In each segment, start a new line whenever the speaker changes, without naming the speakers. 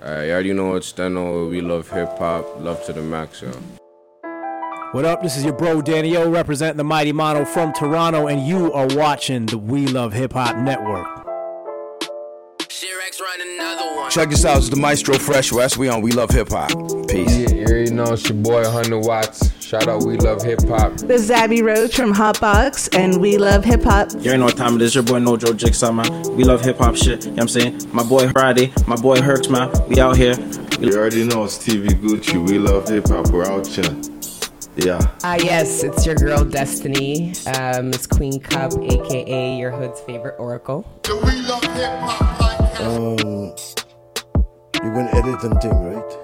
Alright, you already know what's done over. We love hip hop. Love to the max, yo.
What up? This is your bro Danny O representing the Mighty Mono from Toronto, and you are watching the We Love Hip Hop Network.
Shirex run another one.
Check this out. It's the Maestro Fresh West. We on We Love Hip Hop. Peace.
Yeah, you already know it's your boy 100 Watts. Shout out We Love Hip Hop.
This is Abby Roach from Hotbox, and we love hip hop.
You already know what time it is. Your boy Nojo Jigsaw, man. We love hip hop shit. You know what I'm saying? My boy Friday, my boy Herx, man. We out here.
You already know it's TV Gucci. We love hip hop. We're out here. Yeah.
Ah, yes, it's your girl Destiny. Um, it's Queen Cup, aka your hood's favorite oracle.
Um, you're gonna edit something, right?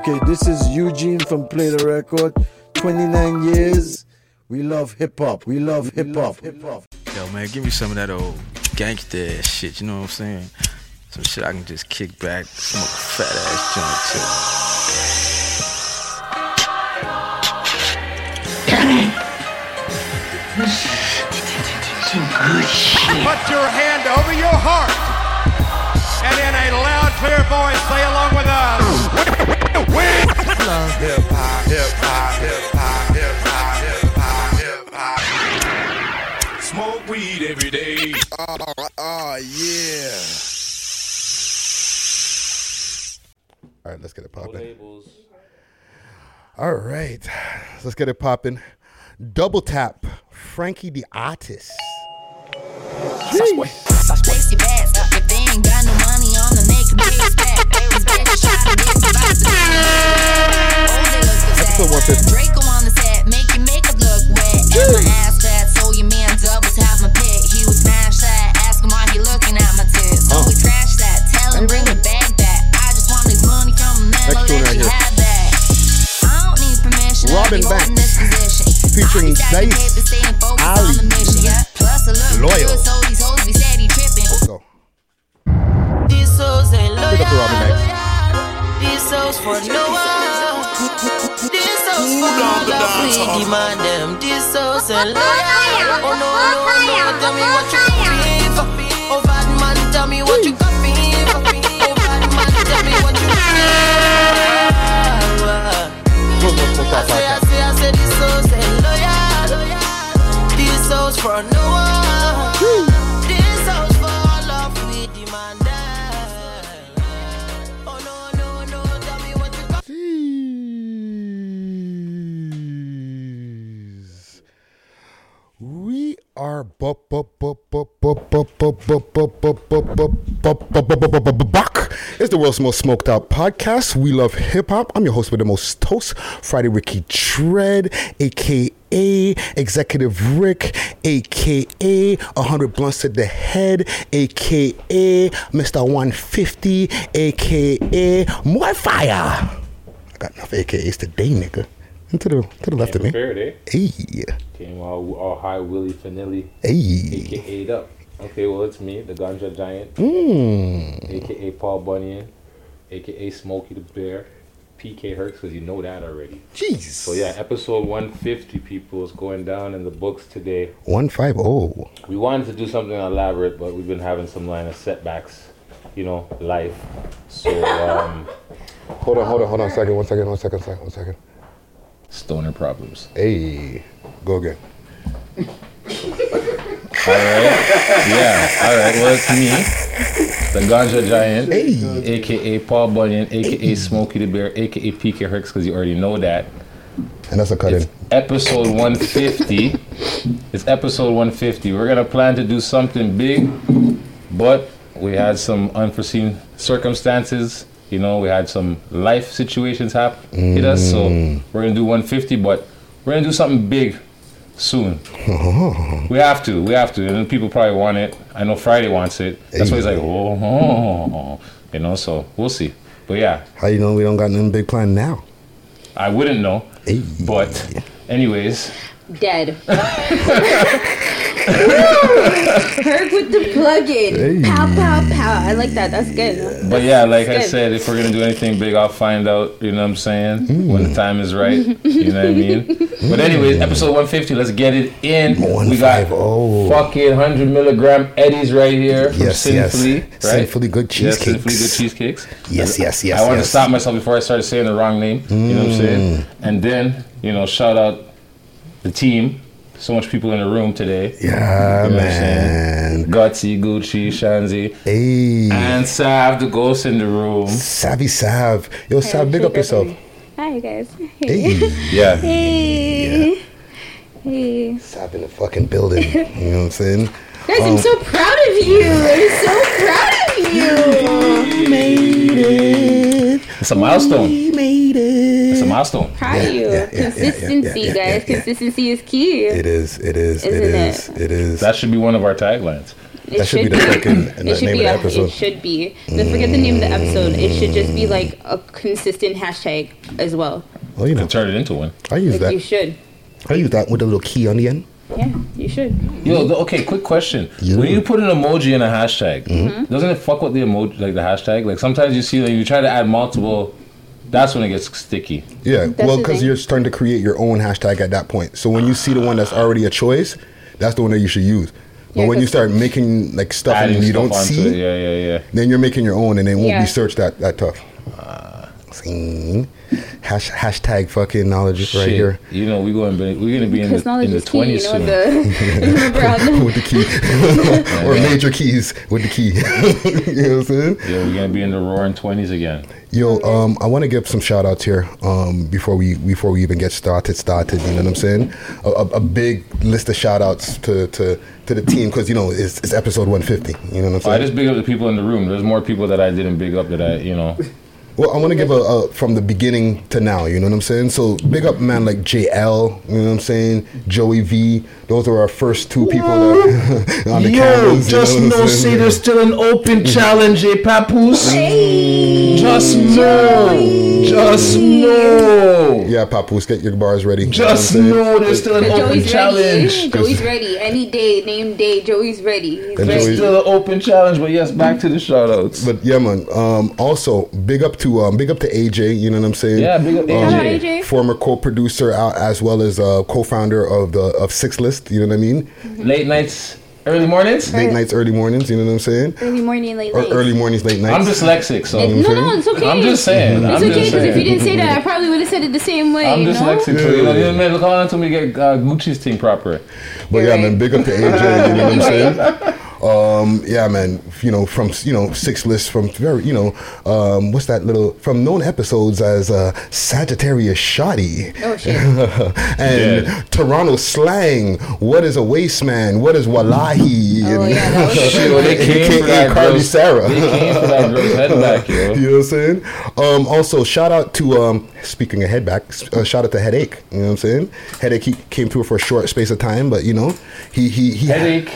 Okay, this is Eugene from Play the Record. 29 years. We love hip hop. We love hip hop. Hip hop.
Yo, man, give me some of that old gangster ass shit. You know what I'm saying? Some shit I can just kick back, smoke a fat ass joint too.
Put your hand over your heart and in a loud, clear voice say along with us.
Hip hop, hip hop, hip hop, hip hop, hip hop, hip hop. Smoke weed every day. Oh, oh yeah.
All right, let's get it popping. All right, let's get it popping. Double tap, Frankie the artist.
Lacy bags up. If they ain't got no money on them, they can pay us back. These bitches try to get some vibes to
Episode one fifty.
Draco on the set, make your makeup look wet. And my ass fat, so your man doubles half my pit. He would smash that, ask him why he looking at my tits. So we trash that, tell him bring the bag back. I just want his money from a man,
Next tune
let
right
you
here.
have that. I don't need permission, I'll
Robin
be holding this
Banks.
position.
Featuring
Stacking
Dice,
paper, staying focused
Ali,
on the mission, yeah. Plus I look
Loyal.
good, so these hoes be steady tripping.
Go. Pick up the Robin Banks.
Oh, Oh,
Close up, close up, close up.
Oh,
Jeez. We are bu- bu- bu- bu- bu- bu- bu- bu- bu- bu- bu- bu- bu- bu- bu- bu- bu- bu- back. It's the world's most smoked out podcast. We love hip hop. I'm your host with the most toast, Friday Ricky Dread, aka Executive Rick, aka 100 Blunts to the Head, aka Mr. 150, aka More Fire. I got enough AKAs today, nigga. And to the to the left of me.
Prepared, eh?
Hey,
Came all, all high willy finilly.
hey.
AKA ate up. Okay, well it's me, the ganja giant,
Mm.
aka Paul Bunyan, aka Smokey the Bear, PK Herx, because you know that already.
Jeez.
So yeah, episode 150 people is going down in the books today.
One five oh.
We wanted to do something elaborate, but we've been having some line of setbacks, you know, life. So um,
Hold on, hold on, hold on. a Second, one second, one second, second, one second.
stoner problems.
Hey, go again.
Yeah, all right. Well, it's me, the Ganja Giant,
Hey.
aka Paul Bunyan, aka Smokey the Bear, aka PK Herx, because you already know that.
And that's a cut in.
Episode 150. it's episode 150. We're gonna plan to do something big, but we had some unforeseen circumstances. You know, we had some life situations hap- hit us, so we're gonna do 150, but we're gonna do something big soon. We have to. We have to. And people probably want it. I know Friday wants it. That's why he's like, oh, oh," you know. So we'll see. But yeah,
How you know we don't got nothing big planned now?
I wouldn't know.
Hey.
But anyways,
Dead.
Herc with the plug-in. Pow, pow, pow. I like that. That's good.
But yeah, like I
Good.
said, if we're gonna do anything big, I'll find out. You know what I'm saying? When the time is right. You know what I mean? But anyways, episode 150. Let's get it in. We got fucking 100 milligram Eddies right here. From
Yes, yes.
Sinfully, Right?
Sinfully good
Yeah, sinfully good cheesecakes.
cheesecakes. Yes, yes, yes,
I wanted
yes. Mm.
to stop myself before I started saying the wrong name. You know what I'm saying? And then you know, shout out the team. So much people in the room today.
Yeah,
You know what I'm saying? Gutsy, Gucci, Shanzi.
Hey.
And Sav, the ghost in the room.
Savvy Sav. Yo, Sav, big up yourself.
Hi, you guys.
Yeah.
Hey. Hey.
Sav in the fucking building. You know what I'm saying?
Guys,
Um,
I'm so proud of you. I'm so proud of you. Made it.
It's a milestone.
made it.
It's a milestone.
Proud of you. Consistency, guys. Consistency is key.
It is. It is.
Isn't
it
it?
is. It is.
That should be one of our taglines.
It
that should be the fucking
It should be
name of the
a,
episode.
It should be. Don't forget the name of the episode. It should just be like a consistent hashtag as well.
Oh, you know.
turn it into one.
I use
You
that.
should.
I use that with a little key on the end.
Yeah, you should.
Yo, th- okay, quick question. When you put an emoji in a hashtag,
Mm-hmm.
doesn't it fuck with the emoji, like the hashtag? Like sometimes you see, like you try to add multiple, that's when it gets sticky.
Yeah,
That's
well,
the
because
thing.
you're starting to create your own hashtag at that point. So when you see the one that's already a choice, that's the one that you should use. But
Ah. Yeah,
when you
'cause-
start making like stuff
Adding
and you
stuff
don't
onto
see,
it, yeah, yeah, yeah.
then you're making your own, and it won't
Yeah.
be searched that that tough.
Ah.
See, Hash, hashtag fucking knowledge right
Shit,
here.
You know, we going, be- we're gonna be in
Because
the,
knowledge
in the
is key. You
twenties
know
soon.
the. remember how the
with the key or major keys with the key. you know what I'm saying?
Yeah, we're gonna be in the roaring twenties again.
Yo, um, I want to give some shout outs here um, before we before we even get started. Started, you know what I'm saying? A, a, a big list of shout outs to, to, to the team because you know it's, it's episode 150. You know what I'm
Oh, I
saying?
just big up the people in the room. There's more people that I didn't big up that I, you know.
Well, I want to give a, a from the beginning to now. You know what I'm saying? So big up, man, like JL. You know what I'm saying? Joey V. Those are our first two people that on the cameras. you what I'm saying?
still an open challenge, eh, Papoose? Just know. Just know.
Yeah, Papoose, get your bars ready.
Just
You what I'm saying?
know there's still an
Joey's
open
ready.
challenge.
Joey's ready. Any day, name day. Joey's ready. He's
And
ready.
Joey's-
Still an open challenge, but yes, back to the shout outs.
But yeah, man. Um, also, big up to um, big up to AJ. You know what I'm saying?
Yeah, big up
Um,
AJ.
AJ.
Former co-producer uh, as well as uh, co-founder of the of Six List. You know what I mean?
Mm-hmm. Late nights, early mornings?
Late nights, early mornings. You know what I'm saying?
Early morning, late
Or
night.
early mornings, late nights.
I'm dyslexic, so.
You know what
no,
I'm
no,
saying?
it's okay.
I'm just saying.
It's
I'm
okay
just
because if you
saying.
didn't say that, I probably would have said it the same way.
I'm
you know?
dyslexic, so you know, you know, look on until we get uh, Gucci's thing proper.
But yeah, man, big up to AJ. You know what I'm saying? Um, yeah, man. You know, from you know six lists from very you know um, what's that little from known episodes as uh, Sagittarius Shoddy
Oh shit.
and Toronto slang. What is a waistman? What is wallahi? Oh, and
yeah, that was a good one.
They came for that
Cardi
girl's-
Sarah.
they came for that girl's head back, yo.
You know what I'm saying? Um, also, shout out to um, speaking of head back, s- uh, shout out to headache. You know what I'm saying? Headache he came through for a short space of time, but you know he he he.
Headache.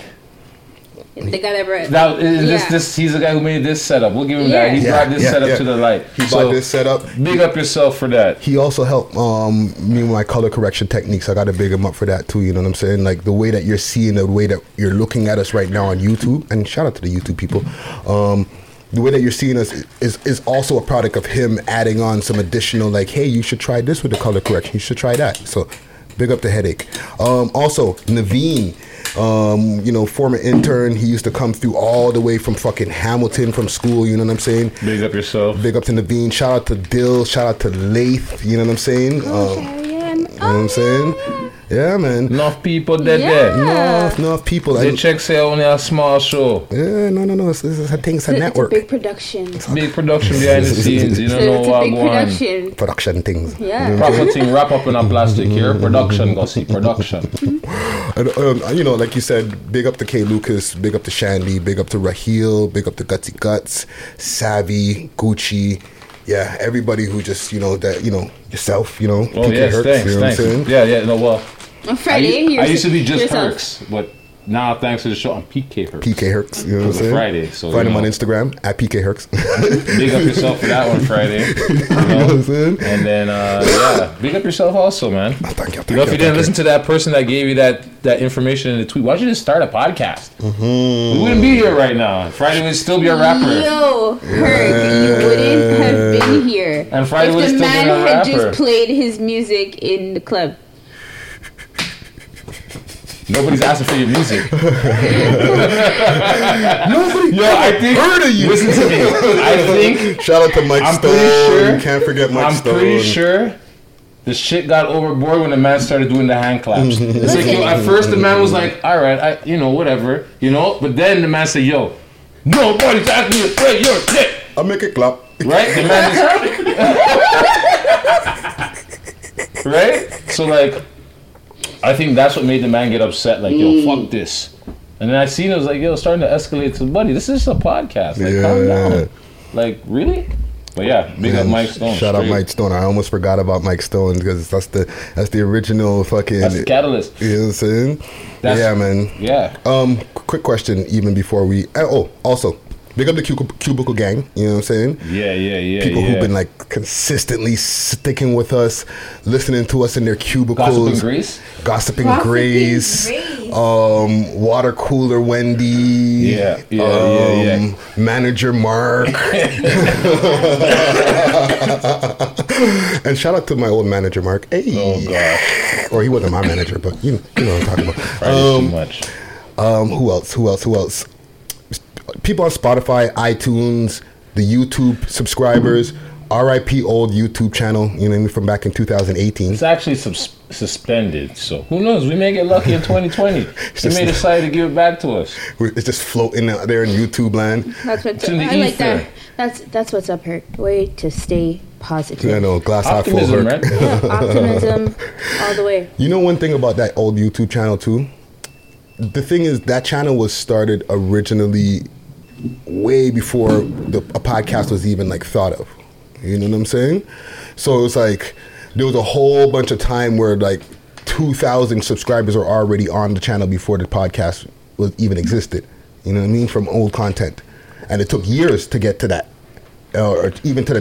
They got that right.
Now, is this,
Yeah.
this, he's the guy who made this setup. We'll give him that. He
Yeah.
brought this
Yeah,
setup
yeah.
to the light.
He
So,
bought this setup.
Big up yourself for that.
He also helped um, me with my color correction techniques. I got to big him up for that too. You know what I'm saying? Like the way that you're seeing, the way that you're looking at us right now on YouTube. And shout out to the YouTube people. Um, the way that you're seeing us is, is also a product of him adding on some additional, like, hey, you should try this with the color correction. You should try that. So big up the headache. Um, also, Naveen, um, you know, former intern. He used to come through all the way from fucking Hamilton from school. You know what I'm saying?
Big up yourself.
Big up to Naveen. Shout out to Dill. Shout out to Lath. You know what I'm saying? Um, you know what I'm saying? Oh, Yeah, man.
Enough people dead
yeah.
there.
Enough, enough people.
They
And-
check say only a small show.
yeah, no, no, no. It's, it's, I think it's a
It's a-
network.
It's a big production.
Big production behind the scenes. You don't know
it's a
what
big
going
production.
Production things.
Yeah.
You know what I'm
Proper
saying? Mm-hmm.
thing wrap up in a plastic here. Production, Gussie. Production.
And, um, you know, like you said, big up to K Lucas, big up to Shandy, big up to Raheel, big up to Gutsy Guts, Savvy, Gucci. Yeah, everybody who just, you know, that, you know, yourself, you know.
Oh
PK
yes,
Herx,
thanks,
you know what I'm
thanks.
saying?
Yeah, yeah. No, well,
On
I,
Friday,
u- I
yours-
used to be just
yourself.
Herx, but Nah, thanks to the show. I'm PK Herc.
PK Herx. You know what I'm
It's a
saying?
Friday, so,
Find
you
him on
know.
Instagram at PK Herx.
Big up yourself for that one Friday.
you know what I'm saying?
And then uh, yeah, big up yourself also, man.
Ah, Thank you. Thank
You know, if
you,
you didn't
thank
listen to that person that gave you that that information in the tweet, why don't you just start a podcast? We wouldn't be here right now. Friday would still be a rapper.
Yo, Herc, you wouldn't have been here.
And Friday
if
would've
the
still
man
been a
had
rapper.
just played his music in the club.
Nobody's asking for your music. Nobody. Yo, I think.
heard of you.
Listen to me. I think.
Shout out to Mike
I'm
Stone.
pretty sure.
Can't forget Mike
I'm
Stone.
pretty sure. The shit got overboard when the man started doing the hand claps.
Mm-hmm.
It's like, yo, at first the man was like, all right, I, you know, whatever, you know, but then the man said, yo, nobody's asking you to play your shit.
I'll make it clap.
Right? The man is right? So like, I think that's what made the man get upset. Like, yo,
Mm.
fuck this. And then I seen it was like, yo, it's starting to escalate to buddy. This is just a podcast. Like, calm down. Like, really? But yeah, big up
Man,
Mike Stone.
Shout out
Straight.
Mike Stone. I almost forgot about Mike Stone because that's the that's the original fucking
That's the catalyst.
You know what I'm saying?
That's-
yeah, man.
Yeah.
Um, qu- quick question. Even before we uh, oh, also big up the Cubic- cubicle gang. You know what I'm saying?
Yeah, yeah, yeah.
People
yeah.
who've been like consistently sticking with us, listening to us in their cubicles,
Gossiping Grace?
gossiping,
Gossiping
Grace, um, water cooler Wendy, um,
Yeah, yeah, yeah, yeah.
manager Mark, and shout out to my old manager Mark. Hey, oh god, or he wasn't my manager, but you know, you know what I'm talking about.
Friday's too much.
Um, who else? Who else? Who else? People on Spotify, iTunes, the YouTube subscribers. RIP old YouTube channel. You know what I mean, from back in 2018.
It's actually subs- suspended, so who knows? We may get lucky in 2020. they
just-
may decide to give it back to us.
It's just floating out there in YouTube land.
That's what
It's in the
I like
ether.
that. That's that's what's up, Herc. Way to stay positive.
I know, glass half full.
Optimism,
Herc.
right?
Yeah, optimism all the way.
You know one thing about that old YouTube channel too? The thing is that channel was started originally way before the, a podcast was even like thought of. You know what I'm saying? So it was like there was a whole bunch of time where like 2000 subscribers are already on the channel before the podcast was even existed. You know what I mean from old content. And it took years to get to that or even to the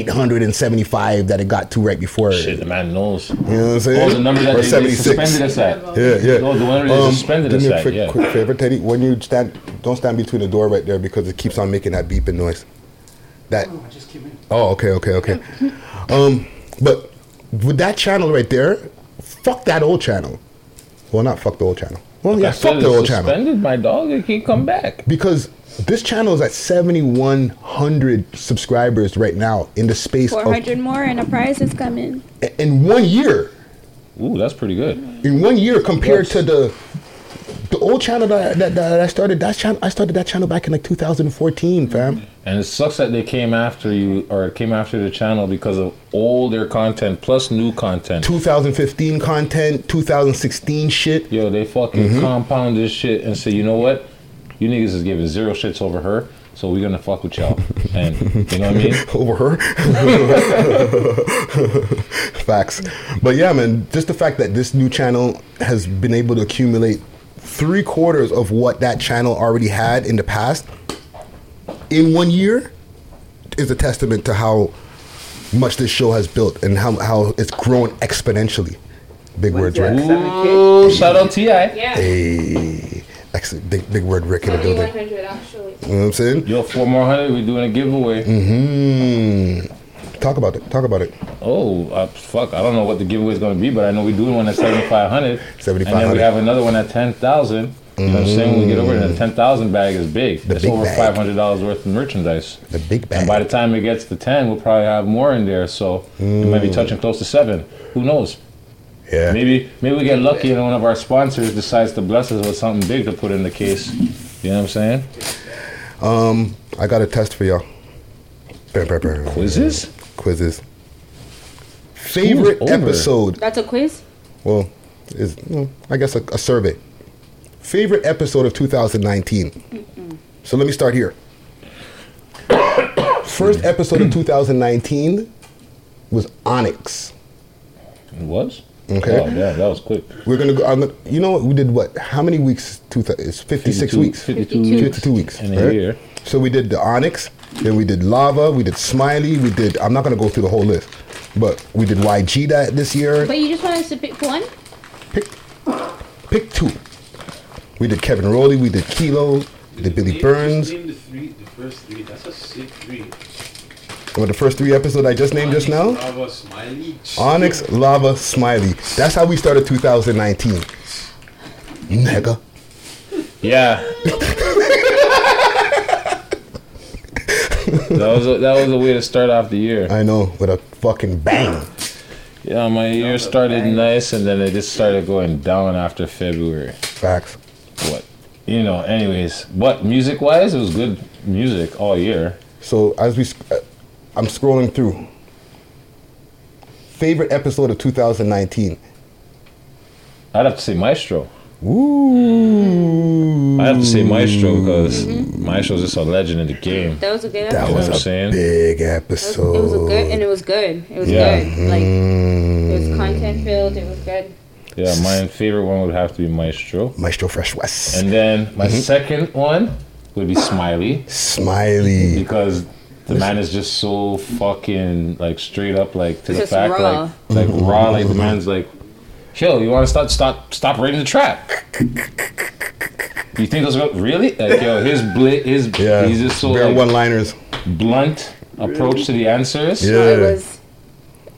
9,875 that it got to right before. Shit,
the man knows. You
know what I'm saying?
Oh, the number that
or
they- they
76.
suspended us at.
Yeah, yeah.
Oh, the one where they suspended
do
us
me a
at,
quick,
yeah.
quick favor, Teddy. When you stand, don't stand between the door right there because it keeps on making that beeping noise. That. Oh, okay, okay, okay. um, but with that channel right there, fuck that old channel. Well, not fuck the old channel. Well, yeah,
I said
fuck the
it's
old channel.
suspended, my dog. It can come back.
Because this channel is at 7,100 subscribers right now in the space
Four
of
hundred more, and a prize is coming.
in one year.
Ooh, that's pretty good.
In one year, compared to the the old channel that, that, that I started, that channel I started that channel back in like 2014, fam.
And it sucks that they came after you or came after the channel because of older content plus new content.
2015 content, 2016 shit.
Yo, they fucking
Mhm.
compound this shit and say, you know what? You niggas is giving zero shits over her, so we're gonna fuck with y'all. And you know what I mean?
Over her. Facts. But yeah, man, just the fact that this new channel has been able to accumulate three quarters of what that channel already had in the past in one year is a testament to how much this show has built and how, how it's grown exponentially. Big words, right?
Ooh, shout out Ti. Yeah.
Hey, excellent. Big, big word, Rick, in the building. You know what I'm saying?
Yo, four more hundred. We're doing a giveaway.
Mm-hmm. Talk about it. Talk about it.
Oh, uh, fuck. I don't know what the giveaway is going to be, but I know we're doing one at 7,500. 7,500. And then
7,500.
we have another one at 10,000. You know what I'm saying? When we get over there, the 10,000 bag is big. It's
big
over
bag.
$500 worth of merchandise.
The big bag.
And by the time it gets to 10, we'll probably have more in there. So it might be
Mm.
touching close to seven. Who knows?
Yeah.
Maybe maybe we get lucky and one of our sponsors decides to bless us with something big to put in the case. You know what I'm saying?
Um, I got a test for y'all. Bam, bam, bam.
Quizzes?
Quizzes. Favorite
over.
episode?
That's a quiz.
Well, is well, I guess a, a survey. Favorite episode of 2019. So let me start here. First episode of 2019 was Onyx.
It was?
Okay.
Oh, yeah, that was quick.
We're gonna go. I'm gonna, you know what? We did what? How many weeks? Two th- it's 56
52
weeks.
52 52
weeks.
in a
right?
year.
So we did the Onyx, then we did Lava, we did Smiley, we did. I'm not gonna go through the whole list, but we did YG that this year.
But you just want us to pick one?
Pick two. We did Kevin Rowley, we did Kilo, we did Billy Burns.
the three, the first three. That's a sick three.
Or the first three episodes I just named just now.
Lava Smiley.
Onyx, Lava, Smiley. That's how we started 2019. Nigga.
Yeah. that was a, that was a way to start off the year.
I know, with a fucking bang.
Yeah, my year started nice, and then it just started going down after February.
Facts.
What? You know. Anyways, but music-wise, it was good music all year.
So as we, sc- uh, I'm scrolling through. Favorite episode of 2019.
I'd have to say Maestro.
Ooh.
I have to say Maestro because Maestro's just a legend in the game.
That was a good
You know
episode.
what I'm saying?
big
It was a
episode.
good, and it was good. It was
Yeah.
good. Like it was content filled. It was good.
Yeah, my favorite one would have to be Maestro.
Maestro Fresh West. Mm-hmm.
And then my second one would be Smiley.
Smiley.
Because the man is just so fucking like straight up like to the
Just
fact
raw.
like
Mm-hmm.
like raw like the man's like yo you want to stop stop stop raiding the trap you think it's real- really like yo his blit his
Yeah.
he's just so
Bare
like,
one-liners.
blunt approach to the answers
Yeah.
It was.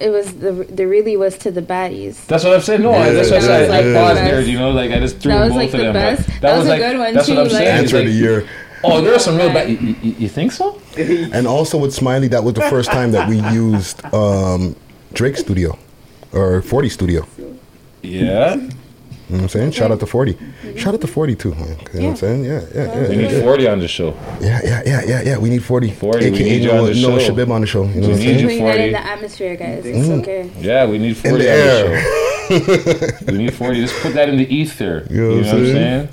It was the the really was to the baddies.
That's what I'm saying. No, I, that's what I
That
said.
was
I
like the
paused
best.
there, you know, like I just threw
That was
both
like
of
the
them.
best.
Like,
That was a
like,
good one,
That's
too,
what I'm saying.
like-
It's
Answer of
like,
the year.
Oh, there are some real bad. You, you- you think so?
And also with Smiley, that was the first time that we used um, Drake Studio or 40 Studio.
Yeah.
You know what I'm saying? Shout out to 40. Shout out to 40 too. man. You know what I'm saying? Yeah, yeah, yeah.
We need
yeah.
40 on the show.
Yeah, yeah, yeah, yeah, yeah. We need 40.
40, we
AKA
need you
Noah,
on the
Noah
show.
Shabib on the show. You know
We
what I'm
need
saying?
you.
Putting that
40.
in the atmosphere, guys. It's
Mm.
okay.
Yeah, we need 40 on
air.
the show. we need 40. Just put that in the ether. You know, what I'm saying?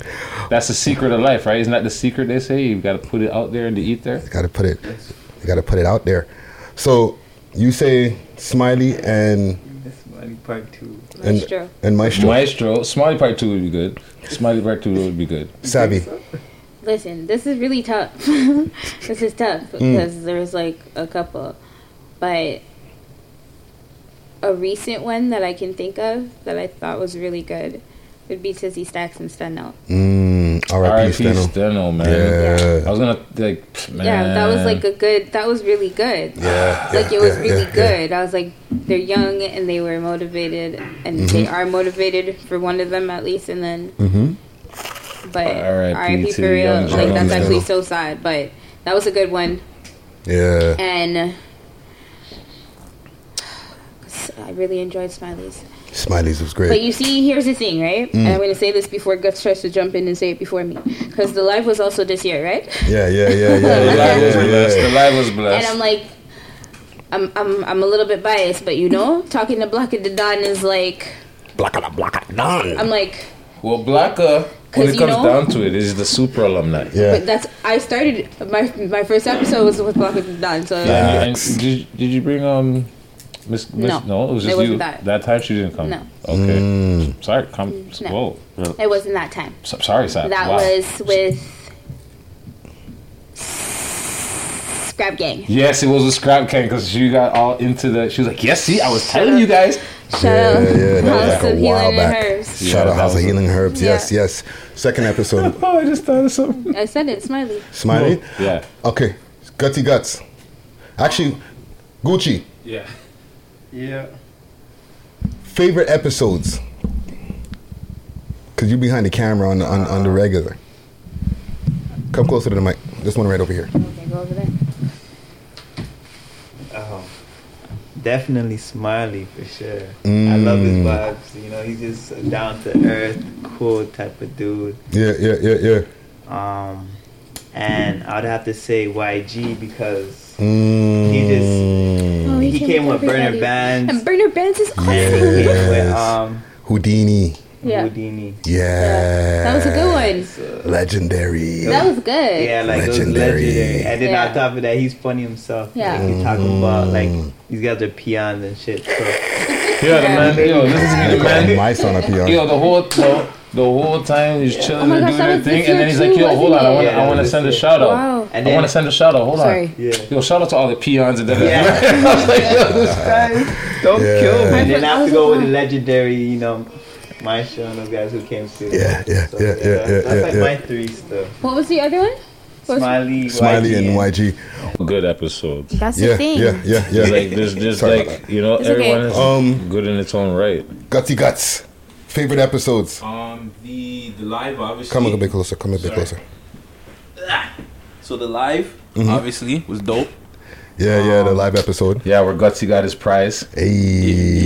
That's the secret of life, right? Isn't that the secret they say? You've got to put it out there in the ether.
Got to put it. You got to put it out there. So you say Smiley and
Smiley part two.
and
Maestro.
and Maestro.
Maestro. Smiley Part 2 would be good. Smiley Part 2 would be good.
Savvy.
Listen, this is really tough. this is tough
Mm.
because there's like a couple, but a recent one that I can think of that I thought was really good would be Tizzy Stacks and Steno.
Mm, R.I.P.
R.I.P.
Steno.
Steno, man.
Yeah.
I was gonna like, man.
Yeah, that was like a good. That was really good.
Yeah,
like
yeah,
it was
yeah,
really
yeah,
good. I was like, they're young and they were motivated, and they
Mhm.
are motivated for one of them at least, and then
Mm-hmm.
But
R.I.P.
RIP
to
for real.
young
Like that's
Jones.
actually so sad. But that was a good one.
Yeah.
And 'cause I really enjoyed Smiley's.
Smiley's was
But
great.
you see, here's the thing, right?
Mm.
And I'm gonna say this before Guts tries to jump in and say it before me, because the live was also this year, right?
Yeah, yeah, yeah, yeah, yeah,
The
yeah,
life was
yeah,
blessed. The life was
And
blessed.
I'm like, I'm I'm I'm a little bit biased, but you know, talking to Block of the Don is like,
Blacka, blacka, done.
I'm like,
well, Blacker. When
'Cause
it
you
comes
know-
down to it, is the super alumni.
but that's I started my my first episode was with Block of the Don, so
Yeah, and, and did, did you bring um Miss, Miss
No.
it was
It
just
wasn't
you
that.
time she didn't come.
No.
Okay.
Mm.
Sorry, come
No.
whoa.
it wasn't that time.
So- sorry, Sap.
That
Wow.
was with Scrap Gang.
Yes, it was a scrap can because she got all into the. She was like, "Yes, see, I was telling you guys."
Shut up.
Yeah, yeah, that was
House
like a
of
while
Healing and
back.
Herbs.
Shout
Yeah,
out House of Healing Herbs. Yes, yes. Second episode.
Oh, I just thought of something.
I said it, Smiley.
Smiley?
Yeah.
Okay. Gutsy Guts. Actually, Gucci,
Yeah. Yeah.
favorite episodes? Because you're behind the camera on the, on, on the regular. Come closer to the mic. This one right over here.
Okay, go over there.
Oh, definitely Smiley for sure. I love his
Mm.
vibes. You know, he's just a down to earth, cool type of dude.
Yeah, yeah, yeah, yeah.
Um, and I'd have to say YG because
He
just
Oh,
he, came with
everybody.
Burner Bands.
And Burner Bands is awesome.
Yeah, he came with um,
Houdini.
Yeah.
Houdini.
Yeah.
That was a good one.
Legendary.
That was good.
Yeah, like those
Legendary.
legendary. And then
Yeah.
on top of that, he's funny himself.
Yeah.
Like, he's talking about like these guys are peons and shit. So
Yeah, the man. Yo, this is me, the man.
My son up here.
Yo, the whole the, the whole time he's chilling
Oh my
and
gosh,
doing
that
their
was
thing, and
this year
then he's like,
too,
"Yo, hold on, I
wasn't
want
it?
I want to send a shout out.
Wow.
I
And then-
want to send a shout out. Hold
Sorry.
on. Yo, shout out to all the peons and then.
Yeah.
I was like, yo, this guy, don't kill me.
And then I have to go with the legendary, you know, my show and those guys who came through. Yeah, yeah,
yeah, yeah, yeah,
That's like
yeah.
my three stuff.
What was the other one? What was-
Smiley,
Smiley and YG.
Good episodes.
That's the
yeah,
thing.
yeah, yeah, yeah.
Like there's just
Sorry about
like you know
It's okay.
everyone is
Um,
good in its own right.
Gutsy guts. Favorite episodes.
Um, the the live obviously.
Come a little bit closer. Come a little bit
Sorry. Ah.
closer.
So the live
Mhm.
obviously was dope.
Yeah, yeah, the live episode.
Yeah, where Gutsy got his prize.
Hey,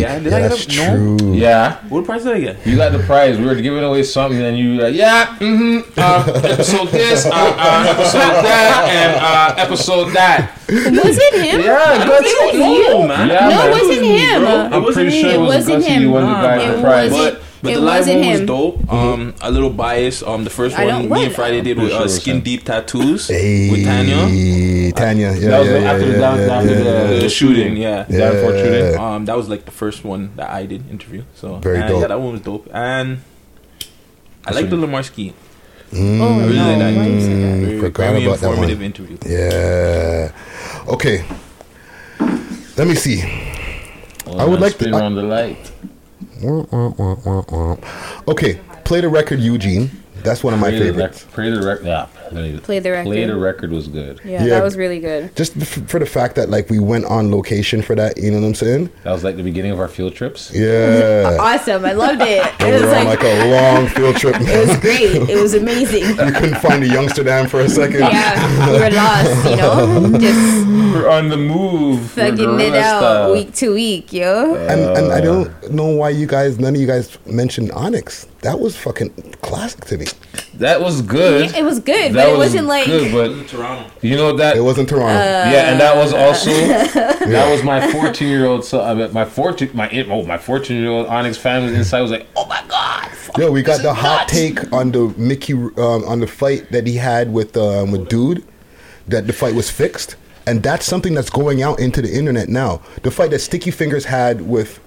Yeah, did I get
that's
a- no?
true.
Yeah.
What price did I get?
You got the prize. We were giving away something, and you were like, yeah, mm hmm, uh, episode this, uh, uh, episode that, and uh, episode that.
Was it him?
Yeah,
I don't think
Gutsy.
it was you.
No, man.
no,
Yeah,
it wasn't
man.
him.
I'm
It wasn't
pretty sure
him.
it was
It wasn't
Gutsy. You
him.
won the
Nah,
guy
man.
the
It
prize.
But but
It
the live
wasn't
one was
him.
dope. Um, a little biased. Um, the first
I don't-
one me
what?
and Friday did with
Pretty sure
uh,
it was
skin
him.
deep tattoos
Hey,
with Tanya.
E, Tanya. Yeah,
That was
yeah, yeah,
after the
yeah,
down-
yeah,
after
yeah,
the-
yeah.
The shooting, yeah,
Yeah. Downfall shooting.
Um, that was like the first one that I did interview. So
Very
and,
dope.
Yeah, that one was dope. And I
So
like the
you-
Lamar Ski.
Mm,
I really like that. Very,
forgot
very
about that one.
informative interview.
Yeah. Okay. Let me see. I would like
spin
to. I-
Oh, on the light.
Womp, womp, womp, womp, womp. Okay, play the record, Eugene. That's one of my
Pray the
favorites.
Rec- pray the record. Yeah, play,
Play the
Play
Record.
the record was good.
Yeah,
Yeah.
that was really good.
Just f- for the fact that like we went on location for that, you know what I'm saying?
That was like the beginning of our field trips.
Yeah.
Awesome. I loved it.
we
It was
were on
like,
like a long field trip.
it was great. It was amazing.
we couldn't find a youngsterdam for a second.
Yeah, we were lost, you know? Just
We're on the move.
thugging
We're
it
guerrilla
out
style.
week to week,
Uh,
yo.
And, and I don't know why you guys, none of you guys mentioned Onyx. That was fucking classic to me.
That was good.
Yeah, it was good,
That
but it
was
wasn't like- uh,
good, but
Toronto.
you know that
It wasn't Toronto.
Uh,
yeah, and that was also that was my fourteen year old son. I mean, my fourteen my in- oh my fourteen year old Onyx family inside was like, oh my god,
Yo, we got the hot take on the Mickey um, on the fight that he had with um, with dude that the fight was fixed, and that's something that's going out into the internet now. The fight that Sticky Fingers had with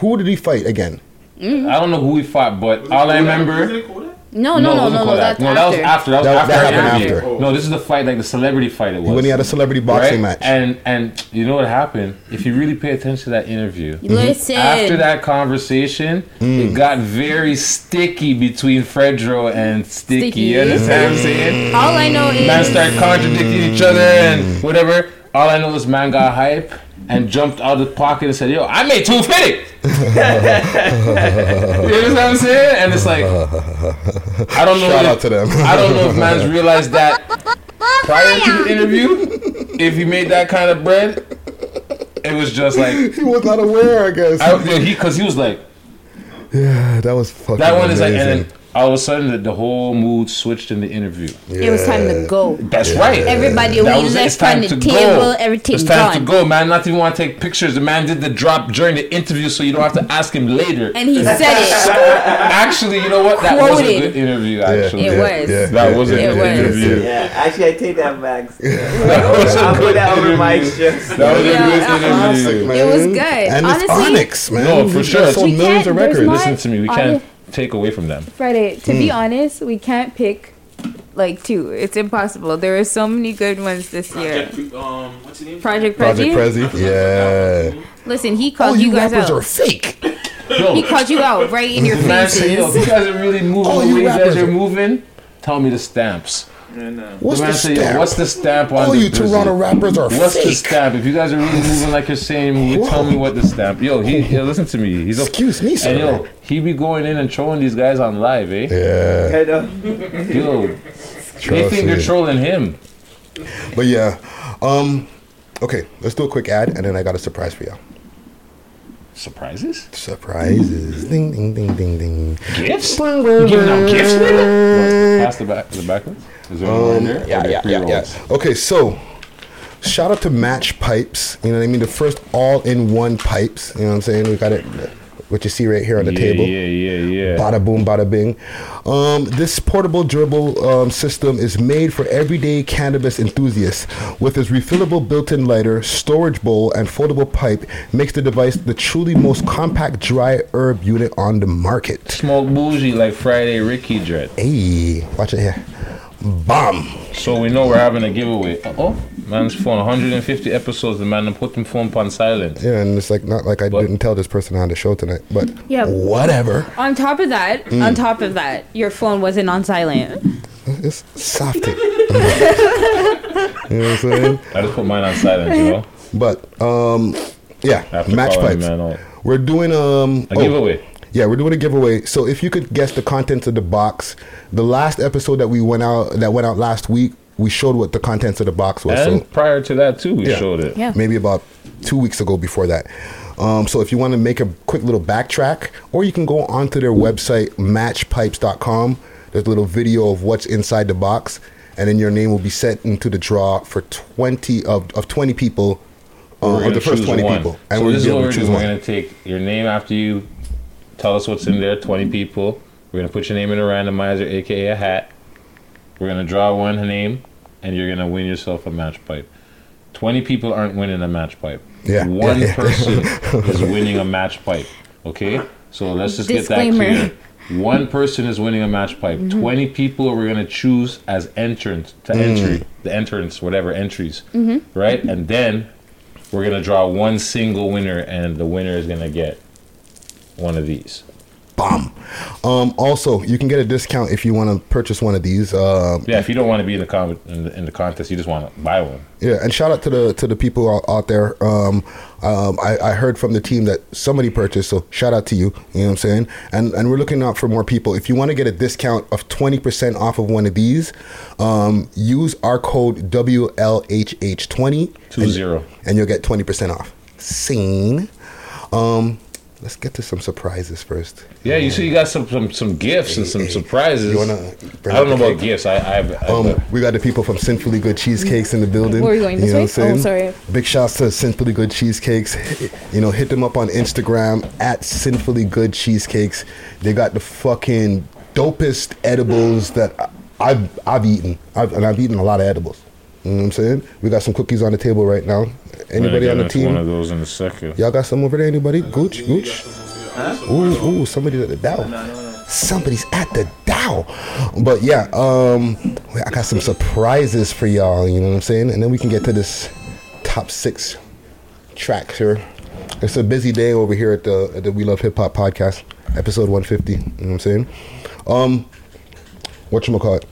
who did he fight again?
I don't know who we fought, but all I remember.
Mm-hmm. No, no,
it
no,
wasn't
no, no.
Kodak.
That's
no, that was after. That was
That-
after.
that
our
happened
interview.
after. Oh.
No, this is the fight, like the celebrity fight. It was
When he had a celebrity boxing
right?
match.
And and you know what happened? If you really pay attention to that interview,
Listen.
after that conversation,
Mm.
it got very sticky between Fredro and Sticky.
Sticky.
You understand what I'm saying?
All I know is
Man started contradicting each other
Mm.
and whatever. All I know is man got hype and jumped out of the pocket and said, "Yo, I made two fifty. You understand what I'm saying? And it's like I don't know.
Shout
if-
out to them.
I don't know if man's realized that prior to the interview. If he made that kind of bread, it was just like
he was not aware, I guess.
I, yo, he because he was like
yeah, that was fucking.
that one is like,
amazing.
and then all of a sudden the, the whole mood switched in the interview.
it was time to go.
That's right.
Everybody
That
we
was it.
left
It's time
on the
to
table,
go.
everything
It's
gone.
time to go, man. Not even want to take pictures. The man did the drop during the interview, so you don't have to ask him later.
And he said
So,
it.
actually, you know what? That was a
Quoted.
good interview. Actually,
It was. yeah,
That was a
yeah,
good
yeah,
interview.
Yeah, actually, I take that back.
That was
I'll
a
put
good
that over
interview.
my show.
That was
Yeah, uh-huh.
a good interview.
It was good.
And
Honestly,
it's Onyx, man.
No, for
He
sure.
sold
We
millions of
can't- there's
records.
not-
Listen to me. We can't take away from them.
Friday. To
be
be honest, we can't pick.
Like two. It's impossible. There were so many good ones this year.
Project, um, what's his name?
Project Prezi.
Project Prezi. Yeah.
Listen, he
All
called you,
you
guys
rappers
out.
are fake.
He called you out right in your
Man, say, yo, if you
faces.
guys are really moving
All
the
you
way you guys
rappers
are
are-
moving, tell me the stamps.
What's
the
the
man say, yo,
stamp?
what's the stamp on
All
this
you Toronto
jersey?
rappers are
What's the
fake.
stamp? If you guys are really moving like you're saying, moving, tell me what the stamp. Yo, he, yo, listen to me. He's a,
Excuse me, sir.
and yo, he be going in and trolling these guys on live, eh?
Yeah.
I know.
Yo, they
Trust
think they're
me.
trolling him.
But yeah, um, okay, let's do a quick ad, and then I got a surprise for y'all.
Surprises?
Surprises! Ding ding ding ding ding.
Gifts? You giving out gifts, nigga? Pass the back, the back ones. Is there one in there?
Um, Yeah,
Or
yeah,
the
yeah, yeah.
pre-rolls?
Okay, so shout out to Match Pipes. You know what I mean? The first all-in-one pipes. You know what I'm saying? We got it which you see right here on the
Yeah,
table.
yeah, yeah, yeah.
Bada boom, bada bing. Um, this portable durable um, system is made for everyday cannabis enthusiasts. With its refillable built-in lighter, storage bowl, and foldable pipe, makes the device the truly most compact dry herb unit on the market.
Smoke bougie like Friday Ricky Dread.
Hey, watch it here. Bomb.
So we know we're having a giveaway. Oh, man's phone. 150 episodes. The man done put him phone on silent.
Yeah, and it's like not like I didn't tell this person on the show tonight, but
Yeah.
whatever.
On top of that,
Mm.
on top of that, your phone wasn't on silent.
It's soft. You know what I'm saying?
I just put mine on silent, you know?
But um, yeah,
After
match
calling
pipes.
the man out.
We're doing um
A giveaway.
Yeah, we're doing a giveaway. So if you could guess the contents of the box, the last episode that we went out that went out last week, we showed what the contents of the box was.
And
so
prior to that, too, we
yeah,
showed it.
Maybe about two weeks ago before that. Um, so if you want to make a quick little backtrack, or you can go onto their website, matchpipes.com. There's a little video of what's inside the box, and then your name will be set into the draw for 20 of, of 20 people,
We're
uh,
gonna
of the first
choose
20
one.
people.
so this
we'll be
is
able
what
to
we're doing. We're gonna take your name after you. Tell us what's in there. Twenty people. We're gonna put your name in a randomizer, aka a hat. We're gonna draw one name, and you're gonna win yourself a match pipe. Twenty people aren't winning a match pipe.
Yeah,
One
yeah, yeah.
person is winning a match pipe. Okay. So let's just get
Disclaimer.
that clear. One person is winning a match pipe.
Mhm.
Twenty people we're gonna choose as entrance to
Mm.
entry, the entrance, whatever entries
Mm-hmm.
Mhm.
right? And then we're gonna draw one single winner, and the winner is gonna get one of these.
Bomb. Um, also, you can get a discount if you want to purchase one of these. Um,
Yeah, if you don't want to be in the, con- in the in the contest, you just want to buy one.
Yeah, and shout out to the to the people out, out there. Um, um, I, I heard from the team that somebody purchased, so shout out to you. You know what I'm saying? And and we're looking out for more people. If you want to get a discount of 20% off of one of these, um, use our code WLHH20
Two zero.
and you'll get 20% off. Scene. Um, let's get to some surprises first.
Yeah, you see, you got some some, some gifts and some surprises.
you wanna bring
I don't know
up the
about gifts. I I've, I've
Um, we got the people from Sinfully Good Cheesecakes in the building.
Where are we going, this
you know
way?
what I'm
Oh,
saying?
sorry.
Big shouts to Sinfully Good Cheesecakes. You know, hit them up on Instagram at Sinfully Good Cheesecakes. They got the fucking dopest edibles that I- I've I've eaten, I've, and I've eaten a lot of edibles. You know what I'm saying? We got some cookies on the table right now. Anybody on the
One of
team?
those in a second.
Y'all got some over there? Anybody? Gooch, Gooch. Ooh, ooh, somebody's at the Dow. Somebody's at the Dow. But yeah, um, I got some surprises for y'all. You know what I'm saying? And then we can get to this top six tracks here. It's a busy day over here at the at the We Love Hip Hop podcast, episode 150. You know what I'm saying? Um, what you call it?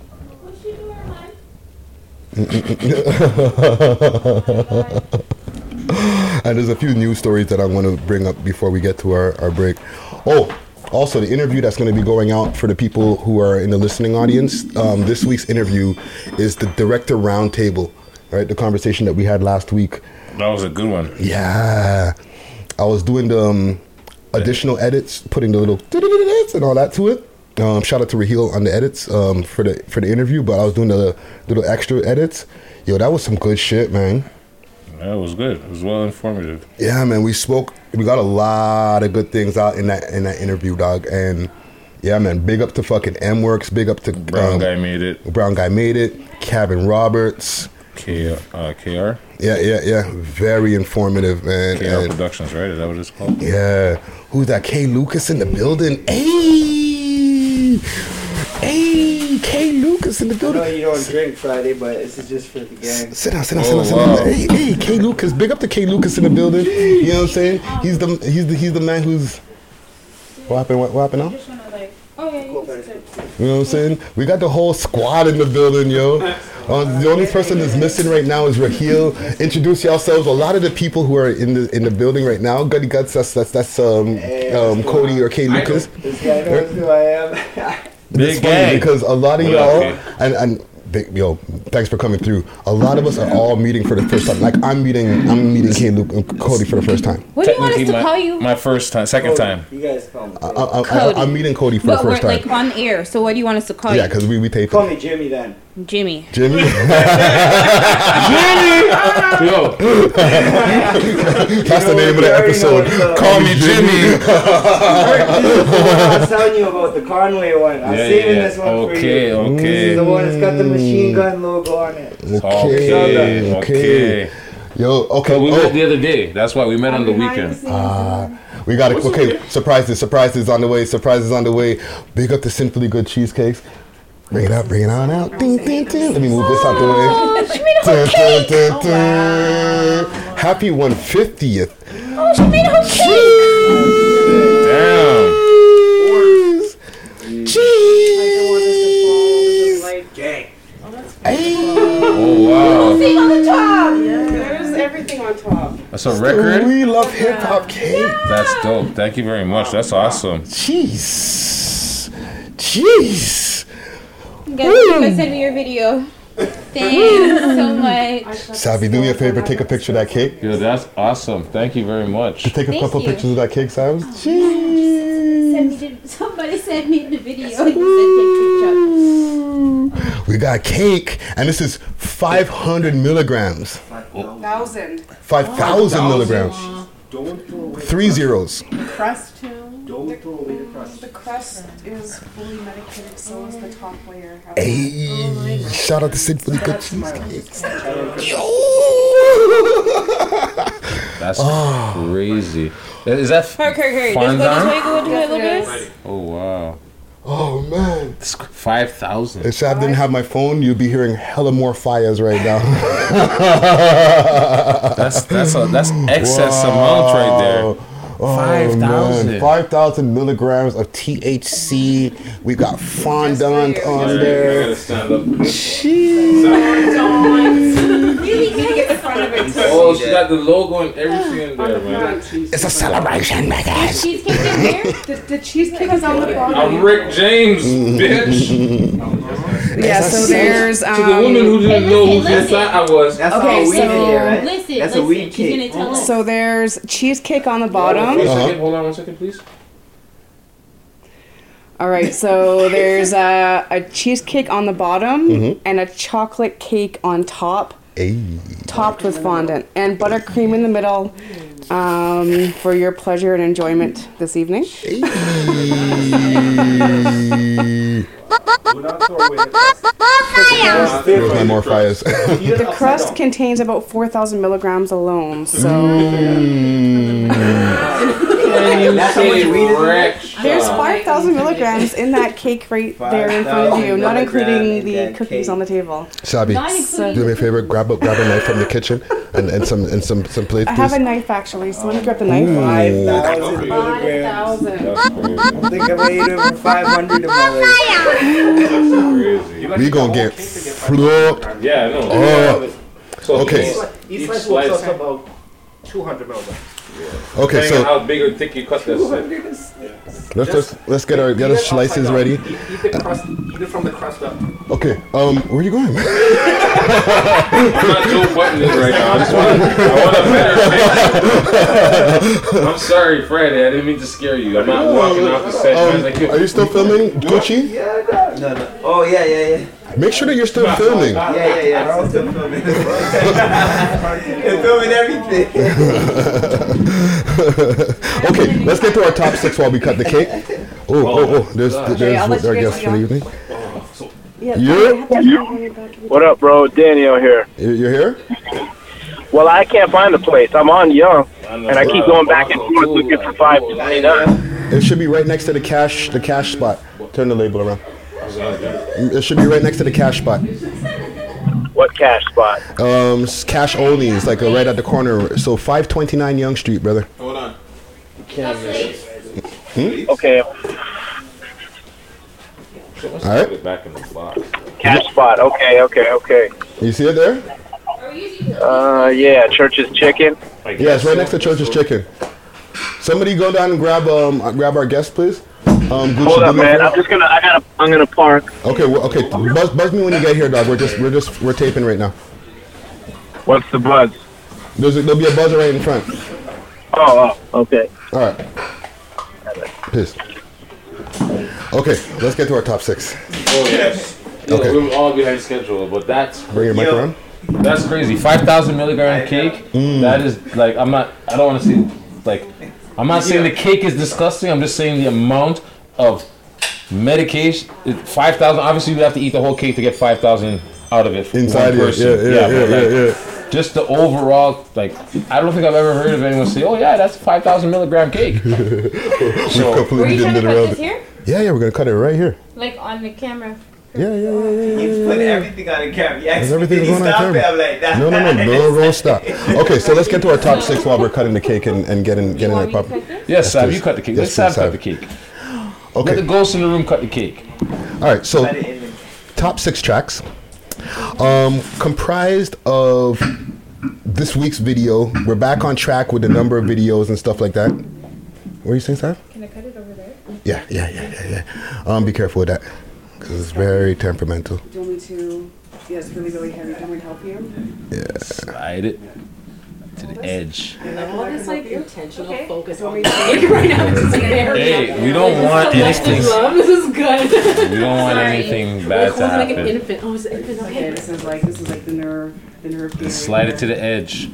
and there's a few news stories that I want to bring up before we get to our, our break. Oh, also, the interview that's going to be going out for the people who are in the listening audience um, this week's interview is the director roundtable, right? The conversation that we had last week.
That was a good one.
Yeah. I was doing the um, additional edits, putting the little and all that to it. Um, shout out to Raheel on the edits um, for the for the interview, but I was doing the little extra edits. Yo, that was some good shit, man.
That was good. It was well informative.
Yeah, man, we spoke. We got a lot of good things out in that in that interview, dog. And yeah, man, big up to fucking M Works. Big up to um,
Brown guy made it.
Brown guy made it. Cabin Roberts.
K uh, KR
Yeah, yeah, yeah. Very informative, man.
KR
And-
Productions, right? Is that what it's called?
yeah. Who's that? K Lucas in the building. Hey, hey, K Lucas in the
I know
building.
you don't drink Friday, but this is just for the gang.
Sit down, sit down, sit
Oh,
down, sit down. Hey, hey, K Lucas. Big up to K Lucas in the building. You know what I'm saying? He's the he's the he's the man who's what happened? What, what happened now?
oh,
You know what I'm saying? We got the whole squad in the building, yo. Uh, the only person that's missing right now is Raheel. Introduce yourselves. A lot of the people who are in the in the building right now, Gutty Guts, that's that's that's um, um Cody or K Lucas.
This guy knows who I am.
It's
Big
funny
gang.
because a lot of
What up,
y'all
K?
and and big, yo, thanks for coming through. A lot of us are all meeting for the first time. Like I'm meeting, I'm meeting K Luke and Cody for the first time. Oh.
What do you want us to
my,
call you?
My first time, second time.
You guys call me.
I, I, I,
Cody.
I'm meeting Cody for
But
the
we're
first time.
like on air, so what do you want us to call
yeah,
you?
because we we taped.
Call me Jimmy then.
Jimmy.
Jimmy.
Yo.
That's the name of the episode. Call me
I
Jimmy.
was telling you about the Conway one. I'm
Yeah,
saving
yeah.
this one for you.
Okay, okay.
This is the one that's got the
Mm.
machine gun logo on it.
Okay,
Mm, Okay,
okay.
Yo, okay.
We
oh.
met the other day. That's why we met on the weekend.
Ah, we got it. Okay, surprises, surprises on the way, surprises on the way. Big up the Simply Good Cheesecakes. Bring it out, bring it on out. Ding, ding, ding. Let me move this out the way.
she Oh, made a whole
Dun, dun,
cake.
dun, dun. Happy 150th.
Oh, she made a whole cake.
Damn. Oh, wow.
Everything on the top. There's everything on top.
That's a record?
We love hip hop cake.
That's dope. Thank you very much. That's awesome.
Jeez. Jeez.
You guys, you guys send me your video. Thanks so much.
Savvy, do me a favor, take a picture of that cake.
Yo, that's awesome. Thank you very much.
Take a
Thank
couple
you.
pictures of that cake, Savvy.
Send me the, somebody sent me the video. You
We got cake, and this is 500 milligrams. Thousand. 5,000 milligrams.
Don't throw away
Three zeros.
the crust too. Don't throw away the crust. The crust is fully medicated, so is the top layer.
Hey, shout out to Sid for the good cheesecakes.
That's
Ah.
crazy. Is that
Kirk, Kirk, Kirk. Just go this way,
fondant?
go this way, go this way.
Oh, wow.
Oh, man.
Five thousand.
If Sav didn't have my phone, you'd be hearing hella more fires right now.
That's that's a that's excess amount right there. Five thousand.
Oh, Five thousand milligrams of THC. We got fondant on there.
Oh, she got the logo and everything in there, man.
It's a celebration, my guys.
the, the cheesecake is on the bottom.
I'm Rick James,
Mm.
bitch.
Yeah, so there's um,
to the woman who didn't know who she thought I was.
okay, so
Listen, That's a listen, weed she's cake. gonna tell us.
So there's cheesecake on the bottom.
Wait a second, Hold on one second, please.
All right, so there's a, a cheesecake on the bottom
Mhm.
and a chocolate cake on top,
Ayy.
topped with fondant and buttercream in the middle um, for your pleasure and enjoyment this evening.
There's my more fires.
The crust contains about 4,000 milligrams alone, so.
Mm.
There's
how much weed is in there?
5,000 milligrams in that cake right there in front of you, not including the cookies on the table.
Sabi,
Not including-
do me a favor. Grab a grab a knife from the kitchen and, and some and some some plates.
I
please.
have a knife actually, so let me grab the
Ooh.
knife.
I think I made over 500 of my
We gonna get flopped.
Yeah, I know.
Oh.
So
Okay.
Each
Each slice will
slice-
cost about 200 milligrams.
Okay,
Depending on
so
how big or thick you cut that shit.
let's just let's get our get our slices ready.
Eat the crust, eat it from the crust up.
Okay, um, where are you going?
I'm not Joe Button is right now. I just want, I want a better picture. I'm sorry, Friday. I didn't mean to scare you. I'm not walking off the set. man.
Um,
Like, yo,
are you still filming, Gucci?
No, no. Oh, yeah, yeah, yeah.
Make sure that you're still filming.
Yeah, yeah, yeah. I'm still filming. They're filming everything.
okay, let's get to our top six while we cut the cake. Oh, oh, oh! There's
I'll
there's
let
our
you guys
guest for the evening.
Yeah.
What up, bro? Daniel here.
You- You're here.
Well, I can't find the place. I'm on Young, and I keep going back and forth looking for five.
It should be right next to the cash the cash spot. Turn the label around. It should be right next to the cash spot.
What cash spot?
Um, s- cash only. It's like uh, right at the corner. So 529 Young Street, brother.
Hold on.
Can't
miss it.
Hmm?
Okay,
All right.
Back in the box.
cash spot. Okay, okay, okay.
You see it there?
Uh, yeah, Church's Chicken.
Yeah, it's right next to Church's Chicken. Somebody go down and grab um uh, grab our guest, please. Um, Gucci,
Hold
do
up,
me a
man.
favor.
I'm just gonna. I gotta. I'm gonna park.
Okay, well, okay. Buzz, buzz me when you get here, dog. We're just we're just we're taping right now.
What's the buzz?
There's a, there'll be a buzzer right in front.
Oh, oh okay.
All right. Peace. Okay, let's get to our top six.
Oh yes.
Okay. we were all behind schedule, but that's
Bring your mic
Yo,
around.
That's crazy. Five thousand milligram cake.
Mm.
That is like I'm not. I don't want to say like I'm not saying the cake is disgusting. I'm just saying the amount of medication. Five thousand. Obviously, you have to eat the whole cake to get five thousand out of it for
Inside
one
it,
person.
yeah, yeah,
but,
yeah,
like,
yeah, yeah.
Just the overall, like I don't think I've ever heard of anyone say, "Oh yeah, that's five thousand milligram cake."
we
so,
completely didn't get around it. Yeah, yeah, we're gonna cut it right here.
Like on the camera.
Yeah, yeah, yeah, yeah. yeah,
You
yeah,
put
yeah.
everything on the camera. You asked
Because
me,
everything's
did you
going on
stop it?
camera.
I'm like, that's
no, no, no, no, no, stop. Okay, so let's get to our top six while we're cutting the cake and, and getting getting it pop.
yes, Sav,
please.
you cut the cake.
Yes,
Let's Sav
please,
cut
Sav.
the cake.
Okay.
Let the ghost in the room cut the cake.
All right, so top six tracks, um, comprised of this week's video. We're back on track with the number of videos and stuff like that. What are you saying, Sav?
Can I cut it over there?
Yeah, yeah, yeah, yeah, yeah. Um, be careful with that because it's very temperamental.
Do you want me to? Yeah, it's really, really heavy. Do you want me to help you?
Yeah.
Slide it to the edge.
All this like intentional focus on me
right now. It's just very
Hey, we don't want anything.
Love, this is good.
We don't want
Sorry.
anything bad to
like an
happen.
infant. Oh, it's an infant. Okay, this is like this is like the nerve, the nerve. Oh,
Just slide it to the edge.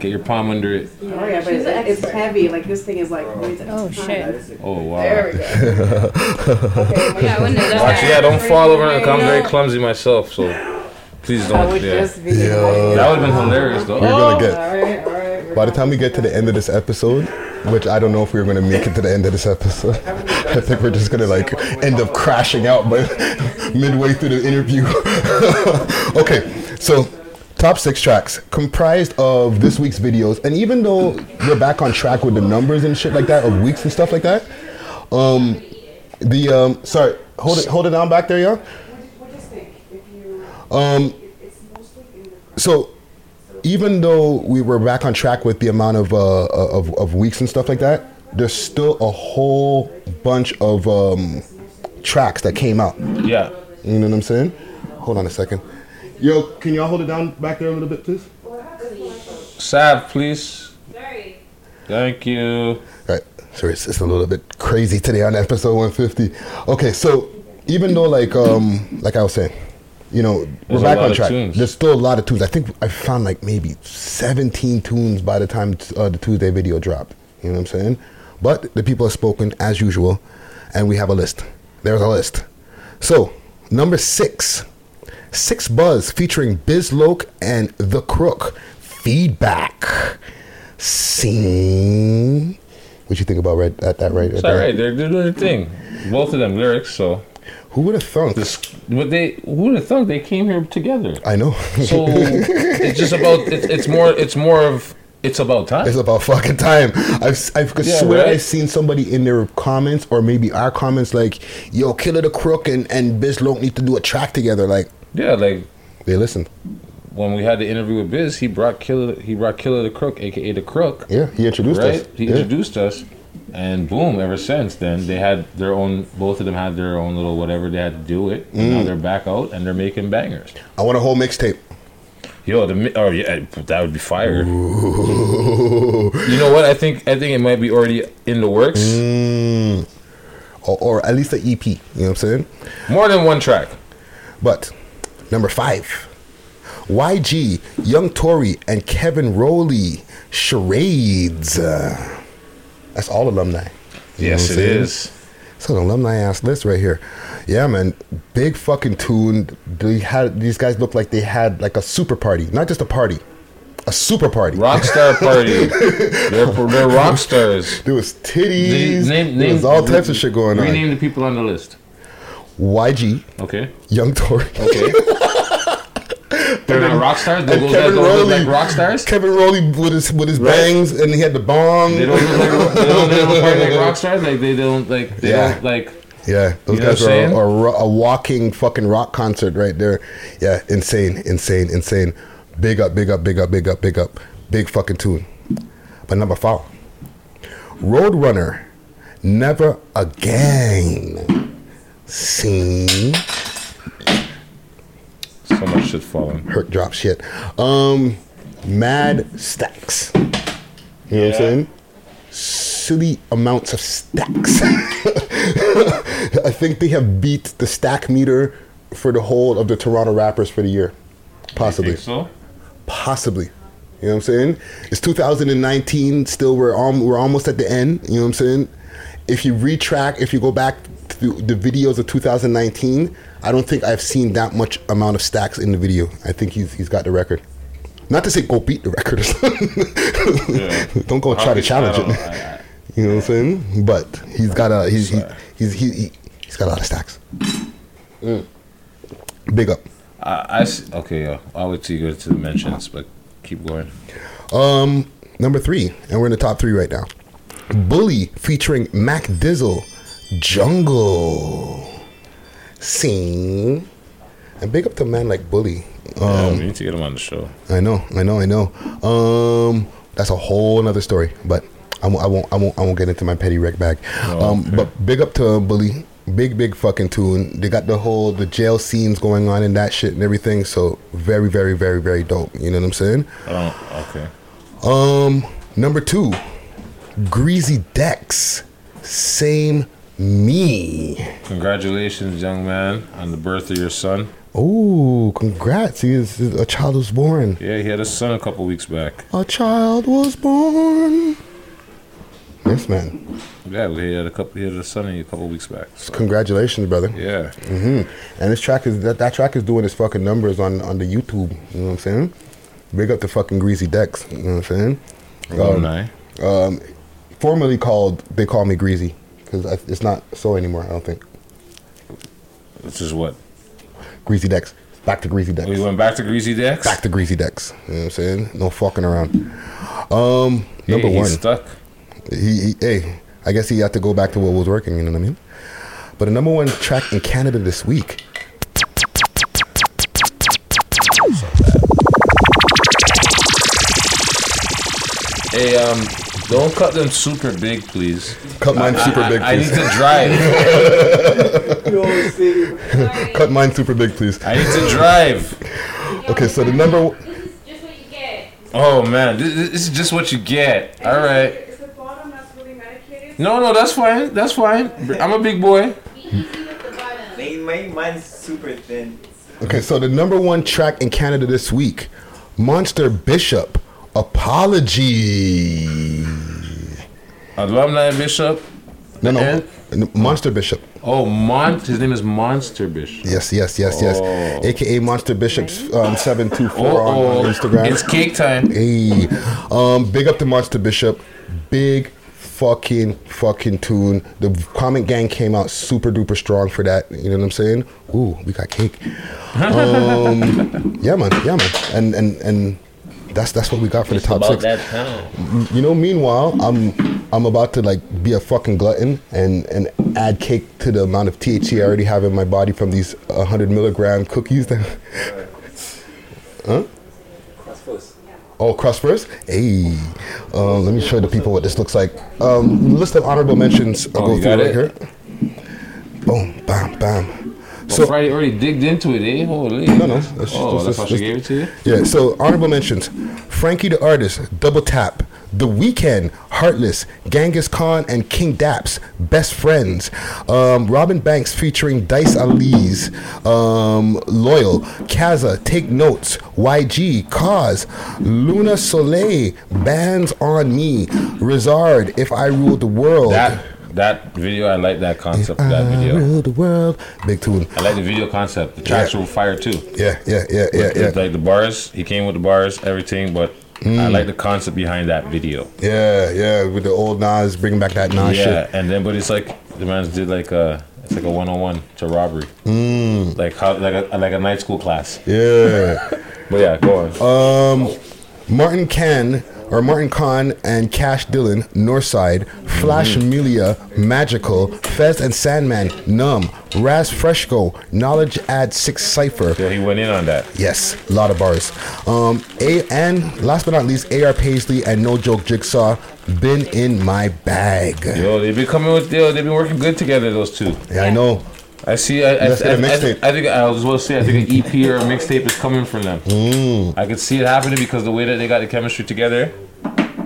Get your palm under it.
Yeah, oh yeah, but
She's
it,
an
it's
expert.
heavy. Like this thing is like. Oh
shit.
Oh wow.
There we
yeah, I wouldn't have done
Watch,
that.
yeah, don't fall over. and- I'm very clumsy myself, so please don't. yeah. That would have been hilarious, though.
We're gonna get. By the time we get to the end of this episode, which I don't know if we're gonna make it to the end of this episode, I think we're just gonna like end up crashing out, but midway through the interview. okay, so top six tracks comprised of this week's videos, and even though we're back on track with the numbers and shit like that of weeks and stuff like that, um, the um, sorry, hold it, hold it down back there, y'all. Um, so even though we were back on track with the amount of, uh, of, of weeks and stuff like that, there's still a whole bunch of um, tracks that came out.
Yeah.
You know what I'm saying? Hold on a second. Yo, can y'all hold it down back there a little bit, please?
Sav, please. Thank you.
Right. So it's, it's a little bit crazy today on episode 150. Okay, so even though like um like I was saying, you know,
There's
we're
a
back
lot
on
of
track.
tunes.
There's still a lot of tunes. I think I found like maybe 17 tunes by the time uh, the Tuesday video dropped. You know what I'm saying? But the people have spoken as usual, and we have a list. There's a list. So number six, Six Buzz featuring Biz Loke and The Crook. Feedback. Scene. What you think about right at that right?
It's
at
all
that?
right. They're, they're doing their thing. Both of them lyrics. So
who would have thunk?
This, but they who would have thunk they came here together?
I know.
So it's just about it's, it's more it's more of it's about time.
It's about fucking time. I've, I've I
Yeah,
swear
right?
I've seen somebody in their comments or maybe our comments like, "Yo, Killer the Crook and and Biz Loke need to do a track together." Like,
Yeah, like
they listened.
When we had the interview with Biz, he brought Killer he brought Killer the Crook, aka the Crook.
Yeah, he introduced
right?
us.
He
Yeah.
introduced us and boom, ever since then they had their own both of them had their own little whatever they had to do it. And now
Mm.
they're back out and they're making bangers.
I want a whole mixtape.
Yo, the mi- oh yeah, that would be fire. You know what? I think I think it might be already in the works.
Mm. Or, or at least an EP. You know what I'm saying?
More than one track.
But number five, YG, Young Tory, and Kevin Rowley, Charades. Uh, that's all alumni.
Yes,
what I'm
it
saying?
is.
It's an alumni ass list right here. Yeah, man, big fucking tune. They had these guys look like they had like a super party, not just a party, a super party.
Rockstar party. they're, they're rock stars.
There was titties.
Name-
there was
name-
all types of shit going on.
Rename the people on the list.
YG.
Okay.
Young Tory.
Okay. They're not rock stars. They
And
go they don't
Kevin
look
Rowley-
like rock stars.
Kevin Rowley with his with his bangs, and he had the bong.
They don't look like, they don't, they don't party like rock stars. Like they don't like they
Yeah.
don't like.
Yeah, those
You know what
guys
I'm
are,
saying?
are ro- a walking fucking rock concert right there. Yeah, insane, insane, insane. Big up, big up, big up, big up, big up. Big fucking tune. But number four, Roadrunner, never again. Scene.
So much shit falling.
Hurt drop shit. Um, Mad Stacks. You know what I'm
Yeah.
saying? Silly amounts of stacks. I think they have beat the stack meter for the whole of the Toronto rappers for the year, possibly.
so?
Possibly. You know what I'm saying? It's 2019. Still, we're al- we're almost at the end. You know what I'm saying? If you retrack, if you go back to the videos of 2019, I don't think I've seen that much amount of stacks in the video. I think he's he's got the record. Not to say go beat the record. or something. don't go try to challenge it. You know what I'm saying? But he's got a he's he, he's he, he he's got a lot of stacks. Mm. Big up.
I, I s- okay, yeah. I'll wait till you go to the mentions, but keep going.
Um, number three, and we're in the top three right now. Bully featuring Mac Dizzle, Jungle, Sing, and big up to a man like Bully.
yeah,
Um,
we need to get him on the show.
I know, I know, I know. Um, that's a whole nother story, but I won't, I won't, I won't, I won't get into my petty wreck bag.
Oh,
um, but big up to Bully, big, big fucking tune. They got the whole the jail scenes going on and that shit and everything. So very, very, very, very dope. You know what I'm saying?
Oh, okay.
Um, number two, Greasy Dex, same me.
Congratulations, young man, on the birth of your son.
Oh, congrats! He is, is- a child was born.
Yeah, he had a son a couple weeks back.
A child was born. Yes, man.
Yeah, he had a couple. He had a son a couple weeks back.
Congratulations, brother.
Yeah.
hmm And this track is that, that track is doing its fucking numbers on on the YouTube. You know what I'm saying? Big up to fucking Greasy Dex. You know what I'm saying?
Alumni.
Um, um, formerly called they call me Greasy because it's not so anymore. I don't think.
This is what.
Greasy Dex. Back to Greasy Dex.
We went back to Greasy Dex.
Back to Greasy Dex. You know what I'm saying? No fucking around. Um,
Hey,
number
he's
one.
stuck.
He, he- hey, I guess he had to go back to what was working. You know what I mean? But the number one track in Canada this week.
Hey, um, don't cut them super big, please.
Cut mine
I- I-
super big,
I, I need
please.
to drive.
Cut mine super big, please.
I need to drive.
Okay, so the number.
oh man, this, this is just what you get. All right. No, no, that's fine. That's fine. I'm a big boy.
My, my, mine's super thin.
Okay, so the number one track in Canada this week, Monster Bishop, Apology.
Alumni Bishop.
No, no, Monster Bishop.
Oh, Mon. His name is Monster Bishop.
Yes, yes, yes, yes.
Oh.
AKA Monster Bishop's um, seven two four
Uh-oh.
on Instagram.
Oh, It's cake time.
Hey, um, big up to Monster Bishop. Big fucking fucking tune. The comment gang came out super duper strong for that. You know what I'm saying? Ooh, we got cake. Um, yeah, man. Yeah, man. And and and that's that's what we got for the top six. M- You know, meanwhile, I'm I'm about to like be a fucking glutton and and add cake to the amount of THC I already have in my body from these 100 milligram cookies. That, huh? Oh, crust first. Hey, um, let me show the people what this looks like. Um, list of honorable mentions. I'll
Oh,
go
you
through
got
right
it?
here. Boom, bam, bam.
So Friday already digged into it, eh? Holy.
No, no.
oh,
just-
that's how she
just-
gave it to you.
Yeah. So honorable mentions: Frankie the Artist, Double Tap, The Weekend, Heartless, Genghis Khan, and King Daps, Best Friends, um, Robin Banks featuring Dice Ali's, um, Loyal, Kaza, Take Notes, YG, Cause, Luna Soleil, Bands on Me, Rizard, If I Ruled the World.
That that video, I like that concept of that
I
video.
ruled the world. Big tune.
I like the video concept. The tracks were fire too.
Yeah, yeah, yeah, yeah,
With-
yeah.
with, Like the bars, he came with the bars, everything. But I
Mm.
like the concept behind that video.
Yeah, yeah, with the old Nas, bringing back that Nas
yeah,
shit.
and then but it's like the man's did like a it's like a one on one to robbery,
Mm.
like how like a like a night school class.
Yeah.
But yeah, go on.
Um, Martin Can or Martin Khan and Cash Dillon, Northside, Flash
Mm-hmm.
Amelia, Magical, Fez and Sandman, Numb, Raz Fresco, Knowledge Ad Six Cipher.
Yeah, he went in on that.
Yes, a lot of bars. Um, a and last but not least, AR Paisley and No Joke Jigsaw, been in my bag.
Yo, they've been coming with yo, they've been working good together. Those two.
Yeah, I know.
I see. I, I,
Let's
I,
get a
I-
mixtape.
I think I was going to say. I think an EP or a mixtape is coming from them.
Mm.
I could see it happening because the way that they got the chemistry together,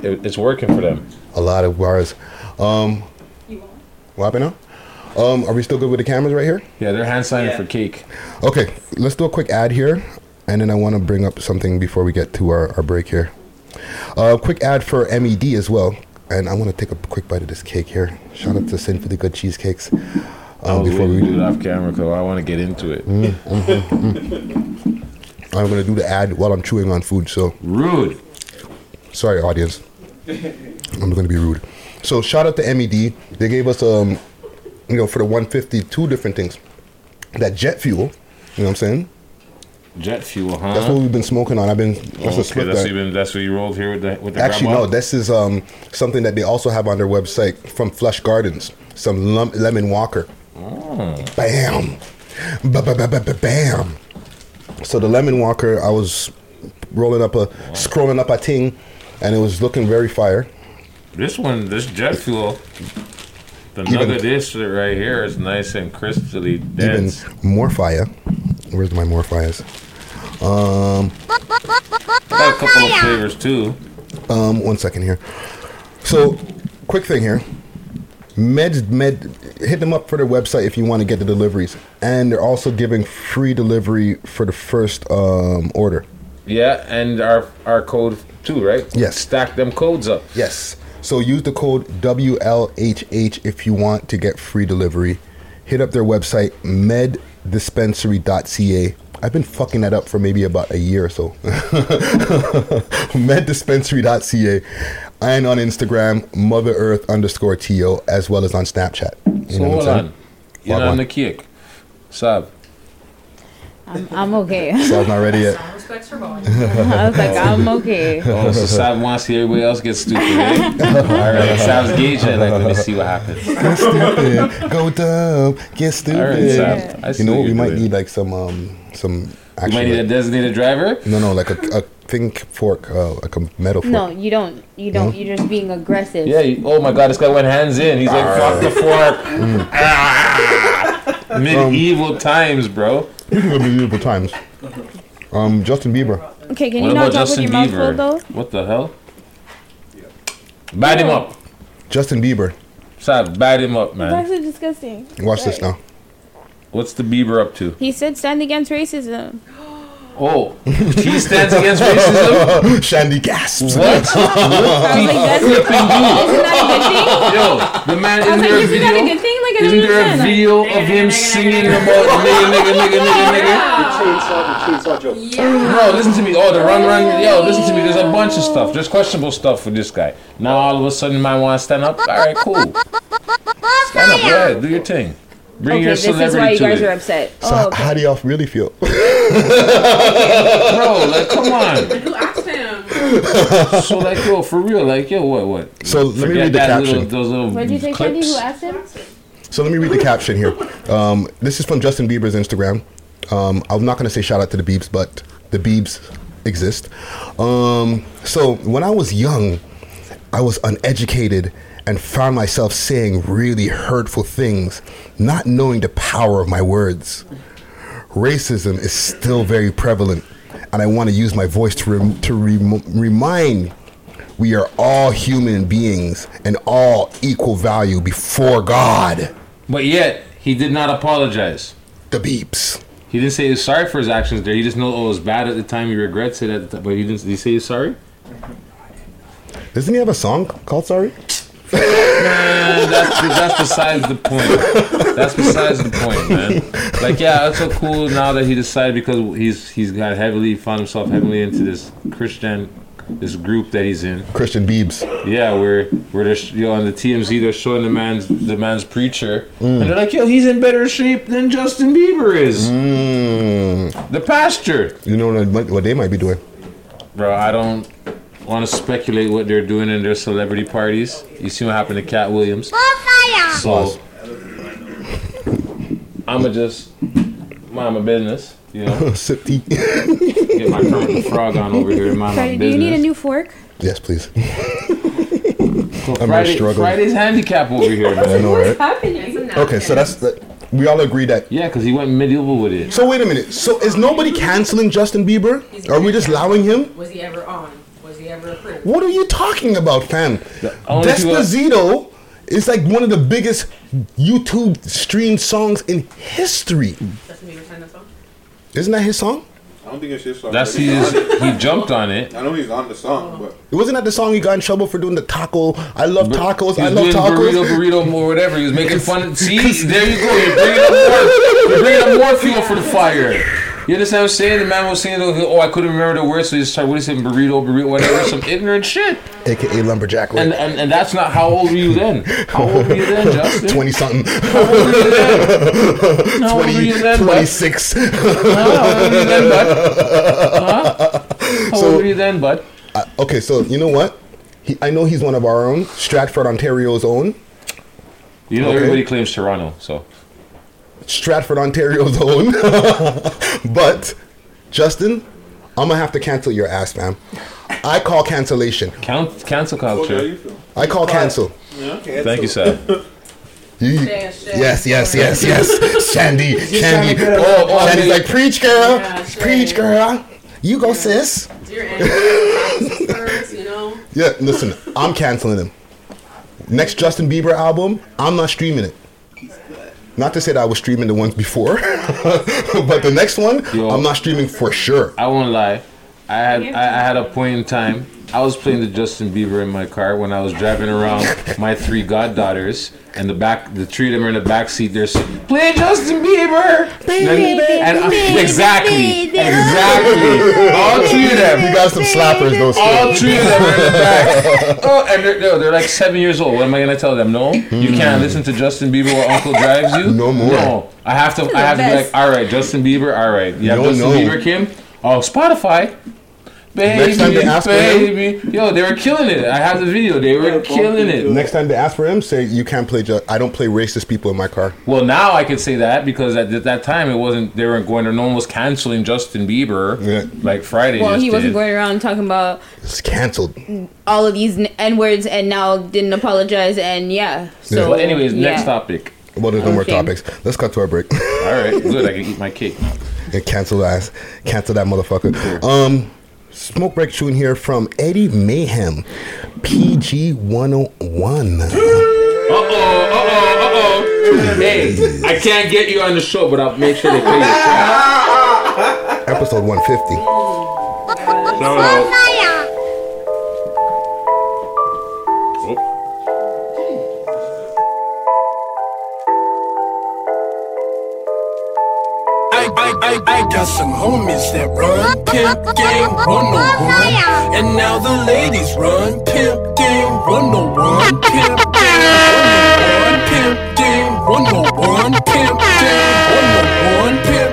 it, it's working for them.
a lot of bars. Um, what happened now? Um, are we still good with the cameras right here?
Yeah, they're hand signing for cake.
Okay, let's do a quick ad here, and then I want to bring up something before we get to our, our break here. Uh, quick ad for MED as well, and I want to take a quick bite of this cake here. Shout out to Sinfully Good Cheesecakes.
I
Um,
was
before
waiting
we
to do it off camera because I want to get into it.
Mm, mhm, mm. I'm gonna do the ad while I'm chewing on food. So
rude.
Sorry, audience. I'm gonna be rude. So shout out to MED. They gave us um, you know, for the 150, two different things. That jet fuel. You know what I'm saying?
Jet fuel, huh? Oh,
That's what we've been smoking on. I've been that's
okay,
a slip
that's,
that-
even, that's what you rolled here with the with the
Actually,
grandma?
no. This is um something that they also have on their website from Flush Gardens. Some lum- lemon Walker.
Oh.
Bam, ba ba ba ba ba bam. So the lemon Walker, I was rolling up a scrolling up a ting, and it was looking very fire.
This one, this jet fuel, the
Even-
nugget this right here is nice and crystally dense.
Even more fire. Where's my more fires? Um,
Got a couple of flavors too.
Um, one second here. So, quick thing here. Med, med, hit them up for their website if you want to get the deliveries, and they're also giving free delivery for the first um, order.
Yeah, and our our code too, right?
Yes.
Stack them codes up.
Yes. So use the code WLHH if you want to get free delivery. Hit up their website meddispensary.ca. I've been fucking that up for maybe about a year or so. meddispensary.ca and on Instagram Mother Earth underscore to as well as on Snapchat. You
So
know what I'm
hold
saying?
on. You're
Log
not
on.
on the kick. Sab.
I'm, I'm okay.
Sab's not ready yet.
I was like, I'm okay.
Oh, so Sab wants to see everybody else get stupid, eh? All right, Sab's gauging. Like, let me see what happens.
Go stupid, go dumb, get stupid.
Sam. I see
you
what
know what? We
you're
might
doing.
need like some um some.
You might need a designated driver.
No, no, like a, a thing fork, uh, like a metal fork.
No, you don't. You don't. You're just being aggressive.
Yeah. You, oh my God, this guy went hands in. He's like, fuck the fork. Medieval times, bro.
Medieval times. Um, Justin Bieber.
Okay, can you not talk with your mouth full though?
What the hell? Bite him up.
Justin Bieber.
Sab, bite him up,
It's
man.
actually disgusting.
Watch this now.
What's the Bieber up to?
He said stand against
Uh,
racism.
Oh, he stands against racism.
Shandy gasps.
What? what
I was
the
like, that's-
flipping do?
isn't
that Yo, the man
I was
isn't
like,
there a
isn't that a
video?
good thing? Like, I don't
Isn't there a
understand.
video of him singing about nigga, nigga, nigga, nigga, nigga?
chainsaw, the chainsaw joke.
Bro, listen to me. Oh, the run, run. Yo, listen to me. There's a bunch of stuff. There's questionable stuff with this guy. Now all of a sudden, man want to stand up. All right, cool. Stand up, yeah. Do your thing. Bring
okay,
your
this is why
celebrity
you
to
guys
it.
are upset.
Oh,
So h- how do y'all really feel?
Bro, like, come on. so, like, yo, for real, like, yo, what, what?
So let me
Forget
read the
that
caption.
Little, those little
What did you say, Sandy?
clips.
Who asked him?
So let me read the caption here. Um, this is from Justin Bieber's Instagram. Um, I'm not going to say shout out to the Biebs, but the Biebs exist. Um, so when I was young, I was uneducated and found myself saying really hurtful things, not knowing the power of my words. Racism is still very prevalent, and I want to use my voice to, rem- to rem- remind we are all human beings and all equal value before God.
But yet, he did not apologize.
The beeps.
He didn't say he was sorry for his actions there. He just knows oh, it was bad at the time. He regrets it at the time. But he didn't. Did he say he's sorry?
Doesn't he have a song called Sorry?
Man, that's, that's besides the point. That's besides the point, man. Like, yeah, it's so cool now that he decided because he's he's got heavily found himself heavily into this Christian, this group that he's in.
Christian Biebs.
Yeah, where where they're sh- you know, on the TMZ they're showing the man's the man's preacher,
Mm.
and they're like, yo, he's in better shape than Justin Bieber is. The pastor.
Hmm. You know what, what they might be doing.
Bro, I don't want to speculate what they're doing in their celebrity parties. You see what happened to Cat Williams? So, I'ma just mind my business. You know,
sip tea.
get my Kermit the Frog on over here. and Mind my
Sorry, do
business.
you need a new fork?
Yes, please.
So
I'm
Friday,
struggling.
Friday's handicap over here, man.
I know, right?
happening?
Okay, so that's the, we all agree that.
Yeah, because he went medieval with it.
So wait a minute. So is nobody canceling Justin Bieber? Are we just allowing him?
Was he ever on? Was he ever approved?
What are you talking about, fam?
only people-
Despacito It's like one of the biggest YouTube streamed songs in history. Isn't that his song?
I don't think it's his song.
That's
but he's
his.
on it.
He jumped on it.
I know he's on the song, but
It wasn't that the song he got in trouble for doing the taco. I love tacos.
He
I
was
love
doing burrito,
tacos.
burrito, or whatever. He was making fun. See, there you go. You're bringing up more. You're bringing up more fuel for the fire. You understand what I'm saying? The man was saying, "Oh, I couldn't remember the word, so he just started. What is it? Burrito, burrito, whatever. Some ignorant shit."
AKA lumberjack.
And, and and that's not how old were you then? How old were you then, Justin?
Twenty something.
How old were you then? How old were you
20,
then, bud?
26.
How old were you then, bud? Huh? How
So-
old were you then, bud?
Uh, okay, so you know what? He, I know he's one of our own, Stratford, Ontario's own.
You know,
Okay.
everybody claims Toronto, so.
Stratford, Ontario's own. but, Justin, I'm going to have to cancel your ass, man. I call cancellation.
Count, cancel culture.
I call cancel.
Thank you, sir.
You- yes, yes, yes, yes. Sandy,
She's trying to
Sandy.
get her-
Oh, oh, Sandy's
Yeah,
like, preach, girl. preach, girl. You go, sis. Yeah, listen, I'm canceling him. Next Justin Bieber album, I'm not streaming it. Not to say that I was streaming the ones before, but the next one, I'm not streaming for sure.
I won't lie. I had I, I had a point in time. I was playing the Justin Bieber in my car when I was driving around my three goddaughters, and the back the three of them are in the back seat. They're singing, play Justin Bieber,
Baby,
and I-
baby,
exactly,
baby.
exactly. All three of them.
You got some slappers, though.
All three of them are in the back. Oh, and they're, no, they're like seven years old. What am I gonna tell them? No, you can't listen to Justin Bieber while Uncle drives you. No
Hmm. more.
No, I have to. I have to be like, all right, Justin Bieber. All right, you have
No,
Justin
no.
Bieber, Kim. Oh, Spotify. Baby,
Next time they ask for him-
baby. Yo, they were killing it. I have the video. They were killing it.
Next time they ask for him, say you can't play. Ju- I don't play racist people in my car.
Well, now I could say that because at at that time it wasn't. They weren't going. No one was canceling Justin Bieber. Like Friday.
Well,
just
he wasn't
did.
going around talking about
It's canceled.
all of these n words and now didn't apologize and yeah. So,
but anyways, next
yeah.
topic.
Well, there's no more
Okay.
topics. Let's cut to our break.
All right, good. I can eat my cake.
And cancel that, ass. cancel that motherfucker. Um, smoke break tune here from Eddie Mayhem, PG 101.
Uh oh, uh oh, uh oh. Hey, I can't get you on the show, but I'll make sure they pay you.
episode 150.
Shout out.
I, I, I, I got some homies that run Pimp Game 101 And now the ladies run Pimp Game 101 Pimp Game 101 Pimp Game 101 Pimp Game 101 Pimp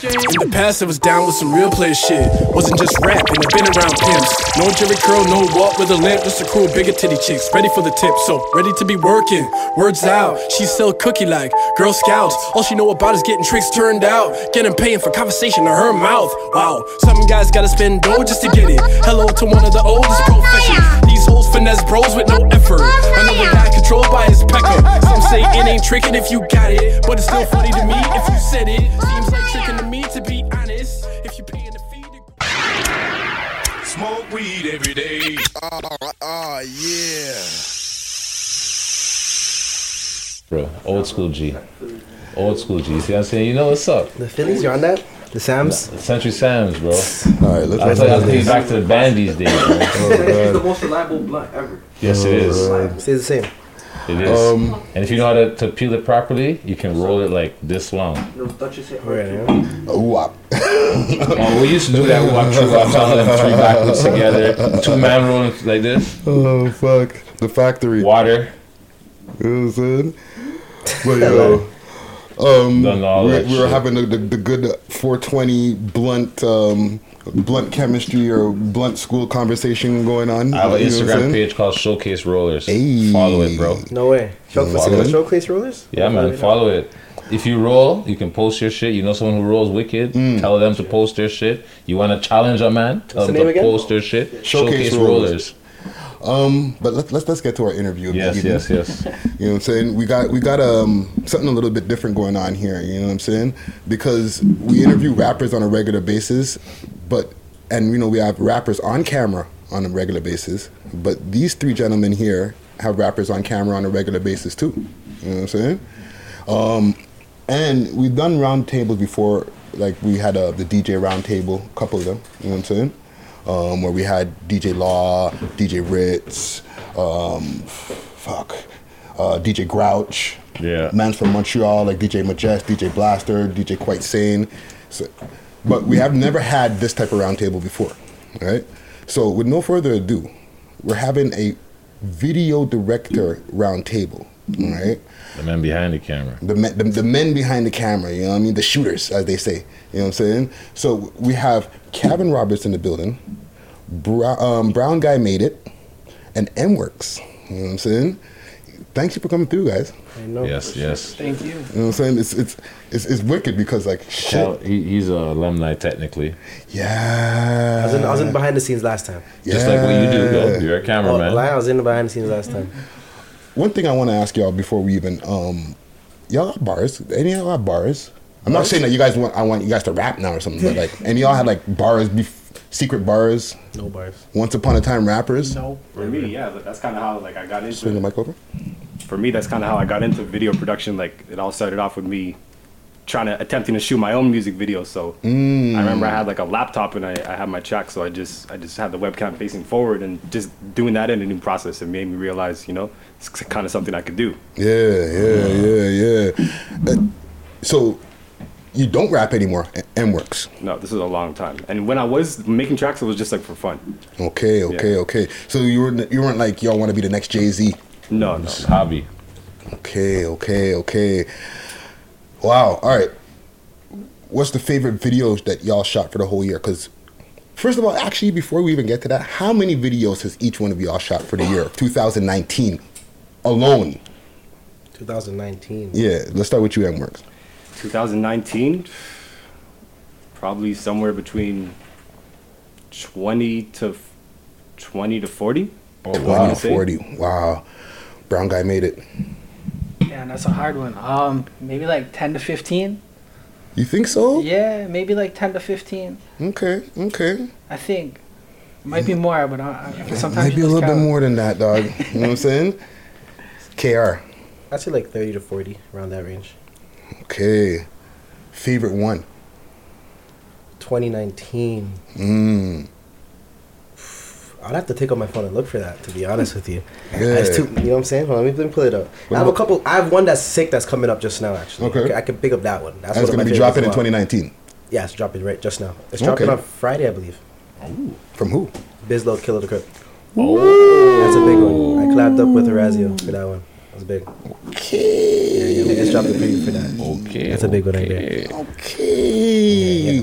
Game In the past I was down with some real play shit Wasn't just rap and I've been around pimps No jelly curl, no walk with a limp Just a cool bigger titty chicks Ready for the tip, so ready to be working Words out, she sell cookie like Girl Scouts, all she know about is getting tricks turned out Getting paying for conversation in her mouth Wow, some guys gotta spend dough just to get it Hello to one of the oldest professions These hoes finesse bros with no effort Another guy controlled by his pecker Some say it ain't tricking if you got it But it's still funny to me if you said it Seems like tricking to me to be honest If you paying the fee
Smoke weed every day.
Ah,
Oh, oh yeah.
Bro, old school G. Old school G. See what I'm saying? You know what's up.
The Phillies, you're on that? The Sams?
Century Sam's, bro.
All right, let's
I
let's-
thought I was thinking back to the band these days. bro.
Oh,
It's
the most reliable blunt ever.
Yes, it is.
Stays the same.
It is.
Um,
and if you know how to, to peel it properly, you can roll it like this long.
No, thought you said
A wop.
Oh, we used to do that wop true wop, all them three backwards together. Two man rolling like this.
Oh, fuck. The factory.
Water.
You know what I'm saying? But yo. Um,
Done all
we,
that
we were
shit.
having the, the, the good 420 blunt um, blunt chemistry or blunt school conversation going on.
I have an
You know what I'm
Instagram
saying?
page called Showcase Rollers. Follow it, bro.
No way. Show,
Follow
single
it.
showcase rollers?
Yeah, man, follow it. If you roll, you can post your shit. You know someone who rolls wicked, tell them to post their shit. You want to challenge a man, tell
What's the
them
name
to
again?
post their shit.
Showcase
Showcase,
Rollers.
rollers.
Um, but let's let's let's get to our interview. of the
Yes,
evening.
yes, yes.
You know what I'm saying? We got we got um something a little bit different going on here. You know what I'm saying? Because we interview rappers on a regular basis, but and you know we have rappers on camera on a regular basis. But these three gentlemen here have rappers on camera on a regular basis too. You know what I'm saying? Um, and we've done roundtables before. Like we had uh, the DJ roundtable, a couple of them. You know what I'm saying? Um, where we had DJ Law, DJ Ritz, um, fuck, uh, DJ Grouch.
Yeah.
Man's from Montreal, like DJ Majest, DJ Blaster, DJ Quite Sane. So, but we have never had this type of roundtable before, right? So, with no further ado, we're having a video director roundtable, all right?
The man behind the camera.
the men, the, the men behind the camera, you know what I mean? The shooters, as they say. You know what I'm saying? So we have Kevin Roberts in the building, Bro- um, Brown Guy Made It, and M Works. You know what I'm saying? Thank you for coming through, guys.
I know.
Yes, yes.
Thank you.
You know what I'm saying? It's it's it's, it's wicked because like shit.
Well, he, he's an alumni technically.
Yeah.
I was, in, I was in behind the scenes last time.
Just like what you do, though.
Yeah.
You're a cameraman.
Oh, I was in the behind the scenes last time.
One thing I want to ask y'all before we even um, y'all got bars? Any of y'all got bars? I'm not saying that you guys want I want you guys to rap now or something, but like any of y'all had like bars, bef- secret bars,
No bars.
once upon a time rappers.
No. For me, yeah, but that's kind of how like I got into.
Swing the mic over.
For me, that's kind of how I got into video production. Like it all started off with me trying to attempting to shoot my own music video. So
Mm.
Hmm.
I remember I had like a laptop and I, I had my track, so I just I just had the webcam facing forward and just doing that in a new process. It made me realize, you know, it's kind of something I could do.
Yeah, yeah, yeah, yeah. Uh, so you don't rap anymore. M works.
No, this is a long time. And when I was making tracks, it was just like for fun.
Okay, okay, okay. So you were you weren't like y'all want to be the next Jay Z.
No, no.
hobby.
Okay, okay, okay. Wow. All right. What's the favorite videos that y'all shot for the whole year? Because first of all, actually, before we even get to that, how many videos has each one of y'all shot for the year of 2019 alone?
2019.
Yeah. Let's start with you, M works.
2019, probably somewhere between 20 to f- 20 to 40. I would
Oh, wow,
say.
forty. Wow. Brown guy made it.
Man, that's a hard one. Um, maybe like ten to fifteen.
You think so?
Yeah, maybe like ten to fifteen.
Okay. Okay.
I think might be more, but I, I, sometimes
Maybe a little bit more than that, dog. You know what I'm saying? Kr.
I'd say like 30 to 40, around that range.
Okay. Favorite one.
2019.
Mm.
I'd have to take out my phone and look for that, to be honest with you.
Yeah.
I just took- you know what I'm saying? Hold on, let me, let me pull it up. I have a couple. I have one that's sick that's coming up just now, actually.
Okay.
I can pick up that one.
That's,
one of
gonna
my
be
favorites
dropping
as
in
well.
2019.
Yeah, it's dropping right just now. It's
Okay.
dropping on Friday, I believe.
From who?
Bizlo Killer the Crip. Oh, that's a big one. I clapped up with Orazio for that one. That was big. Okay. Yeah, yeah, we just dropped a preview for
Oh.
that. Okay. That's a big one right there.
Okay.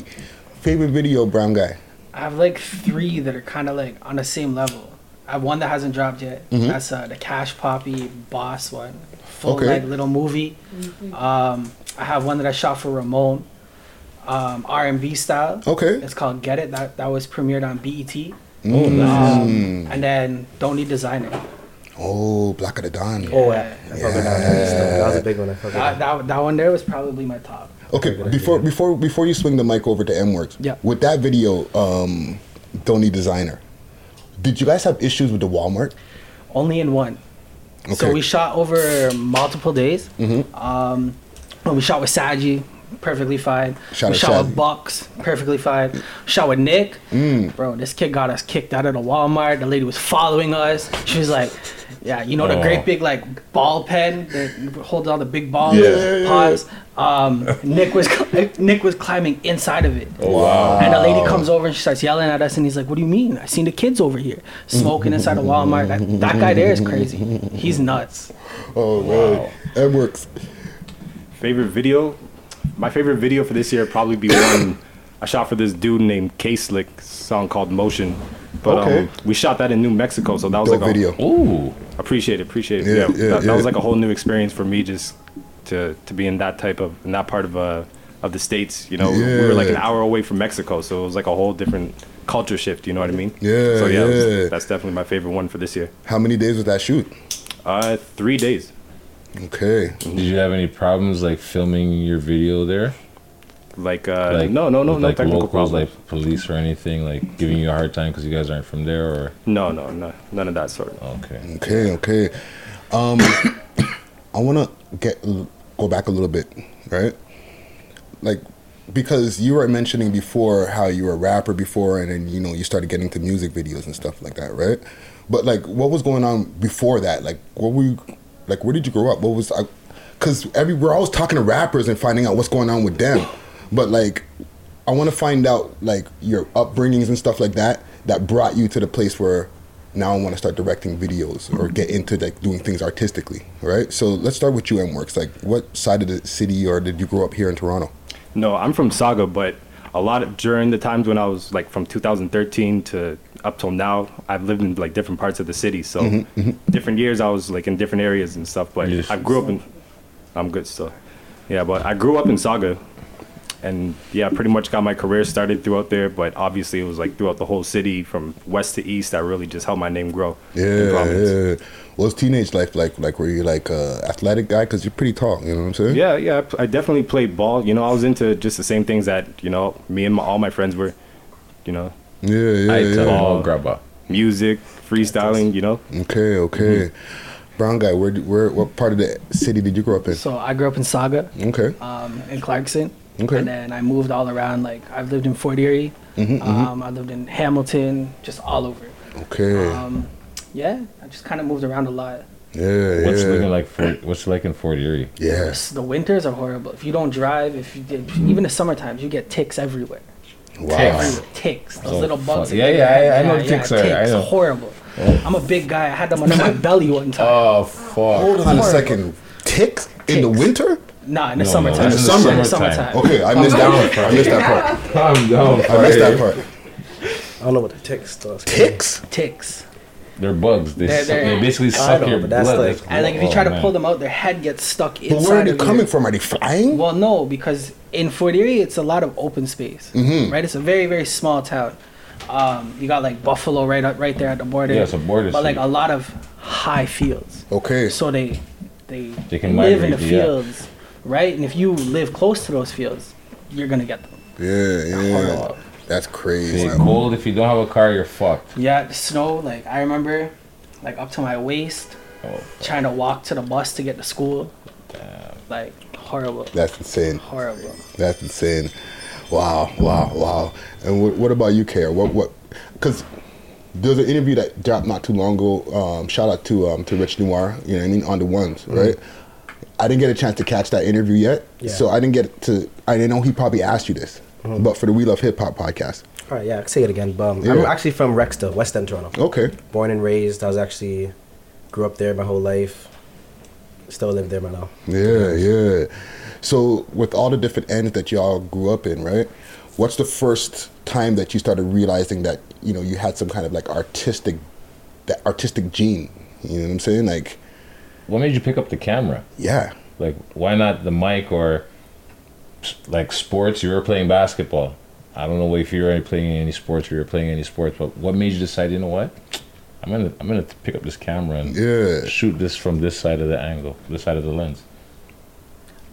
Favorite video, brown guy.
I have like three that are kind of like on the same level. I have one that hasn't dropped yet.
Mhm.
That's uh, the Cash Poppy Boss one, full
Okay.
like little movie. Um, I have one that I shot for Ramon, um, R and B style.
Okay.
It's called Get It. That that was premiered on BET.
Oh, nice.
Um, and then Don't Need Designer.
Oh, Black of the Dawn.
Oh, yeah. That's probably not- That was a big one. I forgot.
That, that that one there was probably my top.
Okay, before before before you swing the mic over to M Works.
Yeah.
With that video, um, Don't Need Designer. Did you guys have issues with the Walmart?
Only in one. So
Okay.
we shot over multiple days.
Mhm.
Um, well, we shot with Saji, perfectly fine.
Shout
we
out
shot
Saji.
with Bucks, perfectly fine. Shot with Nick,
Mm.
bro. This kid got us kicked out of the Walmart. The lady was following us. She was like, "Yeah, you know the
Oh.
great big like ball pen that holds all the big balls,
Yeah.
pods." Um, Nick was Nick was climbing inside of it.
Wow.
And the lady comes over and she starts yelling at us, and he's like, "What do you mean? I seen the kids over here smoking inside of Walmart. That, that guy there is crazy. He's nuts."
Oh wow, M Works.
Favorite video? My favorite video for this year probably be one I shot for this dude named K Slick, song called Motion. But
Okay.
um, we shot that in New Mexico, so that was
Dope
like a
video.
Ooh, appreciate it, appreciate it.
Yeah,
Yeah,
yeah,
that,
yeah.
that was like a whole new experience for me, just to to be in that type of in that part of uh of the states. You know, we were like an
Yeah.
hour away from Mexico, so it was like a whole different culture shift. You know what I mean?
Yeah,
So it was-
yeah.
that's definitely my favorite one for this year.
How many days was that shoot?
Uh, three days.
Okay.
Did you have any problems like filming your video there?
Like, uh, no, no, no,
with,
no
like
technical
locals,
problems.
like police or anything, like giving you a hard time because you guys aren't from there, or
no, no, no, none of that sort.
Okay.
Okay, okay. Um, I want to get go back a little bit, right? Like because you were mentioning before how you were a rapper before, and then you know you started getting to music videos and stuff like that, right? But like, what was going on before that? Like, what were you, like? Where did you grow up? What was I? Because every we're always talking to rappers and finding out what's going on with them, but like, I want to find out like your upbringings and stuff like that that brought you to the place where now I want to start directing videos or get into like doing things artistically, right? So let's start with you, M Works. Like, what side of the city or did you grow up here in Toronto?
No, I'm from Saga, but a lot of during the times when I was like from 2013 to up till now, I've lived in like different parts of the city. So
Mm-hmm.
Mhm, mhm.
different years, I was like in different areas and stuff. But I grew up in, I'm good still. Yeah, but I grew up in Saga, and yeah, pretty much got my career started throughout there. But obviously, it was like throughout the whole city from west to east. That really just helped my name grow. in
Yeah,
Providence.
yeah. What was teenage life like? Like, were you like a athletic guy? Because you're pretty tall. You know what I'm saying?
Yeah, yeah. I p- I definitely played ball. You know, I was into just the same things that you know me and my, all my friends were. You know.
Yeah, yeah,
I
yeah.
ball grabber. Music, freestyling. You know.
Okay, okay.
Mm-hmm.
Brown guy, where, do- where, what part of the city did you grow up in?
So I grew up in Saga,
Okay.
um, in Clarkson.
Okay.
And then I moved all around. Like I've lived in Fort Erie.
Mhm, mhm.
Um, I lived in Hamilton, just all over.
Okay.
Um, yeah, I just kind of moved around a lot.
yeah,
What's
yeah.
looking like? Fort, what's like in Fort Erie?
Yes.
The winters are horrible. If you don't drive, if you did, even the summertime, you get ticks everywhere.
Wow.
Ticks, ticks, those
Oh,
little
fuck.
bugs. that
Yeah,
get
yeah,
your
I- I
head.
know ticks are- I know.
horrible.
Oh.
I'm a big guy. I had them under my belly one time. Oh
fuck!
uh,
Hold
on a second. Ticks in the winter?
Nah, in the
No, no,
summertime.
in the
In the
summertime.
summertime.
Okay, I missed that part. I missed that part. Calm down, I missed that part.
I don't know what the ticks does.
Ticks?
Ticks.
They're bugs. They,
They're-
suck,
they're-
they basically
I
suck
know,
your
but that's
blood. oh,
like- and like if you try to pull them out, their head gets stuck inside.
where are they
of you.
coming from? Are they flying?
Well, no, because in Fort Erie, it's a lot of open space,
Mhm.
right? It's a very very small town. Um, you got like Buffalo right up, right there at the border.
Yeah, it's a border
But like
city.
a lot of high fields.
Okay.
So they they
They can
live in the
migrate, yeah.
fields, right? And if you live close to those fields, you're gonna get them.
Yeah, yeah.
Horrible.
That's crazy.
It's cold. If you don't have a car, you're fucked.
Yeah, the snow. Like I remember, like up to my waist,
Oh,
trying to walk to the bus to get to school. Like horrible.
That's insane.
Horrible.
That's insane. Wow, wow, wow. And what, what about you, Kara? What, what? Because there's an interview that dropped not too long ago. Um, shout out to um, to Rich Noir. You know what I mean? On the ones, right? I didn't get a chance to catch that interview yet,
Yeah.
so I didn't get to. I didn't know he probably asked you this,
Mhm.
but for the We Love Hip Hop podcast.
All right, yeah, I can say it again. But um, I'm
Yeah.
actually from Rexdale, West End, Toronto.
Okay.
Born and raised. I was actually grew up there my whole life. Still live there right now.
Yeah, yeah. So with all the different ends that y'all grew up in, right? What's the first time that you started realizing that you know you had some kind of like artistic, that artistic gene? You know what I'm saying? Like,
What made you pick up the camera?
Yeah.
Like, why not the mic or like sports? You were playing basketball. I don't know if you were playing any sports or you were playing any sports, but what made you decide? You know what? I'm gonna I'm gonna pick up this camera and
yeah.
shoot this from this side of the angle, this side of the lens.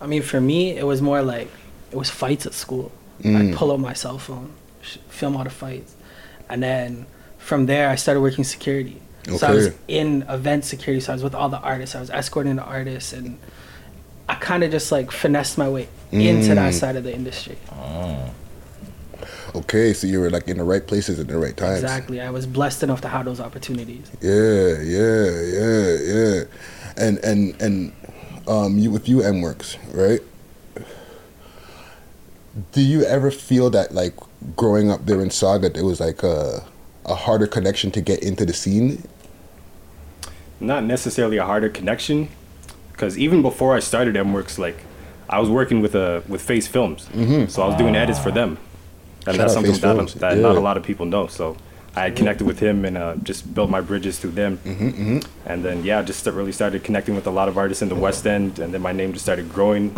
I mean, for me, it was more like it was fights at school.
Mm.
I'd pull out my cell phone, sh- film all the fights, and then from there, I started working security. So I was
Okay.
in event security. So I was with all the artists. I was escorting the artists, and I kind of just like finessed my way into that
Mm.
side of the industry.
okay, so you were like in the right places at the right times.
Exactly. I was blessed enough to have those opportunities.
Yeah, yeah, yeah, yeah. And and and um, you with you M works right. Do you ever feel that like growing up there in Saga, there was like a a harder connection to get into the scene?
not necessarily a harder connection because even before I started MWorks, like I was working with a with Face Films,
Mhm.
so I was doing edits for them, and
Shout
that's
out
something
Face
that,
Films,
that not
yeah.
a lot of people know. So I had connected with him and uh, just built my bridges through them, and then yeah, just st- really started connecting with a lot of artists in the West End, and then my name just started growing,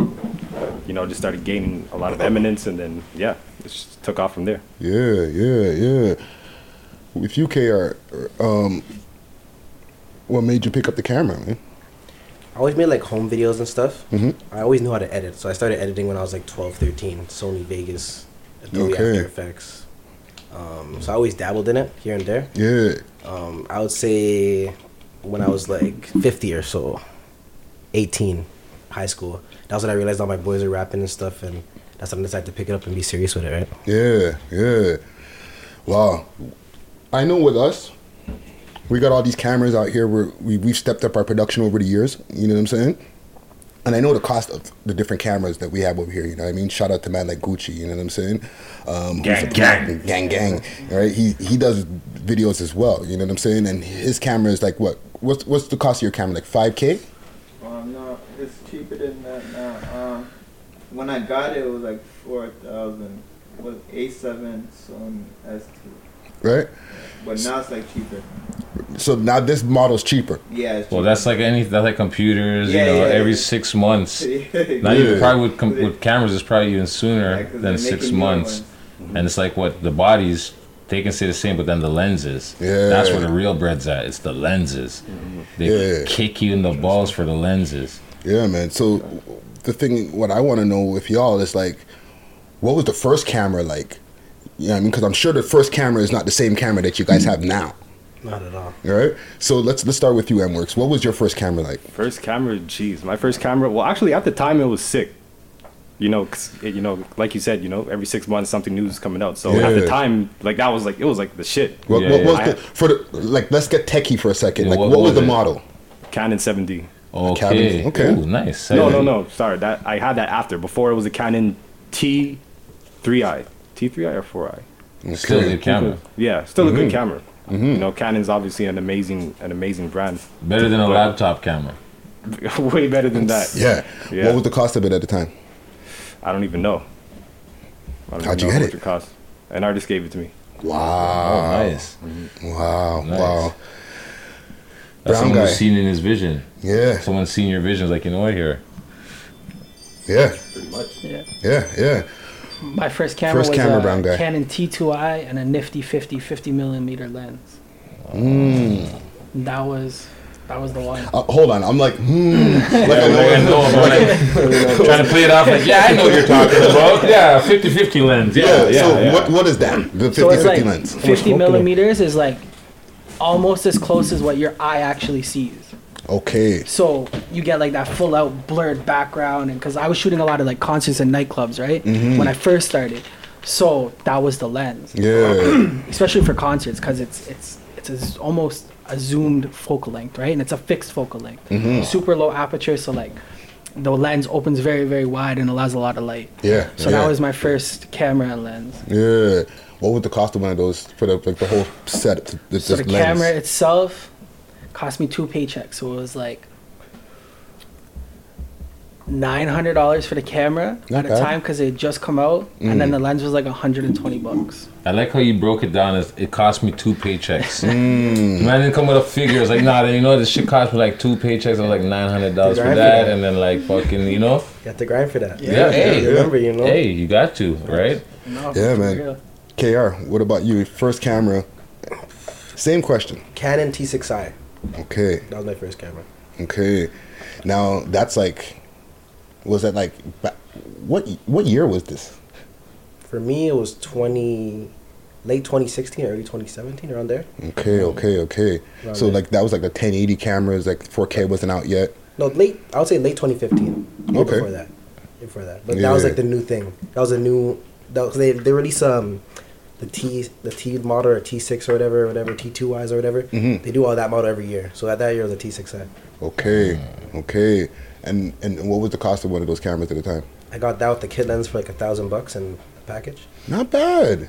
you know, just started gaining a lot of eminence, and then yeah, it just took off from there.
Yeah, yeah, yeah. With you, KR, um, what made you pick up the camera, man?
I always made like home videos and stuff.
Mhm.
I always knew how to edit, so I started editing when I was like 12, 13. Sony Vegas, Adobe
Okay.
After Effects. Um, so I always dabbled in it here and there.
Yeah.
Um, I would say when I was like 50 or so, 18, high school. That's when I realized all my boys are rapping and stuff, and that's when I decided to pick it up and be serious with it, right?
Yeah, yeah. Wow. I know with us, we got all these cameras out here where we, we've stepped up our production over the years. You know what I'm saying? And I know the cost of the different cameras that we have over here. You know what I mean? Shout out to man like Gucci. You know what I'm saying? Um, who's
Gang,
a-
gang.
gang, gang. Right? He he does videos as well. You know what I'm saying? And his camera is like what? What's what's the cost of your camera? Like five k?
Um, no, it's cheaper than that now. Um, when I got it, it was like four thousand. Was A seven Sony S two,
Right?
but now it's like cheaper.
So now this model's cheaper.
Yeah, it's
Well, that's like any that's like computers.
Yeah,
you know,
yeah,
every
yeah.
six months.
Yeah.
Not even
Yeah.
probably with, com- with cameras. It's probably even sooner
'cause
than
they're
six
making new
months. And it's like what the bodies they can stay the same, but then the lenses.
Yeah.
That's where the real bread's at. It's the lenses. They kick you in the balls for the lenses.
Yeah, man. So the thing, what I want to know with y'all is like, what was the first camera like? You know what I mean? Because I'm sure the first camera is not the same camera that you guys have now,
Not at all.
right? So let's let's start with you, M Works. What was your first camera like?
First camera, jeez, my first camera. Well, actually, at the time, it was sick. You know, 'cause it- you know, like you said, you know, every six months something new is coming out. So at
Yeah.
the time, like that was like it was like the shit.
What, what was
I
the,
had
for the like? Let's get techie for a second.
Yeah,
like,
what-
what,
what
was,
was
the
it?
model?
Canon 7D.
Canon, okay. Ooh, nice.
No, no,
Seven.
no. Sorry, that I had that after. Before it was a Canon T3i, T3i or 4i.
Still a good camera.
Yeah, still a
Mm-hmm.
Mhm.
good camera. You know, Canon's obviously an amazing, an amazing brand.
Better than a
But-
laptop camera.
way better than that.
Yeah.
Yeah.
What was the cost of it at the time?
I don't even know. I don't even
How'd you
know
get
how much it? Cost. An artist gave it to me.
Wow.
Oh, nice.
Wow.
Nice.
Wow.
That's
Brown
someone who's
guy.
seen in his vision.
Yeah.
Someone's seen your vision. is Like you know what here.
Yeah.
Pretty much.
Yeah.
Yeah. Yeah.
My first camera
First
was
camera,
a
brown guy.
Canon T2i and a nifty 50 50 millimeter lens.
Mm.
That was that was the one.
Uh, hold on, I'm like, hmm. like
Yeah,
I'm
like I know, but like, trying to play it off like, yeah, I know what you're talking about. Oh, Yeah, 50-50 lens. Yeah, yeah.
so
yeah.
what what is that? The 50
So it's
50
like
lens.
50 millimeters is like almost as close as what your eye actually sees.
Okay.
So you get like that full out blurred background, and because I was shooting a lot of like concerts and nightclubs, right?
Mhm.
When I first started, so that was the lens.
Yeah.
Especially for concerts, because it's it's it's a z almost a zoomed focal length, right? And it's a fixed focal length,
Mhm.
super low aperture, so like the lens opens very very wide and allows a lot of light.
Yeah.
So
yeah.
that was my first camera and lens.
Yeah. What would the cost of one of those for the like the whole set? th- This,
So the
this lens?
camera itself cost me two paychecks. So it was like nine hundred dollars for the camera
Not
at
bad.
a time because it had just come out, and then
Mm.
the lens was like hundred and twenty bucks.
I like how you broke it down. As it cost me two paychecks.
Hmm.
Man, I didn't come with a figure. It's like, nah, you know, this shit cost me like two paychecks. I was like nine hundred dollars for
Right.
that, and then like fucking, you know,
You have to grind for that.
yeah, hey,
You remember, you know.
hey, you got to right.
yeah, man. Kr, what about you? First camera. Same question.
Canon T6i.
Okay.
That was my first camera.
Okay. Now that's like, was that like, ba- what what year was this?
For me, it was 20, late 2016, early 2017, around there.
Okay, okay, okay.
Around
So
there.
like that was like the 1080 cameras. Like 4K wasn't out yet.
No, late. I would say late 2015. Year
Okay.
Before that, Year before that, but that was
Yeah.
like the new thing. That was a new. That was, they they release um the T the T model or T6 or whatever, whatever T2Ys or whatever.
Mhm.
They do all that model every year. So at that year was a T6i.
Okay, okay. And and what was the cost of one of those cameras at the time?
I got that with the kit lens for like a thousand bucks in a package.
Not bad.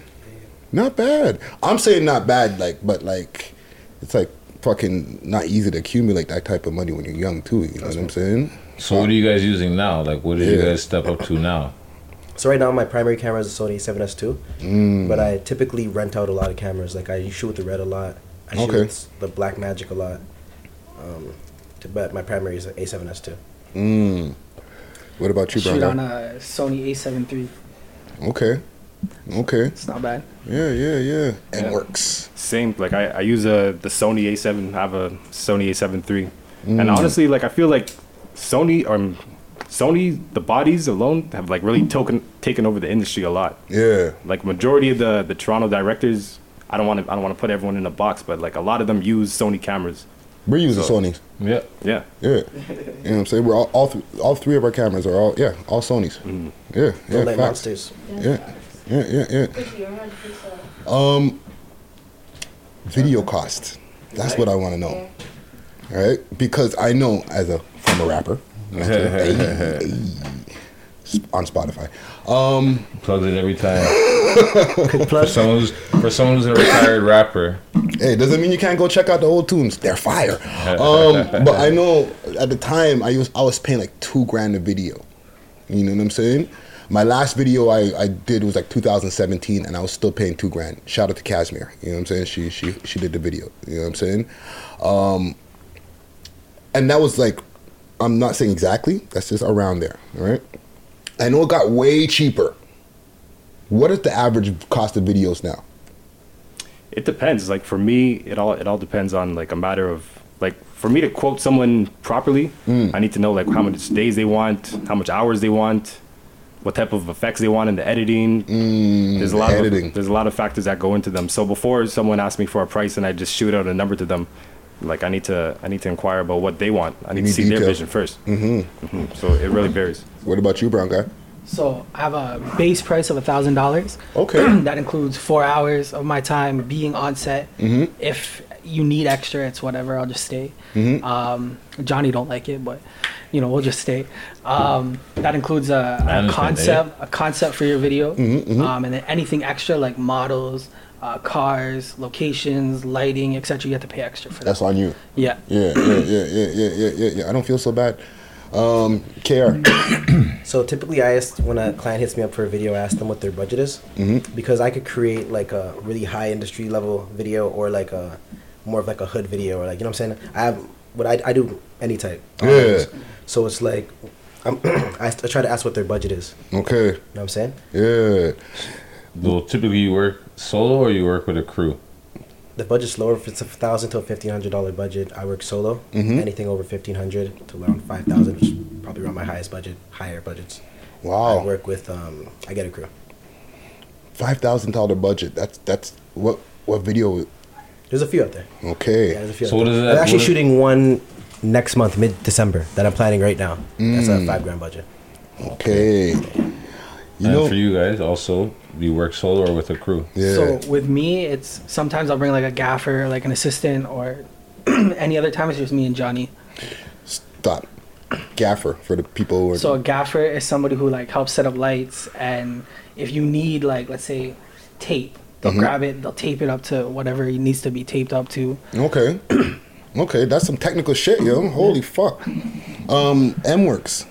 Not bad. I'm saying not bad, like, but like, it's like fucking not easy to accumulate that type of money when you're young too. You know what I'm saying?
So what are you guys using now? Like, what did you
Yeah.
guys step up to now?
So right now my primary camera is a Sony 7S II,
Hmm,
Mm.
but I typically rent out a lot of cameras. Like I shoot with the red a lot. I shoot
Okay.
with the Black Magic a lot. Um, to, but my primary is an A7S II.
Mm. What about you,
Shoot on uh,
brother?
a Sony A7 III.
Okay. Okay.
It's not bad.
Yeah, yeah, yeah. It
Yeah.
works.
Same. Like I, I use a the Sony A7. I have a Sony A7 III,
Mm.
and honestly, like I feel like Sony or um, Sony, the bodies alone have like really token, taken over the industry a lot.
Yeah.
Like majority of the the Toronto directors, I don't want to I don't want to put everyone in a box, but like a lot of them use Sony cameras.
We're using Sony's.
Yeah. Yeah.
Yeah. You know what I'm saying? We're all all, th- all three of our cameras are all yeah, all Sony's. Yeah. Yeah.
Don't let
facts.
monsters.
Yeah. Yeah, yeah, yeah. Um, video cost. That's what I want to know. All right, because I know as a former rapper you know, on Spotify. Um,
Plugs it every time. for someone who's for someone who's a retired rapper.
Hey, doesn't mean you can't go check out the old tunes. They're fire. Um, but I know at the time I used I was paying like two grand a video. You know what I'm saying? My last video I, I did was like 2017 and I was still paying two grand. Shout out to Casimir. You know what I'm saying? She she she did the video. You know what I'm saying? Um, and that was like I'm not saying exactly. That's just around there. All right. I know it got way cheaper. What is the average cost of videos now?
It depends. Like for me, it all it all depends on like a matter of like for me to quote someone properly,
Mm.
I need to know like how much days they want, how much hours they want, what type of effects they want in the editing. there's a lot
Mm, editing.
of there's a lot of factors that go into them. So before someone asks me for a price and I just shoot out a number to them, like I need to I need to inquire about what they want. I need,
need
to see
detail.
their vision 1st
Mm-hmm.
Mm-hmm. So it really varies.
What about you, brown guy?
So I have a base price of a thousand dollars.
Okay.
that includes four hours of my time being on set.
Mm-hmm.
If you need extra, it's whatever. I'll just stay.
Mhm.
Um, Johnny don't like it, but you know we'll just stay. Um, that includes a, a
Management, eh?
concept, a concept for your video,
Mhm, mhm.
Um, and then anything extra like models, uh, cars, locations, lighting, etc. You have to pay extra for that.
That's on you.
Yeah.
Yeah, yeah, yeah, yeah, yeah, yeah, yeah, yeah. I don't feel so bad. Um, KR.
Mm.
So typically, I ask when a client hits me up for a video, I ask them what their budget is
Mhm.
because I could create like a really high industry level video or like a more of like a hood video or like you know what I'm saying. I have what I, I do any type. all
Yeah.
those. So it's like I'm, I, s- I try to ask what their budget is.
Okay.
You know what I'm saying?
Yeah.
Well, typically you work solo or you work with a crew.
The budget's lower if it's a thousand to a fifteen hundred dollar budget. I work solo.
Mm-hmm.
Mhm.
Anything over fifteen hundred to around five thousand, which is probably around my highest budget, higher budgets.
Wow.
I work with um, I get a crew.
Five thousand dollar budget. That's that's what what video?
There's a few out there.
Okay.
Yeah, there's a few out there. I'm actually shooting one next month, mid December, that I'm planning right now. That's
Mm.
a five grand budget.
Okay.
You and for you guys also, you work solo or with a crew.
So with me, it's sometimes I'll bring like a gaffer, like an assistant, or any other time it's just me and Johnny.
Stop. Gaffer for the people. Who are,
So a gaffer is somebody who like helps set up lights, and if you need like let's say tape, they'll
Mhm.
grab it, they'll tape it up to whatever it needs to be taped up to.
okay. okay, that's some technical shit, yo. Holy fuck. Um, M works.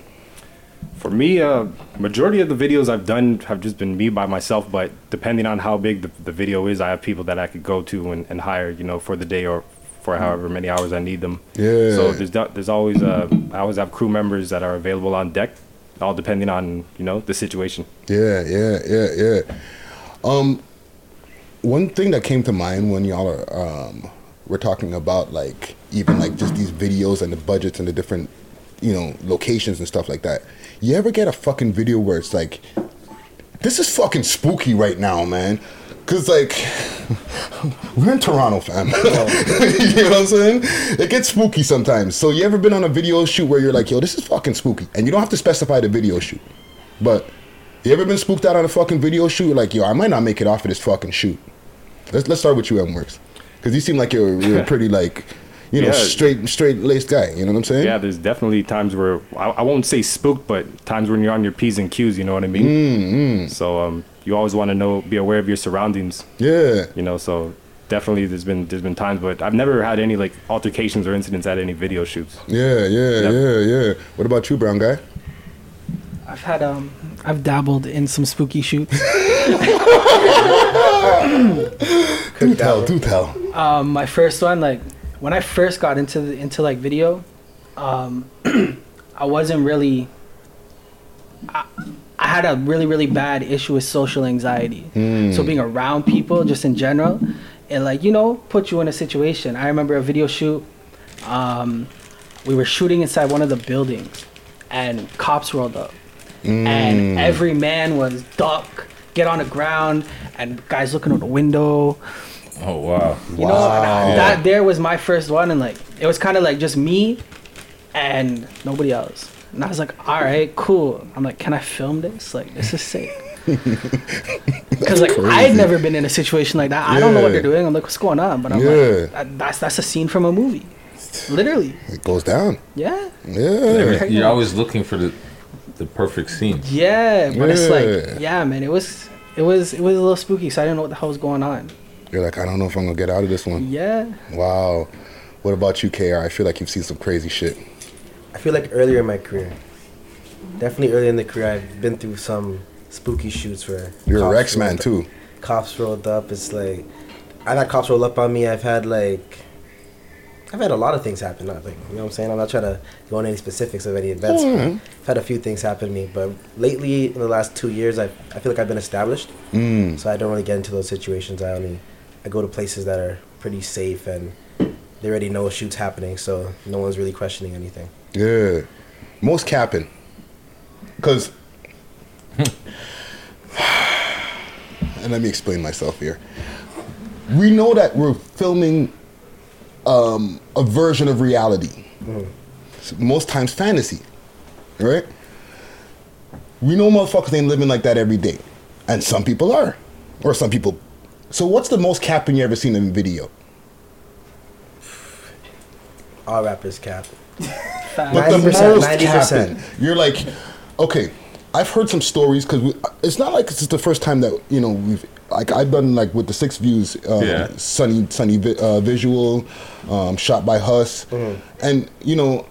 For me, uh, majority of the videos I've done have just been me by myself. But depending on how big the, the video is, I have people that I could go to and, and hire, you know, for the day or for however many hours I need them.
Yeah.
So there's do- there's always uh, I always have crew members that are available on deck, all depending on you know the situation.
Yeah, yeah, yeah, yeah. Um, one thing that came to mind when y'all are um, we're talking about like even like just these videos and the budgets and the different you know locations and stuff like that. You ever get a fucking video where it's like, this is fucking spooky right now, man. Cause like we're in Toronto, fam. you know what I'm saying? It gets spooky sometimes. So you ever been on a video shoot where you're like, yo, this is fucking spooky, and you don't have to specify the video shoot, but you ever been spooked out on a fucking video shoot? You're like, yo, I might not make it off of this fucking shoot. Let's let's start with you, M Works, because you seem like you're, you're a pretty like, you know,
Yeah.
straight straight laced guy. You know what I'm saying?
Yeah, there's definitely times where I, I won't say spooked, but times when you're on your p's and q's. You know what I mean?
Mm,
So um, you always want to know, be aware of your surroundings.
Yeah.
You know, so definitely there's been there's been times, but I've never had any like altercations or incidents at any video shoots.
Yeah, yeah, yeah, yeah. What about you, brown guy?
I've had um I've dabbled in some spooky shoots.
Do tell, do tell.
um, my first one, like when I first got into the, into like video, um, I wasn't really. I, I had a really really bad issue with social anxiety.
Hmm.
So being around people, just in general, it like you know put you in a situation. I remember a video shoot. Um, we were shooting inside one of the buildings, and cops rolled up,
Hmm.
Mm.
and every man was duck, get on the ground, and guys looking out the window.
Oh wow!
You know, that there was my first one, and like it was kind of like just me and nobody else. And I was like, all right, cool. I'm like, can I film this? Like, this is sick. Because like I had
Crazy.
never been in a situation like that. I don't know what they're
Yeah.
doing. I'm like, what's going on? But I'm
Yeah.
like, that, that's that's a scene from a movie, literally.
It goes down.
Yeah,
Yeah.
You're always looking for the the perfect scene.
yeah. But it's
Yeah.
like, yeah, man. It was it was it was a little spooky. So I didn't know what the hell was going on.
You're like, I don't know if I'm gonna get out of this one.
Yeah.
Wow. What about you, KR? I feel like you've seen some crazy shit.
I feel like earlier in my career, definitely earlier in the career, I've been through some spooky shoots where
You're a
cops
Rex man
rolled up-
too.
Cops rolled up. It's like I've had cops roll up on me. I've had like I've had a lot of things happen. Not like you know what I'm saying. I'm not trying to go into any specifics of any events. but
Mhm.
I've had a few things happen to me, but lately in the last two years, I I feel like I've been established.
Mm.
So I don't really get into those situations. I only I go to places that are pretty safe and they already know a shoot's happening, so no one's really questioning anything.
Yeah. Most capping. Cause and let me explain myself here. We know that we're filming um, a version of reality. S- Most times fantasy. Right? We know motherfuckers ain't living like that every day. And some people are. Or some people so what's the most capping you ever seen in a video?
All rappers cap.
But the
90%,
most
90%.
happened. You're like, okay, I've heard some stories because it's not like this is the first time that you know we've like I've done like with the six views, um,
Yeah.
sunny sunny vi- uh, visual, um, shot by Huss, and you know.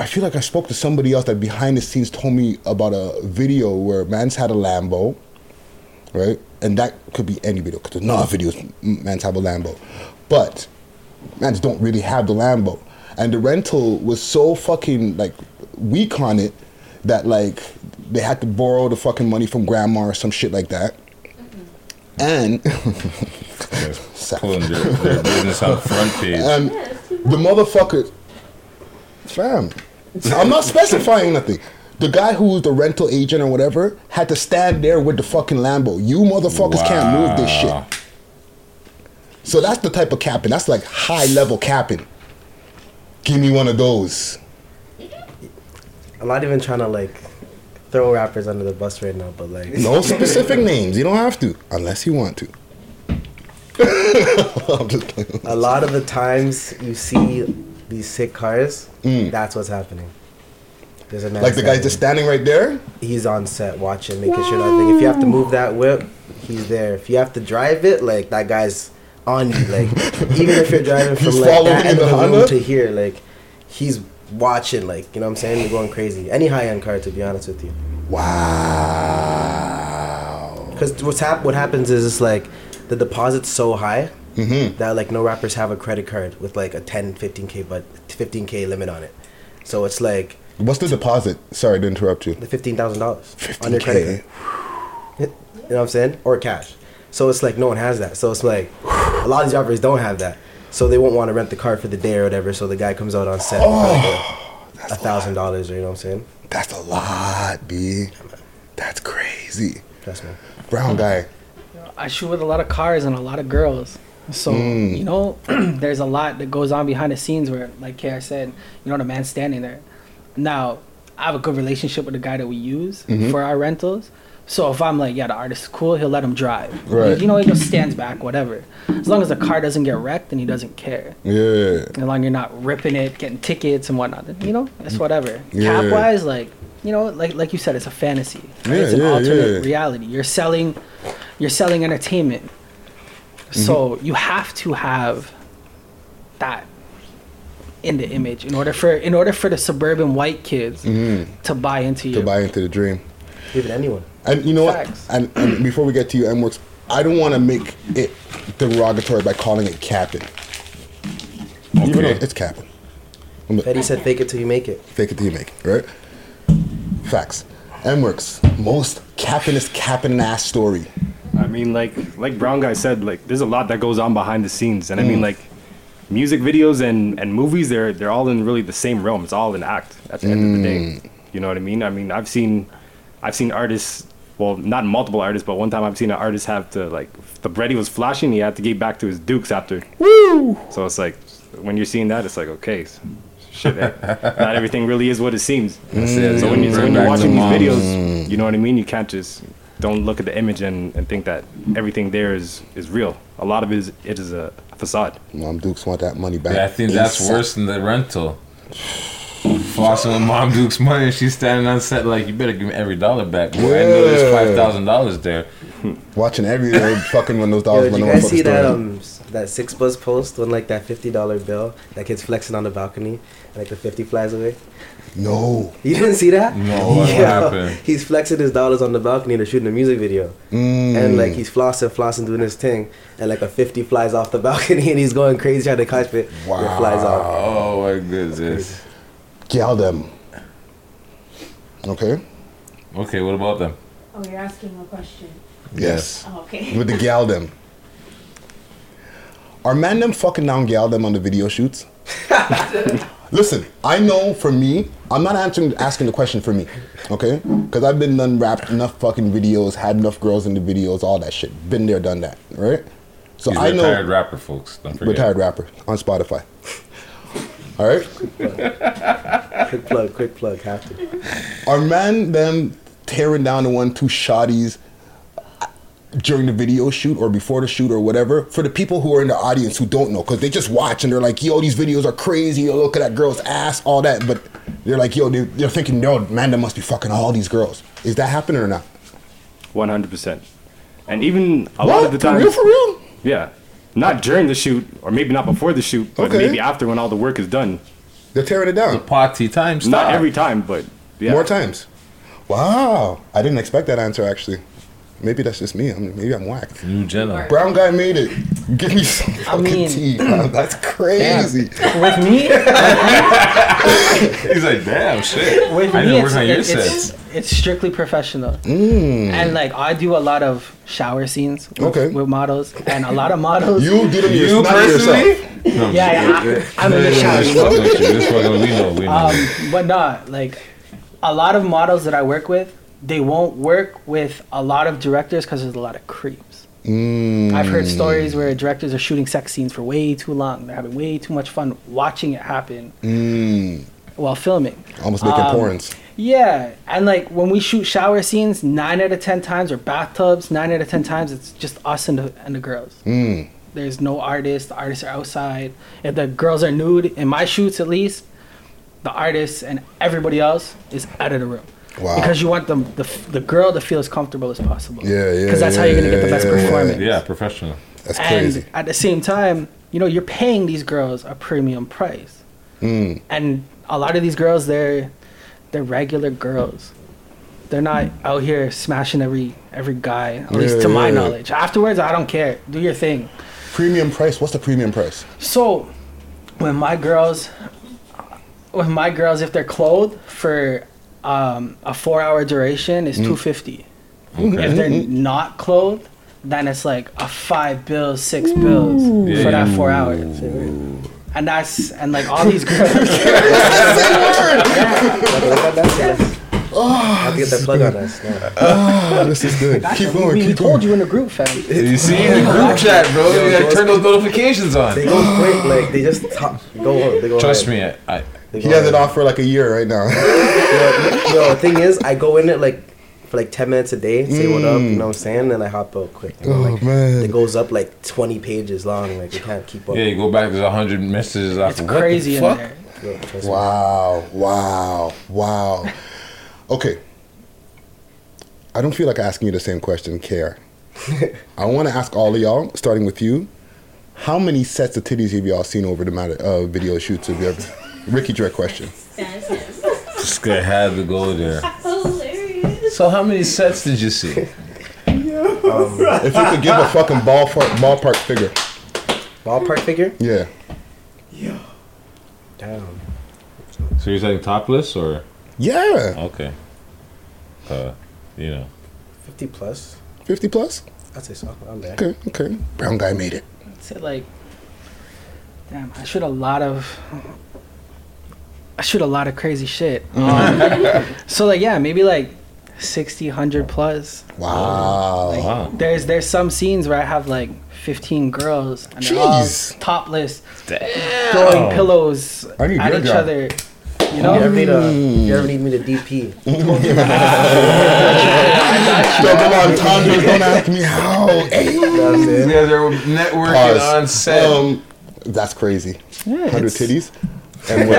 I feel like I spoke to somebody else that behind the scenes told me about a video where man's had a Lambo, right? And that could be any video because there's not videos man's have a Lambo, but mans don't really have the Lambo, and the rental was so fucking like weak on it that like they had to borrow the fucking money from grandma or some shit like that, and
Mm-hmm. Pulling their, their business on front page.
and the motherfucker, fam, I'm not specifying nothing. The guy who was the rental agent or whatever had to stand there with the fucking Lambo. You motherfuckers can't move this
Wow.
shit. So that's the type of capping. That's like high level capping. Give me one of those.
I'm not even trying to like throw rappers under the bus right now, but like
No specific names. You don't have to, unless you want to.
a lot of the times you see these sick cars, that's what's happening. There's a man
Mm. Like the guy's just standing right there.
He's on set watching, making sure nothing. If you have to move that whip, he's there. If you have to drive it, like that guy's on you. Like even if you're driving
He's
from like
following
that end
the
of the
Honda?
room to here, like he's watching. Like you know what I'm saying? You're going crazy. Any high end car, to be honest with you.
Wow.
Because what's hap- what happens is it's like the deposit's so high
Mm-hmm.
that like no rappers have a credit card with like a 10, 15k but 15k limit on it. So it's like
What's the deposit? Sorry to interrupt you.
the fifteen thousand dollars on your
15K.
credit card. You know what I'm saying? Or cash. So it's like no one has that. So it's like a lot of these rappers don't have that. So they won't want to rent the car for the day or whatever. So the guy comes out on set
Oh,
for like a thousand dollars. You know what I'm saying?
That's a lot, B. That's crazy.
Trust me.
Brown guy.
I shoot with a lot of cars and a lot of girls. So,
Mm.
you know, there's a lot that goes on behind the scenes where, like KR said, you know, the man's standing there. Now, I have a good relationship with the guy that we use
Mhm.
for our rentals. So if I'm like, yeah, the artist is cool, he'll let him drive.
Right.
You know, he just stands back, whatever. As long as the car doesn't get wrecked and he doesn't care.
Yeah.
As long as you're not ripping it, getting tickets and whatnot, then, you know, it's whatever.
Yeah.
Cap wise, like, you know, like like you said, it's a fantasy. right?
Yeah,
it's an
yeah,
alternate
yeah.
reality. You're selling, you're selling entertainment.
Mm-hmm.
So you have to have that in the image in order for in order for the suburban white kids
Mm-hmm.
to buy into you.
To buy into the dream.
Even anyone.
And you know
Facts.
what? And, and before we get to you, M Works, I don't want to make it derogatory by calling it capping. Even though it's capping.
Eddie said, "Fake it till you make it."
Fake it till you make it, right? Facts. M Works, most cappingest capping ass story.
I mean, like like Brown guy said, like there's a lot that goes on behind the scenes, and I mean,
Mm.
like music videos and, and movies, they're they're all in really the same realm. It's all an act at the end of the
Mm.
day. You know what I mean? I mean, I've seen, I've seen artists. Well, not multiple artists, but one time I've seen an artist have to like the bread he was flashing, he had to get back to his dukes after.
Woo!
So it's like when you're seeing that, it's like okay, s- shit. eh, not everything really is what it seems.
That's it.
So when, you, so
Bring
when you're
back
watching
the
these
moms.
videos, you know what I mean. You can't just don't look at the image and, and think that everything there is is real. A lot of it is it is a facade.
Mom Dukes want that money back.
Yeah, I think that's
ASAP.
worse than the rental. Flossing with Mom Duke's money, and she's standing on set like, "You better give me every dollar back." Boy, I know there's
Yeah.
five thousand dollars there.
Watching every fucking when those
Yo,
dollars
did
when
you
no one
guys see
fucking
that
story.
um s- that six buzz post when like that fifty dollar bill that kid's flexing on the balcony and like the fifty flies away?
No.
You didn't see that? No, what
happened?
He's flexing his dollars on the balcony. They're shooting a music video,
Mm.
and like he's flossing, flossing, doing his thing, and like a fifty flies off the balcony, and he's going crazy trying to catch it. It flies off.
Oh my goodness.
Yell them.
um,
Okay.
Okay, what about them?
Oh, you're asking a question.
Yes.
Oh, okay.
With the gal them. Are man them fucking down gal them on the video shoots? Listen, I know for me, I'm not answering asking the question for me, okay? Because I've been done wrapped enough fucking videos, had enough girls in the videos, all that shit. Been there, done that, right? So
He's
I
a
know
retired rapper, folks. Don't forget.
retired rapper on Spotify. All right.
quick plug, quick plug, have to.
Are man them tearing down the one two shotties during the video shoot or before the shoot or whatever for the people who are in the audience who don't know because they just watch and they're like, yo, these videos are crazy. Yo, look at that girl's ass, all that. But they're like, yo, they're, they're thinking, yo, man, them must be fucking all these girls. Is that happening or not?
One hundred percent. And even a lot
What?
of the
For
times,
real, for real?
yeah, not during the shoot, or maybe not before the shoot, but
Okay.
maybe after when all the work is done.
They're tearing it down. The
potty times.
Not every time, but yeah.
More times. Wow, I didn't expect that answer actually. Maybe that's just me. I'm, maybe I'm whacked.
New Jenna.
Brown guy made it. Give me some fucking tea, man. That's crazy.
mm, With me?
He's like, damn, shit.
With
I
me,
didn't
it's,
work on your
it's, it's,
set.
it's strictly professional.
Mm.
And like I do a lot of shower scenes with,
Hmm. Okay.
with models, and a lot of models.
You do them You yourself, not personally? yourself.
yeah, yeah. I, am in the shower.
This fucking with you. This fucking- we know, we know.
Um, but not like a lot of models that I work with. They won't work with a lot of directors because there's a lot of creeps.
Mm.
I've heard
Hmm.
stories where directors are shooting sex scenes for way too long. They're having way too much fun watching it happen
Mm.
while filming.
Almost making
Um,
porns.
Yeah, and like when we shoot shower scenes, nine out of ten times, or bathtubs, nine out of ten times, it's just us and the, and the girls.
Mm.
There's no artists. The artists are outside. If the girls are nude, in my shoots at least, the artists and everybody else is out of the room.
Wow.
Because you want the, the the girl to feel as comfortable as possible.
Yeah, yeah.
Because that's how you're gonna get the best performance.
Yeah, professional.
That's
And at the same time, you know, you're paying these girls a premium price
Mm.
and a lot of these girls they're they're regular girls they're not out here smashing every every guy at least
Mm. Yeah,
to my
yeah.
knowledge afterwards i don't care do your thing
Premium price. What's the premium price?
so when my girls when my girls if they're clothed for um, a four hour duration is
Mm.
250
Okay.
if they're
Mm.
not clothed then it's like a five bills six bills for that four hours and that's and like all these girls
I have to get that plug on us. Now.
Ah, this is good.
Gotcha.
Keep
We-
going.
We, we
Keep
told you in the group, fam.
You see in the group chat, bro. You gotta turn those notifications on.
They go quick, like they just top, go. They go
Trust
hard.
me, I, I
He has it off for like a year right now.
yo, yo, the thing is, I go in it like for like ten minutes a day, say what up, you know what I'm saying, and I hop out quick. You know,
Oh,
like,
man.
it goes up like twenty pages long. Like you can't keep up.
yeah, you go back. There's a hundred messages after. What the fuck?
Yo, trust me.
Wow, wow, wow. Okay. I don't feel like asking you the same question, Care. I want to ask all of y'all, starting with you, how many sets of titties have y'all seen over the matter, uh, video shoots? Have you ever? Ricky direct question.
This guy had to go there. So how many sets did you see? Um,
If you could give a fucking ballpark, ballpark figure.
Ballpark figure?
Yeah.
Damn.
So you're saying topless or?
Yeah.
Okay. Uh, you know.
Fifty plus.
50 plus?
I'd say so. I'm there.
Okay, okay. Brown guy made it.
I'd say like Damn, I shoot a lot of. I shoot a lot of crazy shit.
Mm.
Um, so like, yeah, maybe like 60, 100 plus.
Oh,
Wow.
Like, There's there's some scenes where I have like 15 girls and they're all
Jeez.
topless, throwing pillows
I need
at
your
each
job.
other. You
You,
know,
ever need a, you ever need me to DP?
Double
Um,
entendres, don't ask me how. These
guys are networking
Pause.
on set.
Um, that's crazy.
Yeah,
100
it's-
titties. And what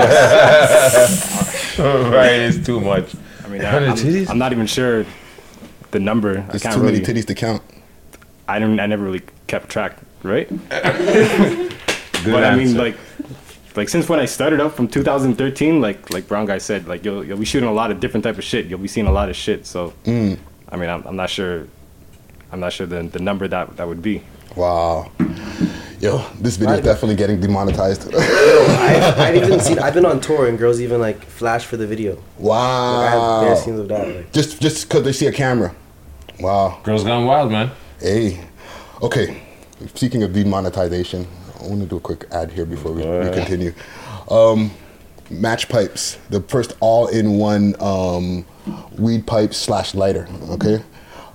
else?
right, it's too much.
I mean, I, am I'm not even sure the number. I
There's
can't
too many
really-
titties to count.
I don't. I never really kept track, right?
Good
but I mean,
answer.
like, like since when I started up from 2013, like, like Brown guy said, like you'll you'll be shooting a lot of different type of shit. You'll be seeing a lot of shit. So,
Mm.
I mean, I'm, I'm not sure. I'm not sure the the number that that would be.
Wow. Yo, this video is definitely getting demonetized.
I, I've even seen. I've been on tour and girls even like flash for the video.
Wow.
Like, I have bare scenes of that. Like,
Just just because they see a camera. Wow.
Girls gone wild, man.
Hey. Okay. Speaking of demonetization, I want to do a quick ad here before we, we continue. Um, match pipes, the first all-in-one um, weed pipe slash lighter. Okay.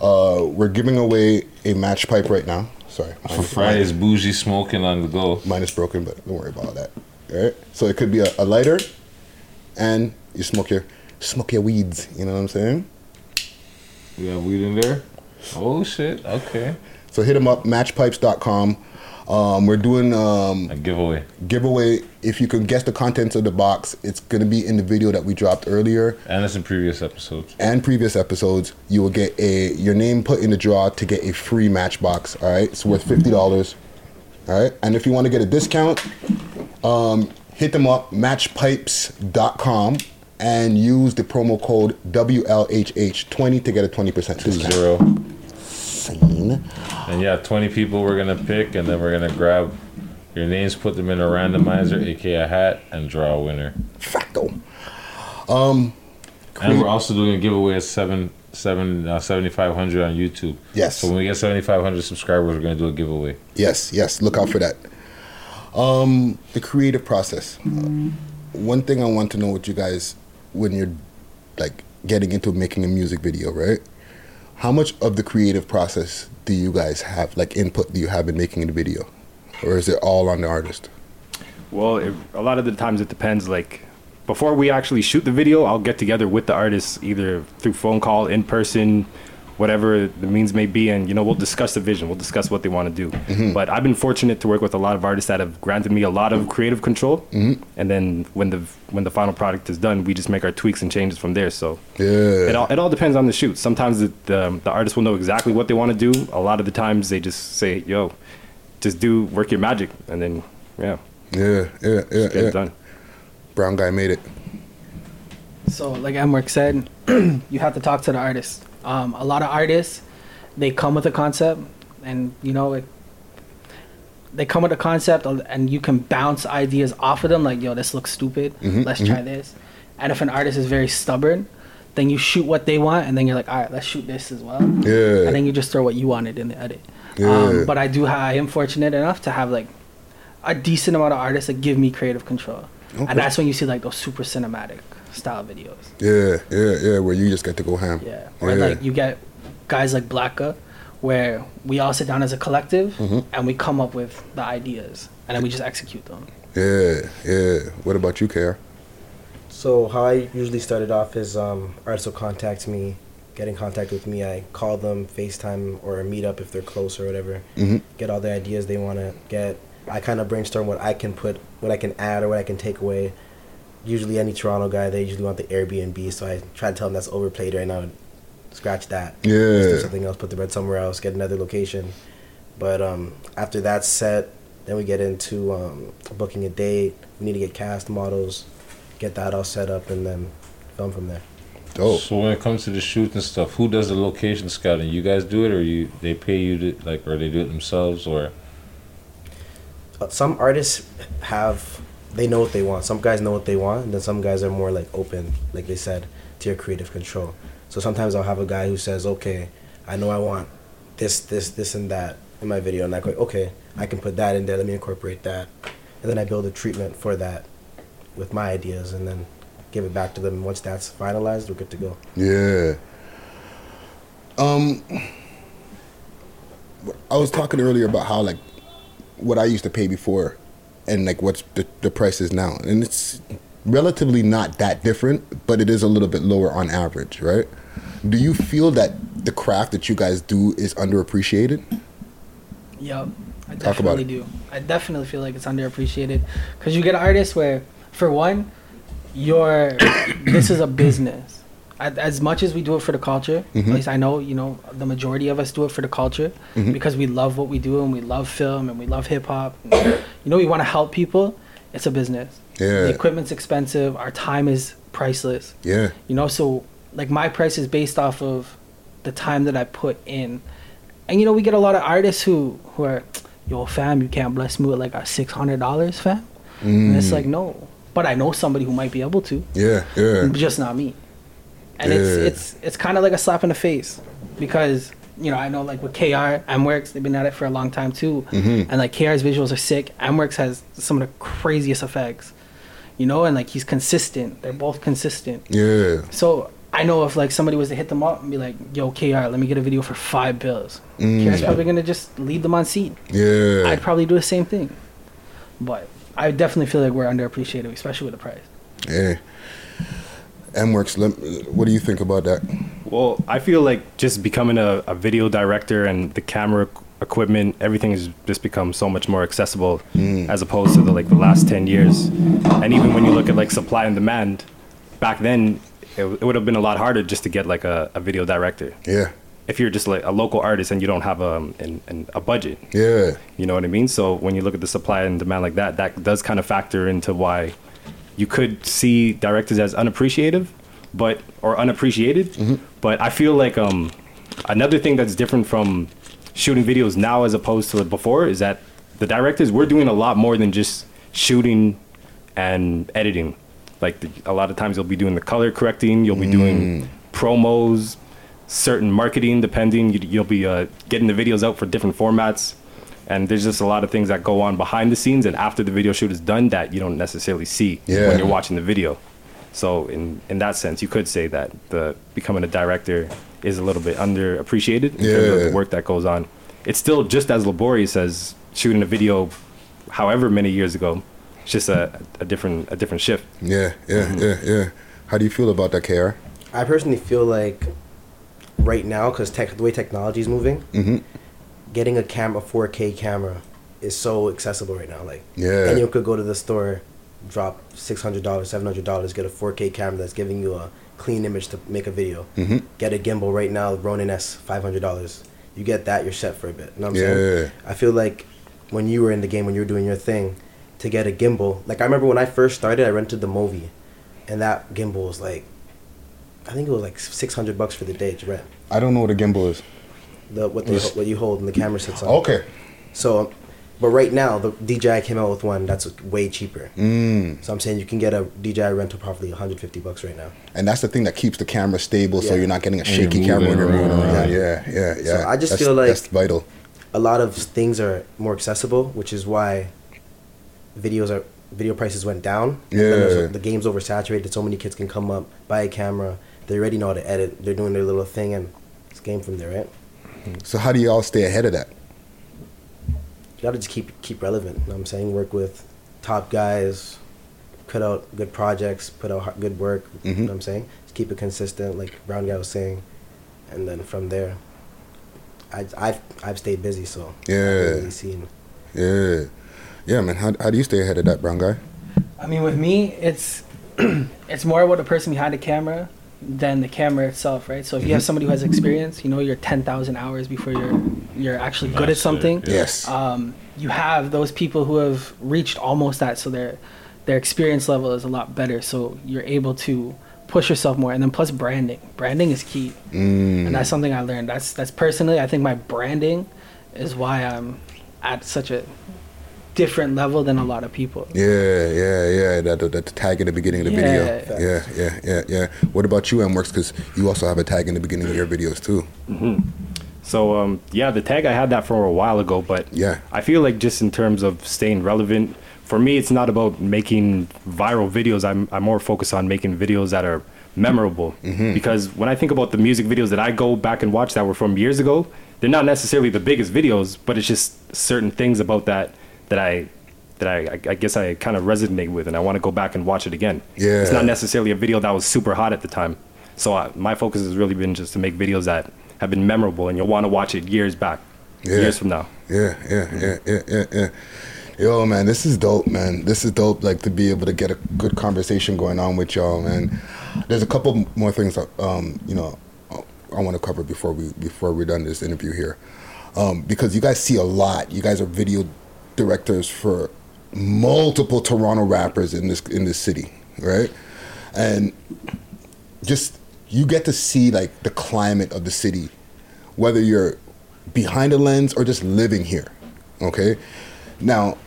Uh, we're giving away a match pipe right now. Sorry.
For Friday's bougie smoking on the go.
Mine is broken, but don't worry about that. All right. So it could be a, a lighter, and you smoke your smoke your weeds. You know what I'm saying?
We have weed in there. Oh shit. Okay.
So hit them up, matchpipes.com. Um, we're doing um, a
giveaway.
Giveaway. If you can guess the contents of the box, it's going to be in the video that we dropped earlier
And it's in previous episodes.
and previous episodes. You will get a your name put in the draw to get a free matchbox. All right, it's worth fifty dollars. All right, and if you want to get a discount, um, hit them up matchpipes.com and use the promo code WLHH20 to get a twenty percent discount.
Zero.
Scene.
And yeah, 20 people we're gonna pick, and then we're gonna grab your names, put them in a randomizer, aka a hat, and draw a winner.
Facto. Um,
and we're also doing a giveaway at seven seven uh, 7500 on YouTube.
Yes.
So when we get 7500 subscribers, we're gonna do a giveaway.
Yes, yes. Look out for that. Um, the creative process. One thing I want to know with you guys when you're like getting into making a music video, right? How much of the creative process do you guys have, like input do you have in making the video, or is it all on the artist?
Well, it, a lot of the times it depends. Like before we actually shoot the video, I'll get together with the artists either through phone call, in person, whatever the means may be, and you know we'll discuss the vision. We'll discuss what they want to do. But I've been fortunate to work with a lot of artists that have granted me a lot of creative control. And then when the when the final product is done, we just make our tweaks and changes from there. So
yeah,
it all it all depends on the shoot. Sometimes the the, the artist will know exactly what they want to do. A lot of the times they just say, "Yo, just do work your magic," and then yeah.
Yeah, yeah, yeah,
get it
yeah.
done.
Brown guy made it.
So, like Emmerich said, you have to talk to the artist. Um, a lot of artists, they come with a concept, and you know, it, they come with a concept, and- and you can bounce ideas off of them. Like, yo, this looks stupid.
Mhm,
Let's try
mhm.
this. And if an artist is very stubborn, then you shoot what they want, and then you're like, all right, let's shoot this as well.
Yeah.
And then you just throw what you wanted in the edit.
Yeah.
Um, but I do, ha- I am fortunate enough to have like a decent amount of artists that give me creative control,
Okay.
and that's when you see like those super cinematic style videos.
Yeah, yeah, yeah. Where you just get to go ham.
Yeah. Or like you get guys like Blacka, where we all sit down as a collective
Mhm.
and we come up with the ideas and then we just execute them.
yeah, yeah. What about you, Kara?
So how I usually started off is um, artists will contact me, get in contact with me. I call them, FaceTime or meet up if they're close or whatever.
Mhm.
Mm-hmm.
Get all the ideas they want to get. I kind of brainstorm what I can put, what I can add, or what I can take away. Usually, any Toronto guy, they usually want the Airbnb, so I try to tell them that's overplayed right now. Scratch that. Let's do
Yeah.
something else. Put the bread somewhere else. Get another location. But um, after that's set, then we get into um, booking a date. We need to get cast models, get that all set up, and then film from there.
Dope. So when it comes to the shooting stuff, who does the location scouting? You guys do it, or you they pay you to like, or they do it themselves, or
Uh, Some artists have they know what they want. Some guys know what they want, and then some guys are more like open, like they said, to your creative control. So sometimes I'll have a guy who says, "Okay, I know I want this, this, this, and that in my video," and I go, "Okay, I can put that in there. Let me incorporate that." and then I build a treatment for that with my ideas, and then give it back to them. And once that's finalized, we're good to go.
Yeah. Um, I was talking earlier about how like what I used to pay before, and like what's the the price is now, and it's relatively not that different, but it is a little bit lower on average, right? Do you feel that the craft that you guys do is underappreciated?
Yep. I
Talk about
definitely do. I definitely feel like it's underappreciated because you get artists where, for one, your this is a business. As- As much as we do it for the culture,
Mhm.
Mm-hmm.
at least I know, you know, the majority of us do it for the culture
Mhm.
because we love what we do and we love film and we love hip hop. you know, we want to help people. It's a business.
Yeah.
The equipment's expensive. Our time is priceless.
Yeah.
You know, so like my price is based off of the time that I put in. And you know, we get a lot of artists who who are, yo, fam, you can't bless me with like a six hundred dollars, fam. And it's
Mm.
like no, but I know somebody who might be able to,
Yeah, yeah.
just not me. And it's
Yeah.
it's it's kind of like a slap in the face because you know I know like with KR, MWorks, they've been at it for a long time too,
Mm-hmm.
Mhm.
and like KR's visuals are sick. MWorks has some of the craziest effects, you know, and like he's consistent. They're both consistent.
Yeah.
So I know if like somebody was to hit them up and be like, "Yo, KR, let me get a video for five bills,"
Mm.
KR's probably gonna just leave them on seat.
Yeah.
I'd probably do the same thing, but I definitely feel like we're underappreciated, especially with the price.
Yeah. MWorks, lem- what do you think about that?
Well, I feel like just becoming a, a video director and the camera equ- equipment, everything has just become so much more accessible as opposed to the, like the last 10 years. And even when you look at like supply and demand, back then it, w- it would have been a lot harder just to get like a, a video director.
Yeah.
If you're just like a local artist and you don't have um, an, an, a budget,
Yeah.
you know what I mean? So when you look at the supply and demand like that, that does kind of factor into why you could see directors as unappreciative, but or unappreciated. But I feel like um another thing that's different from shooting videos now as opposed to before is that the directors we're doing a lot more than just shooting and editing. Like the, a lot of times you'll be doing the color correcting, you'll be doing promos, certain marketing depending you, you'll be uh, getting the videos out for different formats and there's just a lot of things that go on behind the scenes and after the video shoot is done that you don't necessarily see
Yeah.
when you're watching the video so in in that sense you could say that the becoming a director is a little bit underappreciated in terms of
Yeah.
the work that goes on it's still just as laborious as shooting a video however many years ago it's just a, a different a different shift
Yeah, yeah, yeah, yeah. How do you feel about that, KR?
I personally feel like right now, because tech, the way technology is moving,
Mm-hmm.
getting a camera, 4K camera, is so accessible right now. Like,
Yeah.
anyone could go to the store, drop six hundred dollars, seven hundred dollars, get a 4K camera that's giving you a clean image to make a video.
Mhm.
Get a gimbal right now, Ronin S, five hundred dollars. You get that, you're set for a bit. You know what I'm
Yeah.
saying? I feel like when you were in the game, when you were doing your thing, to get a gimbal, like I remember when I first started, I rented the Movi, and that gimbal was like, I think it was like six hundred bucks for the day to rent
I don't know what a gimbal is.
the what they,
Yes.
what you hold and the camera sits on.
Okay.
So, um, but right now the DJI came out with one that's way cheaper.
Mm.
So I'm saying you can get a DJI rental probably 150 bucks right now.
And that's the thing that keeps the camera stable, so
Yeah.
you're not getting a
And you're
shaky
moving
camera when you're moving
around.
around. Yeah,
Yeah.
yeah, yeah.
So I just
That's-
feel like-
that's vital.
A lot of things are more accessible, which is why videos are video prices went down. And then there's-
Yeah.
the game's oversaturated. So many kids can come up, buy a camera. They already know how to edit. They're doing their little thing, and it's game from there, right?
So how do y'all stay ahead of that?
you gotta just keep keep relevant. You know what I'm saying work with top guys, put out good projects, put out hard- good work. You
Mm-hmm.
know what I'm saying just keep it consistent, like Brown guy was saying, and then from there, I I've I've stayed busy, so I haven't
Yeah.
really seen.
Yeah, yeah, man. How, how do you stay ahead of that, brown guy?
I mean, with me, it's it's more about the person behind the camera than the camera itself, right? So if you have
Mhm.
somebody who has experience, you know, you're ten thousand hours before you're you're actually good at
Master,
something.
yeah. Yes.
Um, you have those people who have reached almost that, so their their experience level is a lot better. So you're able to push yourself more, and then plus branding. Branding is key,
Mm.
and that's something I learned. That's that's personally, I think my branding is why I'm at such a different level than a lot of people.
Yeah, yeah, yeah. That, that, that tag in the beginning of the
Yeah.
video. Yeah, yeah, yeah, yeah. What about you, MWorks? Because you also have a tag in the beginning of your videos too.
Mm-hmm.
hmm So um, yeah, the tag I had that for a while ago, but
Yeah.
I feel like just in terms of staying relevant, for me, it's not about making viral videos. I'm, I'm more focused on making videos that are memorable. Because when I think about the music videos that I go back and watch that were from years ago, they're not necessarily the biggest videos, but it's just certain things about that that I that I, I- I guess I kind of resonate with, and I want to go back and watch it again.
Yeah.
it's not necessarily a video that was super hot at the time. So I, my focus has really been just to make videos that have been memorable, and you'll want to watch it years back,
Yeah.
years from now.
Yeah, yeah, yeah, yeah, yeah, yeah. Yo, man, this is dope, man. This is dope. Like to be able to get a good conversation going on with y'all, man. There's a couple more things, that, um, you know, I want to cover before we before we're done this interview here, um, because you guys see a lot. You guys are video directors for multiple Toronto rappers in this in this city, right? And just you get to see like the climate of the city, whether you're behind a lens or just living here. Okay, now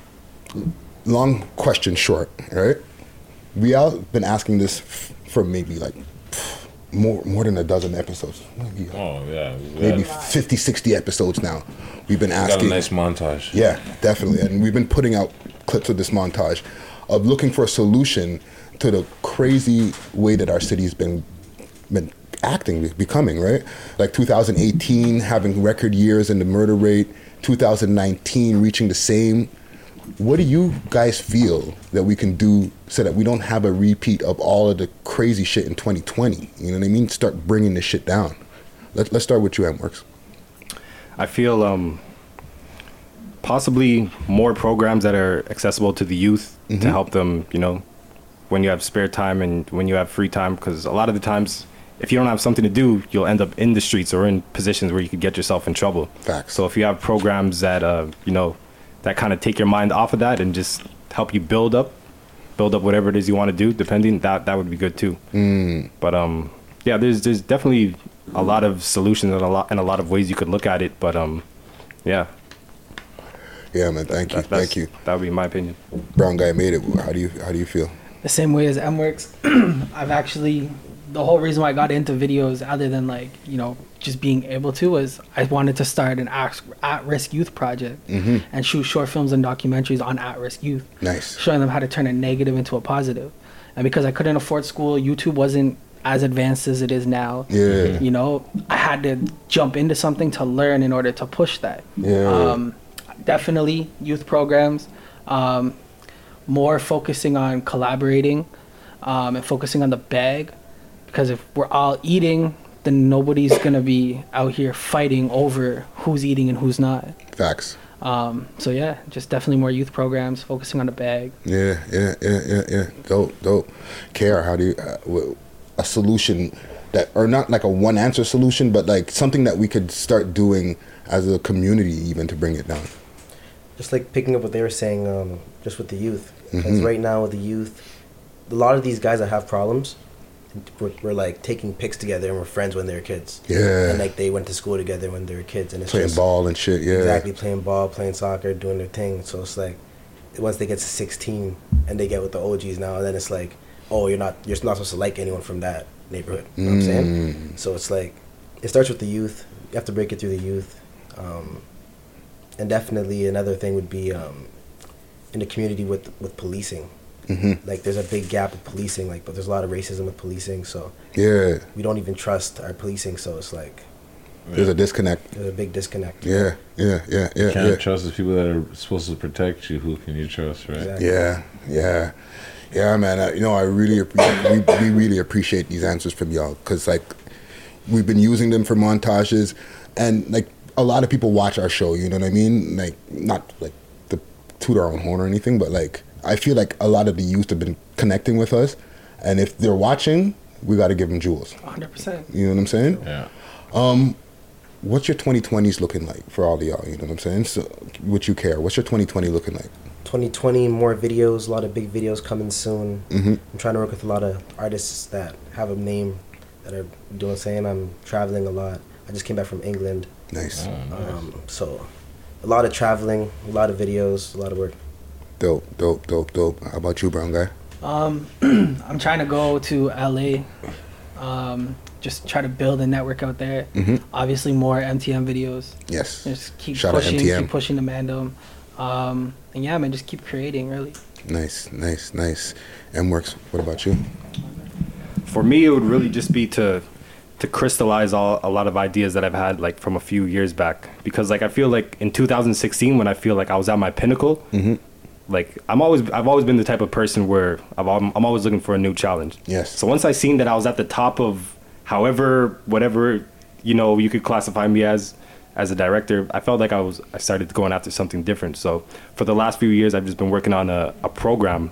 long question short, right? We all been asking this f- for maybe like pff, more more than a dozen episodes, maybe,
Oh yeah.
maybe 50, 60 episodes now. We've been
got a
asking.
nice montage.
Yeah, definitely. And we've been putting out clips of this montage of looking for a solution to the crazy way that our city's been been acting, becoming, right? Like 2018 having record years in the murder rate, 2019 reaching the same. What do you guys feel that we can do so that we don't have a repeat of all of the crazy shit in 2020? You know what I mean? Start bringing this shit down. Let, let's start with you, M Works.
I feel um, possibly more programs that are accessible to the youth
Mm-hmm.
to help them, you know, when you have spare time and when you have free time. Because a lot of the times, if you don't have something to do, you'll end up in the streets or in positions where you could get yourself in trouble.
Facts.
So if you have programs that, uh, you know, that kind of take your mind off of that and just help you build up, build up whatever it is you want to do, depending, that, that would be good too.
Mm.
But um, yeah, there's there's definitely a lot of solutions and a lot and a lot of ways you could look at it. But um, yeah.
Yeah, man. Thank you.
thank you. That would be my opinion.
Brown guy made it. How do you how do you feel?
the same way as MWorks. I've actually the whole reason why I got into videos, other than like you know just being able to, was I wanted to start an at risk youth project
Mm-hmm.
Mhm.
and shoot short films and documentaries on at risk youth,
Nice.
showing them how to turn a negative into a positive. And because I couldn't afford school, YouTube wasn't as advanced as it is now.
Yeah.
You know, I had to jump into something to learn in order to push that.
Yeah.
Um, definitely youth programs. Um, more focusing on collaborating um, and focusing on the bag because if we're all eating then nobody's gonna be out here fighting over who's eating and who's not
Facts.
um, so yeah just definitely more youth programs focusing on the bag
Yeah, yeah, yeah, yeah, yeah. Dope, dope. Care. How do you uh, wh- a solution that or not like a one answer solution, but like something that we could start doing as a community even to bring it down.
just like picking up what they were saying, um, just with the youth. Because
Mhm.
right now with the youth, a lot of these guys that have problems, we're, we're like taking pics together and we're friends when they were kids.
Yeah.
And like they went to school together when they were kids, and it's
Playing
just-
ball and shit. Yeah.
Exactly, playing ball, playing soccer, doing their thing. So it's like, once they get to 16 and they get with the OGs now, then it's like, oh, you're not you're not supposed to like anyone from that neighborhood. You know what I'm saying?
Mm.
So it's like, it starts with the youth. You have to break it through the youth. Um, and definitely another thing would be um, in the community with with policing.
Mhm.
Like there's a big gap with policing, like but there's a lot of racism with policing, so
Yeah.
we don't even trust our policing. So it's like
There's a disconnect.
there's a big disconnect.
Yeah, yeah, yeah, yeah.
You can't
yeah.
trust the people that are supposed to protect you. Who can you trust, right?
Exactly.
Yeah, yeah, yeah, man. I, you know, I really, appre- we, we really appreciate these answers from y'all because like we've been using them for montages, and like a lot of people watch our show. You know what I mean? Like not like the toot our own horn or anything, but like I feel like a lot of the youth have been connecting with us, and if they're watching, we got to give them jewels.
100%
You know what I'm saying?
Yeah.
Um, what's your 2020s looking like for all of y'all? You know what I'm saying? So, what you care? What's your 2020 looking like?
2020 more videos a lot of big videos coming soon
Mhm.
i'm trying to work with a lot of artists that have a name that are doing saying i'm traveling a lot i just came back from england
Nice.
um, so a lot of traveling a lot of videos a lot of work
Dope, dope, dope, dope. How about you, brown guy?
um, i'm trying to go to la um, just try to build a network out there
Mhm.
obviously more mtm videos
Yes.
just keep
Shout out
pushing
MTM.
keep pushing the mandom um, and yeah man just keep creating really
Nice, nice, nice. M works. What about you?
for me it would really just be to to crystallize all a lot of ideas that I've had like from a few years back because like I feel like in 2016 when I feel like I was at my pinnacle
Mm-hmm.
like I'm always I've always been the type of person where I've, I'm, I'm always looking for a new challenge
yes
so once I seen that I was at the top of however whatever you know you could classify me as as a director I felt like I was I started going after something different so for the last few years I've just been working on a, a program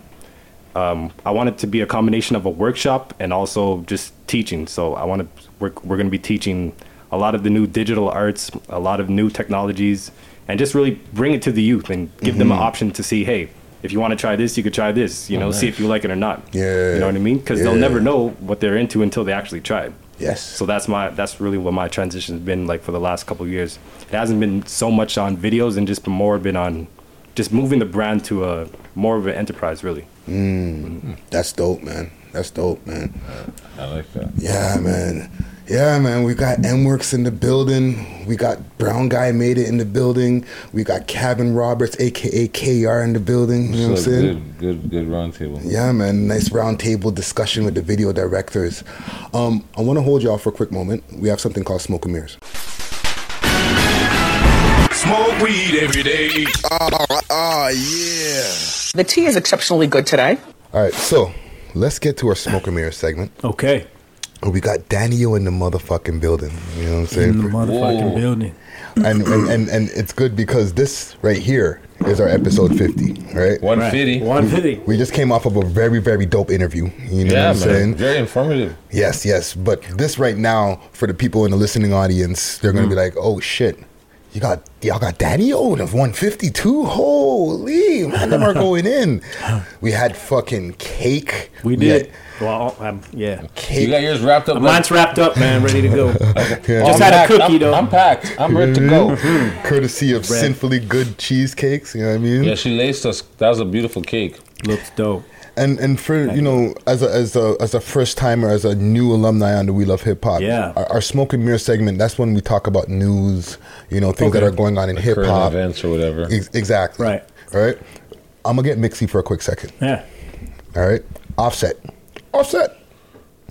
um, I want it to be a combination of a workshop and also just teaching. So I want to we're, we're going to be teaching a lot of the new digital arts, a lot of new technologies, and just really bring it to the youth and give them an option to see, hey, if you want to try this, you could try this. You
Oh,
know, see
nice.
if you like it or not.
Yeah.
You know what I mean? Because they'll
Yeah.
never know what they're into until they actually try. it.
Yes.
So that's my that's really what my transition's been like for the last couple of years. It hasn't been so much on videos and just been more been on just moving the brand to a more of an enterprise, really.
Mm, that's dope, man. That's dope, man.
I like that.
Yeah, man. Yeah, man. We got M Works in the building. We got Brown Guy Made It in the building. We got Cabin Roberts, aka KR, in the building. You know what I'm
So
saying?
Good, good, good round table.
Yeah, man. Nice roundtable discussion with the video directors. Um, I want to hold y'all for a quick moment. We have something called Smoke and Mirrors.
Smoke weed every day. Oh, oh yeah.
The tea is exceptionally good today.
All right, so let's get to our Smoke and Mirrors segment.
Okay.
We got Daniel in the motherfucking building. You know what I'm saying?
In the motherfucking Whoa. building.
And, and and and it's good because this right here is our episode 50, right?
150.
We-
150.
We just came off of a very very dope interview. You know
yeah,
what I'm saying?
man. Very informative.
Yes, yes. But this right now, for the people in the listening audience, they're
Mm.
gonna be like, "Oh shit, you got y'all got Danny Owen of 152. Holy man, them are going in." We had fucking cake.
We
had-
did. Well, I'm, yeah.
You got
yours wrapped up.
Mine's wrapped up, man. Ready to go. Just had
I'm packed.
a cookie
I'm-
though.
I'm packed. I'm ready to go.
Courtesy of
Bread.
sinfully good cheesecakes. You know what I mean?
Yeah, she laced us. That was a beautiful cake.
Looks dope.
And and for you know, as a as a as a first timer, as a new alumni on the We Love Hip Hop,
Yeah.
our, our smoke and mirror segment. That's when we talk about news, you know, things that
Okay.
are going on in
The
hip
current
hop,
events or whatever.
Ex- exactly.
Right.
All right. I'm gonna get mixy for a quick second.
Yeah.
All right. Offset. Offset.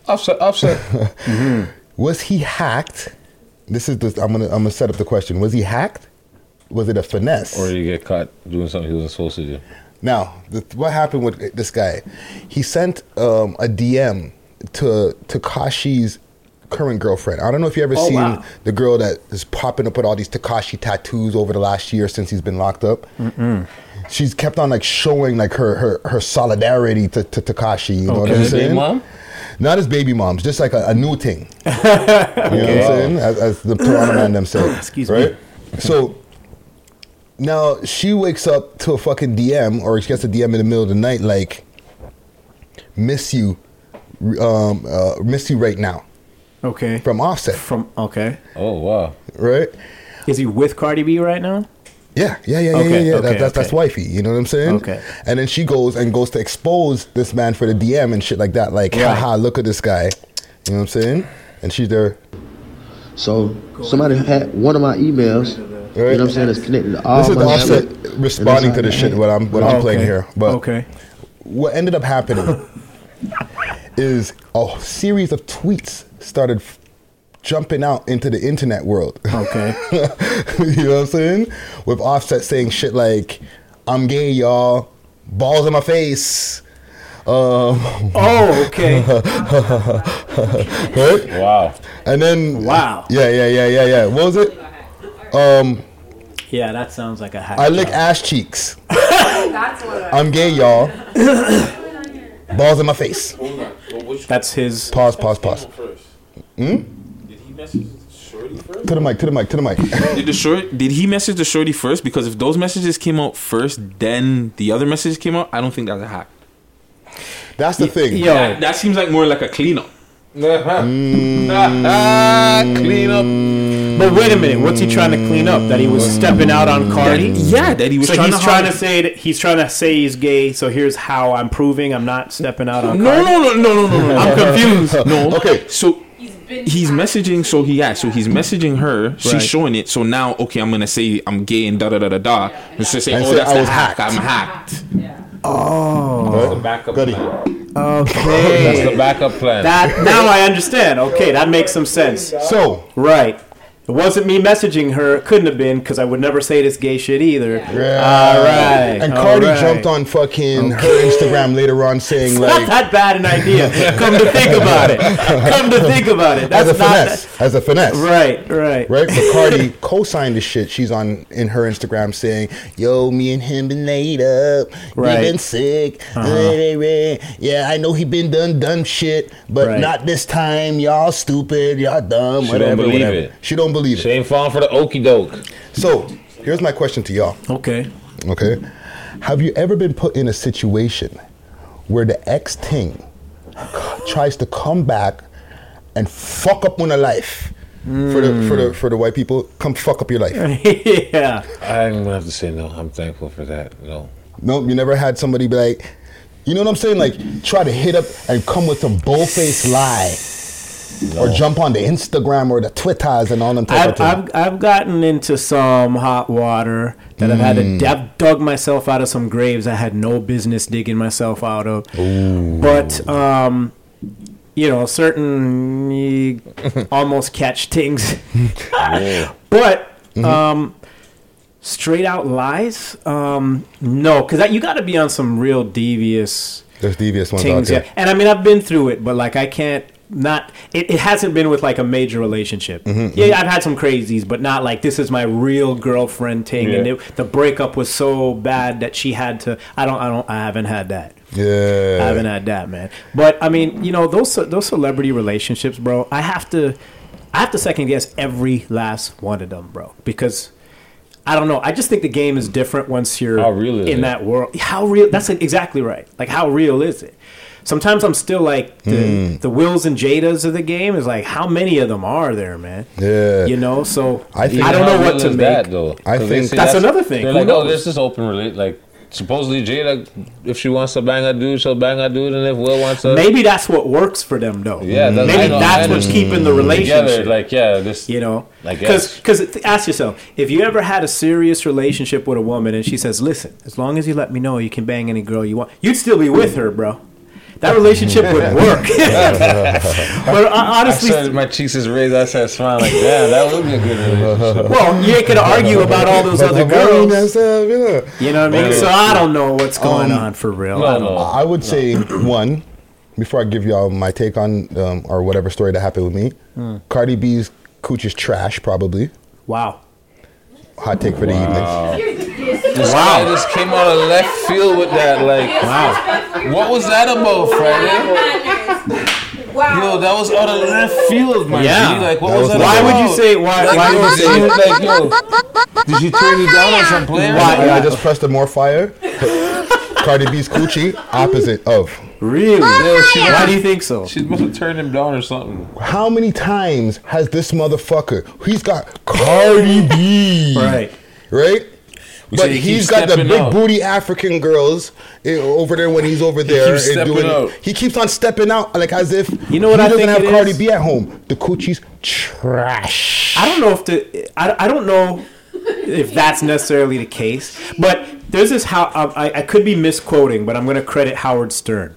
Offset. Offset.
Was he hacked? This is the I'm gonna I'm gonna set up the question. Was he hacked? Was it a finesse?
Or you get caught doing something he wasn't supposed to do.
Now, the, what happened with this guy? He sent um, a DM to Takashi's current girlfriend. I don't know if you ever
Oh,
seen
wow.
the girl that is popping up with all these Takashi tattoos over the last year since he's been locked up.
Mm-mm.
She's kept on like showing like her her, her solidarity to, to Takashi. You know what
Okay.
I'm
His baby
saying?
mom?
Not his baby moms, just like a, a new thing. You know what I'm
Okay.
saying? As, as the Toronto man them say.
Excuse
right? So now she wakes up to a fucking DM or she gets a DM in the middle of the night like, miss you, um, uh, miss you right now.
Okay.
From Offset.
From okay.
Oh wow.
Right.
Is he with Cardi B right now?
Yeah, yeah, yeah, yeah,
Okay,
yeah. yeah. that,
okay,
that's that's
okay.
wifey. You know what I'm saying? Okay. And then she goes and goes to expose this man for the DM and shit like that. Like, haha, look at this guy. You know what I'm saying? And she's there.
So somebody had one of my emails. You know what I'm saying? It's connected to all
this is
my
offset
shit, and it's
responding to
like,
the shit
hey.
what I'm what I'm playing
Okay.
here. But what ended up happening is a series of tweets started f- jumping out into the internet world.
Okay.
you know what I'm saying? With offset saying shit like, I'm gay, y'all, balls in my face. Um,
oh, okay.
right?
Wow.
And then
Wow.
Yeah, yeah, yeah, yeah, yeah. What was it? Um,
Yeah, that sounds like a hack.
I lick ass cheeks. I'm gay, y'all. Balls in my face.
That's his.
Pause, pause, pause. Hmm? To the mic, to the mic, to the mic.
Did the short? Did he message the shorty first? Because if those messages came out first, then the other messages came out. I don't think that's a hack.
That's the thing.
Yeah, that, that seems like more like a cleanup.
Mm.
clean
up. But wait a minute, what's he trying to clean up? That he was
Mm.
stepping out on Cardi?
That- yeah, that he was
So
trying
he's
to
trying
hide-
to say that he's trying to say he's gay. So here's how I'm proving I'm not stepping out on
No,
Cardi.
no, no, no, no, no, no. I'm confused. No. Okay. So he's messaging. So he yeah. So he's messaging her. She's
Mm-hmm. Right.
showing it. So now, okay, I'm gonna say I'm gay and da da da da da. And so say,
And
oh,
say
that's
I
the
was
hack.
hacked.
I'm hacked.
Oh.
That's the backup plan.
Okay.
That's the backup plan.
That now I understand. Okay, that makes some sense.
So
right, it wasn't me messaging her. It couldn't have been because I would never say this gay shit either. All right.
And
all
Cardi
right.
jumped on fucking her Instagram later on saying
It's
like
not that bad an idea. Come to think about it. Come to think about it. That's
as a
not
finesse, as a finesse,
Right, right,
right. But Cardi co-signed the shit. She's on in her Instagram saying, "Yo, me and him been laid up.
Right.
We been sick.
Uh-huh.
Eh, eh, eh. Yeah, I know he been done dumb shit, but
Right.
not this time. Y'all stupid. Y'all dumb.
She
whatever.
don't believe
whatever.
it.
She don't believe
She ain't falling for the okey doke.
So here's my question to y'all.
Okay.
Okay. Have you ever been put in a situation where the ex ting c- tries to come back and fuck up on a life? For the
Hmm.
for the for the white people, come fuck up your life.
yeah.
I'm gonna have to say no. I'm thankful for that. No.
No, you never had somebody be like, you know what I'm saying? Like try to hit up and come with some bullface lie. Or
No.
jump on the Instagram or the Twitters and all them type of
I've,
things.
I've, I've gotten into some hot water that I've had
Mm.
to. I've dug myself out of some graves I had no business digging myself out of. But um, you know, certain eh, almost catch things. but um, straight out lies, um, no, because you got to be on some real devious
There's devious ones out
things.
there.
Yeah. And I mean, I've been through it, but like, I can't not. It, it hasn't been with like a major relationship.
Mm-hmm.
Yeah, I've had some crazies, but not like this is my real girlfriend thing. And
Yeah.
it, the breakup was so bad that she had to. I don't. I don't. I haven't had that.
Yeah.
I haven't had that, man. But I mean, you know, those ce- those celebrity relationships, bro. I have to, I have to second guess every last one of them, bro, because. I don't know. I just think the game is different once you're
How real is
in
it?
that world. How real? That's like, exactly right. Like, how real is it? Sometimes I'm still like the,
Mm.
the Wills and Jadas of the game is like, how many of them are there, man?
Yeah.
You know, so I,
Even
don't know
how
what
real
to
is
make.
That, though, 'Cause
I
they
think-
say
That's another thing.
They're
Who
like, oh,
knows?"
this is open relate. Like supposedly Jada, if she wants to bang a dude, she'll bang a dude, and if Will wants to,
Maybe that's what works for them, though.
Yeah, that's- I
maybe
know,
that's
I
what's
understand.
keeping the
Together,
relationship.
like yeah, this
you know,
like
Because, ask yourself, if you ever had a serious relationship with a woman and she says, "Listen, as long as you let me know, you can bang any girl you want," you'd still be with her, bro. That relationship would work. but uh, honestly,
I said, my cheeks is raised. I said, smile like, yeah, that would be a good relationship.
Well, you ain't gonna argue about all those other girls. You know what I mean?
Yeah.
So I don't know what's going
Um,
on for real. I
I,
don't know.
would say one before I give y'all my take on um, or whatever story that happened with me.
Hmm.
Cardi B's cooch is trash, probably.
Wow.
Hot take for the evening.
This
Wow.
guy just came out of left field with that. Like, wow. What was that about, Friday? Yo, that was out of left field, my
Yeah.
G. Like, what
That
was
was
that
why
about?
would you say- why-
Like,
why
did
would you-
you like, yo, did you turn me down on some player?
And I just pressed the more fire. Cardi B's coochie, opposite of.
Really?
Yeah, she-
Why do you think so?
She's supposed to turn him down or something.
How many times has this motherfucker? He's got Cardi B.
Right.
Right.
We
but
say he
he's
keeps
got the
stepping
big
out.
booty African girls eh, over there when he's over there
keeps
and
stepping
doing.
out.
He keeps on stepping out like as if
You know what
he
I
doesn't
think
have
it
Cardi
is?
B at home. The coochie's trash.
I don't know if the I, I don't know if that's necessarily the case, but there's this how uh, I, I could be misquoting, but I'm going to credit Howard Stern.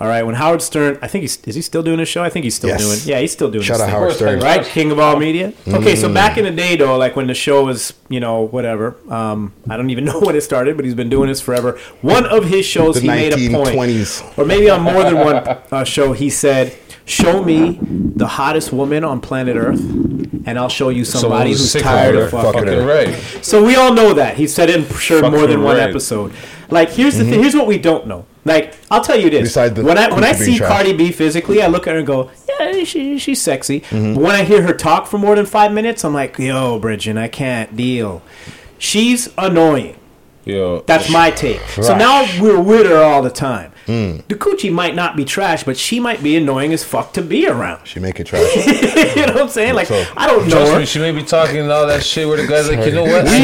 All right, when Howard Stern, I think he's is he still doing his show? I think he's still
Hmm. Yes.
doing. Yeah, he's still doing.
Shout
his
out
thing.
Howard Stern.
right? King of all media. Okay, so
Mm.
back in the day though, like when the show was, you know, whatever. Um, I don't even know when it started, but he's been doing this forever. One of his shows,
The
he made a point
1920s.
or maybe on more than one uh, show, he said, "Show me the hottest woman on planet Earth, and I'll show you
Someone
somebody
who's
who's
sick
tired
of
of
her.
fucking,
Fucking
her."
right.
So we all know that he said it in sure more
Fucking
than one
right.
episode. Like here's the thing. Here's what we don't know. Like I'll tell you this:
Besides Mm-hmm. the
when I when I
coochie being
see
trash.
Cardi B physically, I look at her and go, "Yeah, she, she's sexy."
Mm-hmm.
But when I hear her talk for more than five minutes, I'm like, "Yo, Bridget, I can't deal. She's annoying."
Yo,
That's my take. So
Right.
now we're with her all the time.
mm.
The coochie might not be trash, but she might be annoying as fuck to be around.
She make it trash.
you know what I'm saying? Like I don't know
Trust
her.
me, she may be talking all that shit where the guy's like, you know what?
We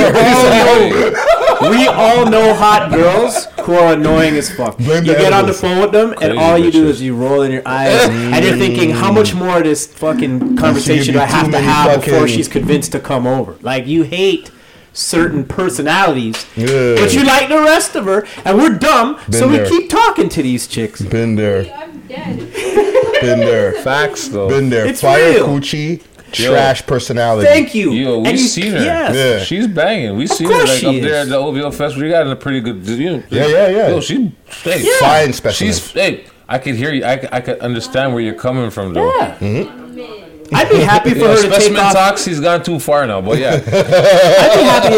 all know, we all know hot girls who are annoying as fuck. you
the
get on the
edibles.
phone with them, and
Crazy
all you do is you roll in your eyes, and you're thinking, how much more of this fucking conversation do I
too
have to
many
have before
fucking-
she's convinced to come over? Like you hate certain personalities.
Yeah.
But you like the rest of her, and we're dumb,
Been
so
there.
we keep talking to these chicks.
Been there. Been there.
Facts though.
Been there.
It's
Fire
real.
coochie,
Yo.
trash personality.
Thank you.
Yo, we
And you-
seen her.
yes.
Yeah.
She's banging. We seen her
course
like
she
up there at
is.
the OVO Festival. You got a pretty good. You,
Yeah, yeah, yeah.
Yo, she, hey,
Yeah. Fine specimen.
She's hey. I could hear you. I, could- I could understand where you're coming from though.
Yeah.
Mm-hmm.
I'd be happy for her to take
specimen
off.
talks. He's gone too far now, but yeah.
I'd be happy.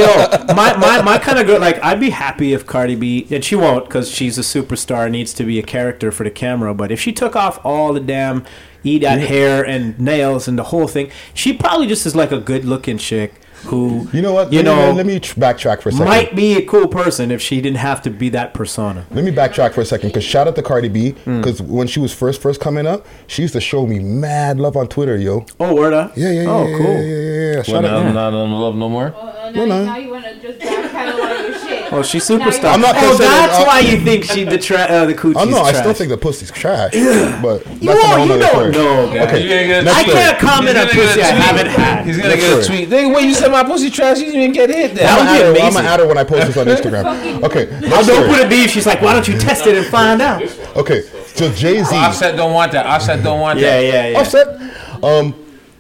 Yo, my my, my kind of girl. Like I'd be happy if Cardi B, and she won't, because she's a superstar, needs to be a character for the camera. But if she took off all the damn eat at hair and nails and the whole thing, she probably just is like a good looking chick who
You know what?
You
let me,
know-
let me tr- backtrack for a second.
might be a cool person if she didn't have to be that persona.
Let me backtrack for a second, cause shout out to Cardi B,
Mm.
cause when she was first first coming up, she used to show me mad love on Twitter, yo.
Oh, word up.
Yeah, yeah, yeah.
Oh,
yeah,
cool.
Yeah, yeah, yeah. yeah.
Well,
Shout
now
out.
I'm not in love no more.
No, no. Now you want to just backpedal all your shit.
Oh, she's
Now you're-
superstar.
I'm not
oh,
considering-
that's
uh,
why you think she the tra- uh, the coochie's
Oh no, I
trash.
still think the pussy's trash. But that's
You
a whole
are- you
nother
don't
story.
know, man.
Okay.
You ain't gonna-
next
I
story.
can't comment on
He's gonna get
pussy I
a tweet.
haven't had.
He's gonna
Next
get a
story.
tweet. They, wait, you said my pussy trash? You didn't even get hit. Then.
That
I'm
would be
gonna add her- I'm
amazing.
gonna add her when I post this on Instagram. Okay.
How
next
don't
story.
put it be if she's like, why don't you test it and find out?
Okay. So Jay Z.
Offset don't want that. Offset don't want
Yeah,
that.
yeah, yeah.
Offset. Um,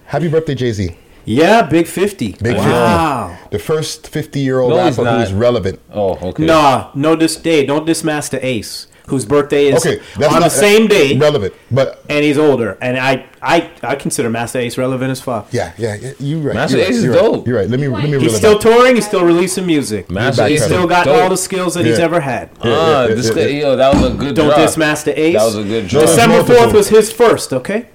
happy birthday, Jay Z.
Yeah, big fifty.
Big
wow.
50. The first 50 year old
No, he's
rapper who
not.
is relevant.
Oh, okay.
Nah, no this day. Don't dismass the ace, whose birthday is
Okay, that's
on
not
the same day,
relevant, but
and he's older. And I, I, I consider Master Ace relevant as fuck.
yeah, yeah, yeah you're right.
Master
you're right,
Ace is
you're right,
dope.
You're right. Let me let me reel
He's
it
still
back.
touring. He's still releasing music.
Master
Back
Ace
He's
pedal.
still got
Dope.
all the skills that he's
Yeah.
ever had.
Ah,
yeah,
this
yeah,
guy,
yeah.
yo, that was a good
Don't
drop.
dismass the ace.
That was a good drop.
December
Multiple.
fourth was his first. Okay.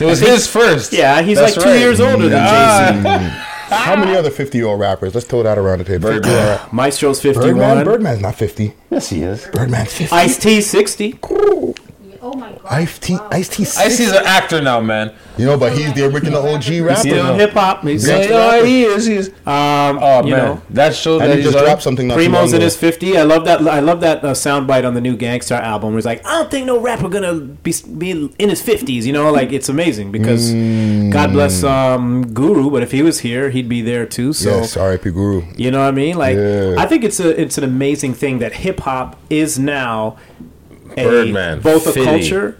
It was his first.
Yeah, he's
That's
like two
right. Ah.
years older than Jay Z.
Hmm. How many other 50 year old rappers? Let's throw that around the table. 50 all right.
Maestro's fifty-one.
Birdman. Birdman's not 50.
Yes, he is.
Birdman's 50.
Ice T sixty.
Oh my god.
Ice T. Ice T.
I see he's
60.
an actor now, man.
You know, but he's the original OG rapper.
Still
though.
hip hop. He's
Yeah,
Gangsta
yeah,
rapper.
he is. He's.
um,
Oh
you
man,
know,
that show
And
that
he just
on-
dropped something not too long
Primo's in
ago.
his fifty. I love that. I love that uh, soundbite on the new Gangstar album. Where he's like, I don't think no rapper gonna be, be in his fifties. You know, like it's amazing because
Mm.
Hmm. God bless um, Guru, but if he was here, he'd be there too. So
Yes, R.I.P. Guru.
you know what I mean? Like
Yeah.
I think it's a it's an amazing thing that hip hop is now a,
Birdman,
both a
Fitty.
culture.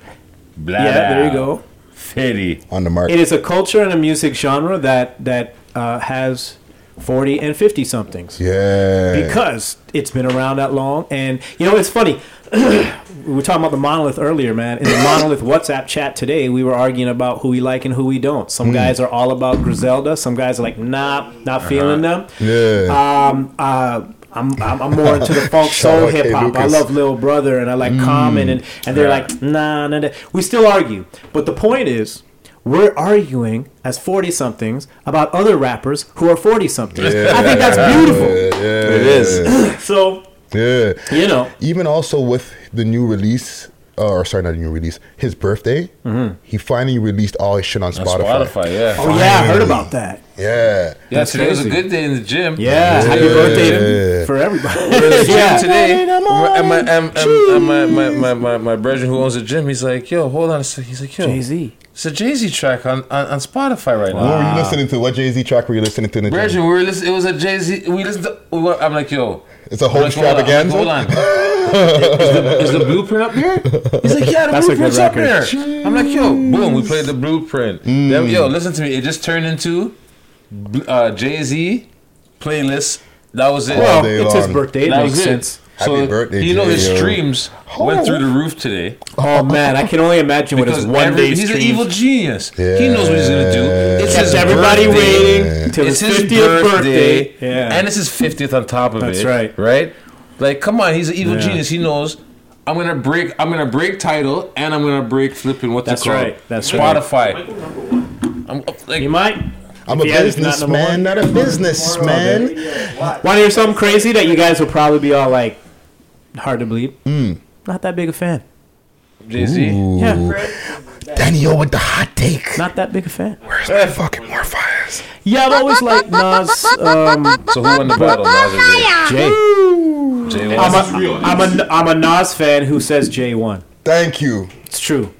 Blah,
Yeah, there you
blah.
go.
Fitty.
On the mark.
It is a culture and a music genre that that uh, has forty and fifty somethings
Yeah.
because it's been around that long. And you know, it's funny. we were talking about the monolith earlier, man. In the monolith WhatsApp chat today, we were arguing about who we like and who we don't. Some guys are all about Griselda. Some guys are like, nah, not
Uh-huh.
feeling them.
Uh-huh. yeah.
Um, uh, I'm, I'm, I'm more into the funk
Shout
soul
out K.
hip hop. I
Lucas. Mm,
love Lil Brother and I like Common and, and they're like nah nah nah. We still argue, but the point is, we're arguing as forty somethings about other rappers who are forty somethings. I think that's beautiful.
Yeah.
It is.
So
Yeah.
you know,
even also with the new release, uh, or sorry, not the new release, his birthday, he finally released all his shit on
On
Spotify.
Spotify, yeah.
oh Mm-hmm. yeah, I heard about that.
Yeah.
yeah,
that's
today was a
crazy.
good day in the gym.
Yeah, happy
Yeah.
birthday to- for
We're in the
everybody.
gym
yeah.
today. And my, and, and, and my, my, my, my, my brethren who owns the gym, he's like, yo, hold on a second. He's like, yo,
Jay Z.
It's a Jay Z track on, on, on Spotify right
What
now.
were you listening to? What Jay Z track were you listening to? In the gym?
Brethren, we were listening, it was a Jay Z. We listened to, we were, I'm like, yo.
It's a whole
I'm like, hold on, I'm
extravaganza.
like, Hold on. is, the, is the blueprint up here? He's like, yeah, the
That's a good
blueprint's up
record.
there. I'm like, yo, boom, we played the blueprint.
Hmm.
Then, yo, listen to me. It just turned into bl- uh, Jay Z playlist. That was it.
All
Well,
day
it's his
long.
birthday. It
That
makes
was it.
sense.
Happy birthday,
you know his
Jay-O.
streams went through the roof today
Oh man, I can only imagine what his
because
one
every,
day
he's an evil genius. He
Yeah.
knows what he's gonna do. It's
Kept
his
everybody
birthday.
waiting till
it's
his
his
50th
birthday,
birthday. Yeah.
and it's his fiftieth on top of
That's
it.
right.
right? Like, come on, he's an evil
Yeah.
genius. He knows. I'm gonna break. I'm gonna break title, and I'm gonna break flipping. What's
That's
it called?
right. That's right.
Spotify. I'm like,
You might.
I'm
If
a
he has not number
businessman,
one.
not a businessman.
Want to hear something crazy that you guys will probably be all like, hard to believe?
Mm.
Not that big a fan.
Jay Z.
Yeah,
Daniel with the hot take.
not that big a fan.
Where's my fucking more fires?
Yeah, I've always liked Nas. Um,
So who won the battle? Nas or
Jay.
Jay? Jay
I'm
won.
a, I'm, a, I'm a Nas fan who says Jay won.
Thank you.
It's true.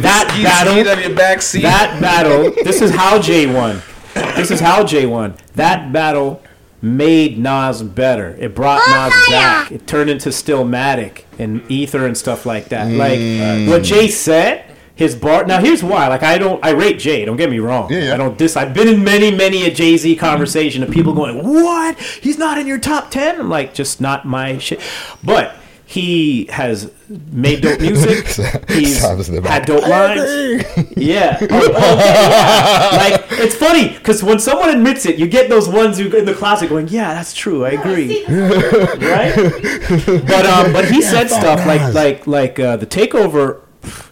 That
He's
battle.
on your back seat.
That battle. This is how Jay won. this is how Jay won. That battle made Nas better. It brought Nas back. It turned into Stillmatic and Ether and stuff like that. Like what Jay said. His bar. Now here's why. Like I don't. I rate Jay. Don't get me wrong. Yeah, I don't dis. I've been in many, many a Jay Z conversation of people going, "What? He's not in your top 10? I'm like, just not my shit. But he has made dope music. He's
Sam's in the
had
back.
dope lines. Yeah. Oh, oh, yeah, yeah. Like it's funny because when someone admits it, you get those ones who in the closet going, "Yeah, that's true. I agree." right? But um, but he
Yeah,
said
fuck
stuff like
Nas.
like like uh, the takeover.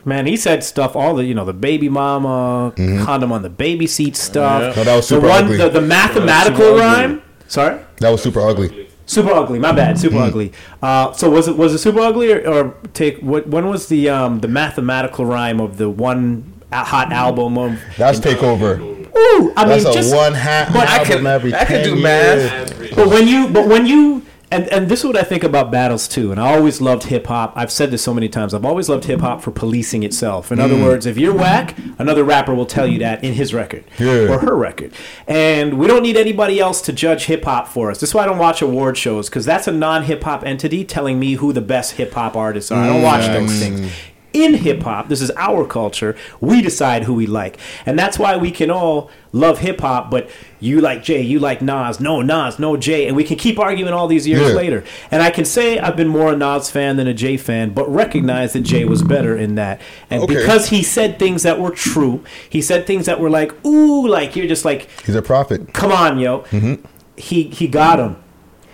Man, he said stuff. All the you know, the baby mama condom on the baby seat stuff.
Mm-hmm. Yeah. No, that was super
the one,
ugly.
The, the mathematical
ugly.
rhyme. Sorry.
That was super ugly.
Super ugly. My bad. Super
Mm-hmm.
ugly. Uh, so was it was it super ugly or, or take what? When was the um, the mathematical rhyme of the one a- hot album of?
Mm-hmm. That's takeover.
Ooh, I
That's
mean,
a
just
one hat
but
album every 10 years.
But when you, but when you, and and this is what I think about battles too. And I always loved hip hop. I've said this so many times. I've always loved hip hop for policing itself. In other
Mm.
words, if you're whack, another rapper will tell you that in his record
Yeah.
or her record. And we don't need anybody else to judge hip hop for us. That's why I don't watch award shows because that's a non hip hop entity telling me who the best hip hop artists are. I don't watch those
Mm.
things in hip hop, this is our culture, we decide who we like. And that's why we can all love hip hop, but you like Jay, you like Nas, no Nas, no Jay, and we can keep arguing all these years
Yeah.
later. And I can say I've been more a Nas fan than a Jay fan, but recognize that Jay was better in that. And
Okay.
because he said things that were true, he said things that were like, ooh, like you're just like,
He's a prophet.
come on, yo.
Mm-hmm.
He he got him.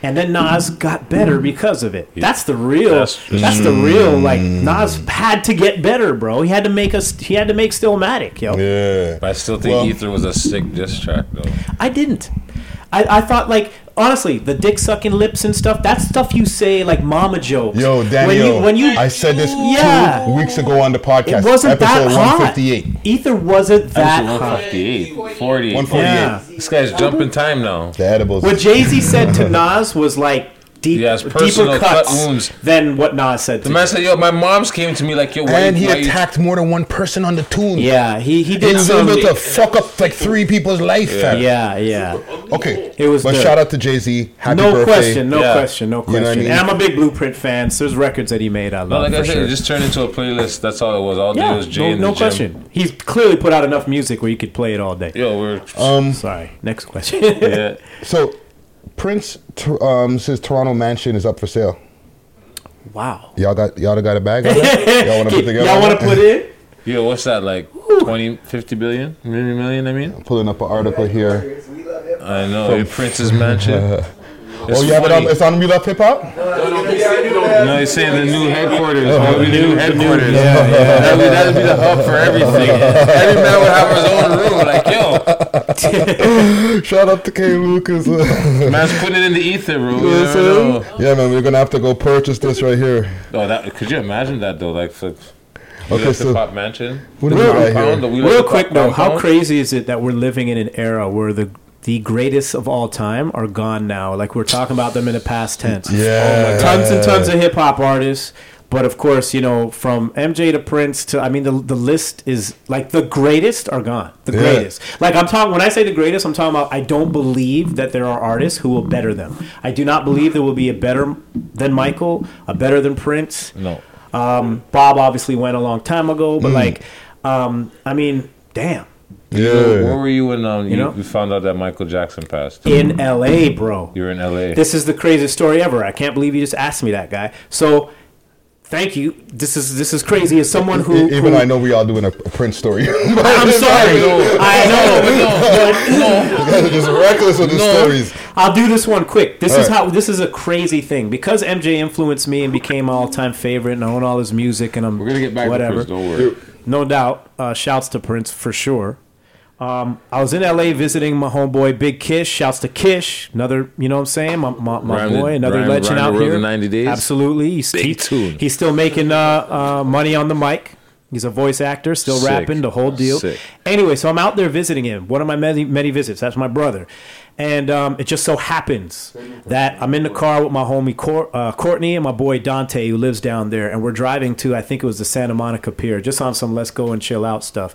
And then Nas got
Mm-hmm.
better because of it. That's the real. That's, the real. Like
Mm.
Nas had to get better, bro. He had to make us. He had to make Stillmatic, yo.
Yeah.
But I still think
Well-
Ether was a sick diss track, though.
I didn't. I, I thought like honestly, the dick sucking lips and stuff. That's stuff you say like mama jokes.
Yo,
When
Daniel,
you, when you
I said this
Yeah.
two weeks ago on the podcast.
it wasn't that
episode
hot.
158.
Ether wasn't that
Episode
hot.
158, 40,
148.
Yeah.
This guy's jumping time now.
The edibles.
What Jay Z said to Nas was like deep,
personal
deeper
cut
cuts
wounds.
than what Nas said.
The
to
man said, "Yo, my mom's came to me like, yo, why
and
you-
he
why you-
attacked more than one person on the tune.
Yeah, he he did
He was
some.
able to fuck up like three people's life.
Yeah,
fam.
yeah. yeah.
Okay.
It was
But
good.
shout out to Jay Z. Happy
no
birthday.
question, no question, no
You know
question.
what I mean?
And I'm a big Blueprint fan. So there's records that he made I love
No, like
for
I said,
sure.
it just turned into a playlist. That's all it was. All day
yeah,
was Jay
no,
in
no
the gym.
question. He's clearly put out enough music where you could play it all day.
Yo, we're
Um,
sorry. Next question.
So, Prince Tor- um, says Toronto mansion is up for sale.
Wow.
Y'all got y'all got a bag on that? Y'all want to put together?
Y'all want to put in?
Yo, what's that like? 20, 50 billion, million, million. I mean,
Pulling up an article here.
I know. in Prince's mansion. It's
oh, you have it on.
funny.
It's on We Love Hip Hop.
No, he's saying the new headquarters. Oh, the new headquarters.
yeah,
Yeah,
yeah.
That would that would be the hub for everything. Every man would have his own room. Like, yo,
Shout out to K Lucas.
man's putting it in the ether room. You
Yes,
never know.
sir. yeah, man, we're gonna have to go purchase this right here.
Oh, that could you imagine that though? Like, for,
Okay,
okay,
so-
so pop mansion.
What
The
do we
compound,
got here?
the we love
Real
the
quick
pop
though, how
compound.
crazy is it that we're living in an era where the the greatest of all time are gone now? Like we're talking about them in the past tense.
Yeah.
Oh my God. tons and tons of hip hop artists. But of course, you know, from MJ to Prince to I mean, the the list is like the greatest are gone. The
Yeah.
greatest. Like I'm talking when I say the greatest, I'm talking about I don't believe that there are artists who will better them. I do not believe there will be a better than Michael, a better than Prince.
No.
Um, Bob obviously went a long time ago, but
Mm.
like, um, I mean, damn,
Where, where
Yeah.
were you when um, you,
know?
you found out that Michael Jackson passed?
in L.A., bro,
You were in LA.
this is the craziest story ever. I can't believe you just asked me that, guy. So, thank you. This is this is crazy. As someone who,
E- Even
who-
I know we all doing a, a Prince story.
I'm sorry, I know, but
You guys are just reckless with the stories.
I'll do this one quick. This
All
is
right.
how this is a crazy thing because MJ influenced me and became my all-time favorite, and I own all his music, and I'm
We're gonna get back
whatever.
to Prince. Don't worry.
no doubt. Uh, shouts to Prince for sure. Um, I was in LA visiting my homeboy Big Kish. Shouts to Kish, another you know what I'm saying, my, my, my
Rhymed it-
boy, another
rhymed-
legend
rhymed
out
the world
here.
in 90 days.
Absolutely, he's, he-
tune.
he's still making uh, uh, money on the mic. He's a voice actor, still
Sick.
rapping the whole deal.
Sick.
Anyway, so I'm out there visiting him. One of my many many visits. That's my brother, and um, it just so happens that I'm in the car with my homie Cour- uh, Courtney and my boy Dante, who lives down there, and we're driving to I think it was the Santa Monica Pier, just on some let's go and chill out stuff.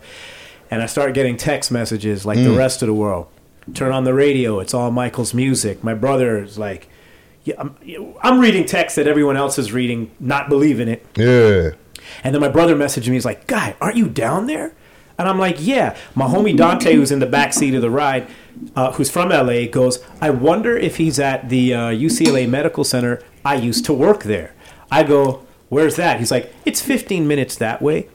And I start getting text messages like the
Mm.
rest of the world. Turn on the radio. It's all Michael's music. My brother's like, yeah, I'm, I'm reading text that everyone else is reading, not believing it.
Yeah.
And then my brother messaged me. He's like, "Guy, aren't you down there?" And I'm like, "Yeah." My homie Dante, who's in the back seat of the ride, uh, who's from LA, goes, "I wonder if he's at the uh, UCLA Medical Center. I used to work there." I go, "Where's that?" He's like, "It's 15 minutes that way."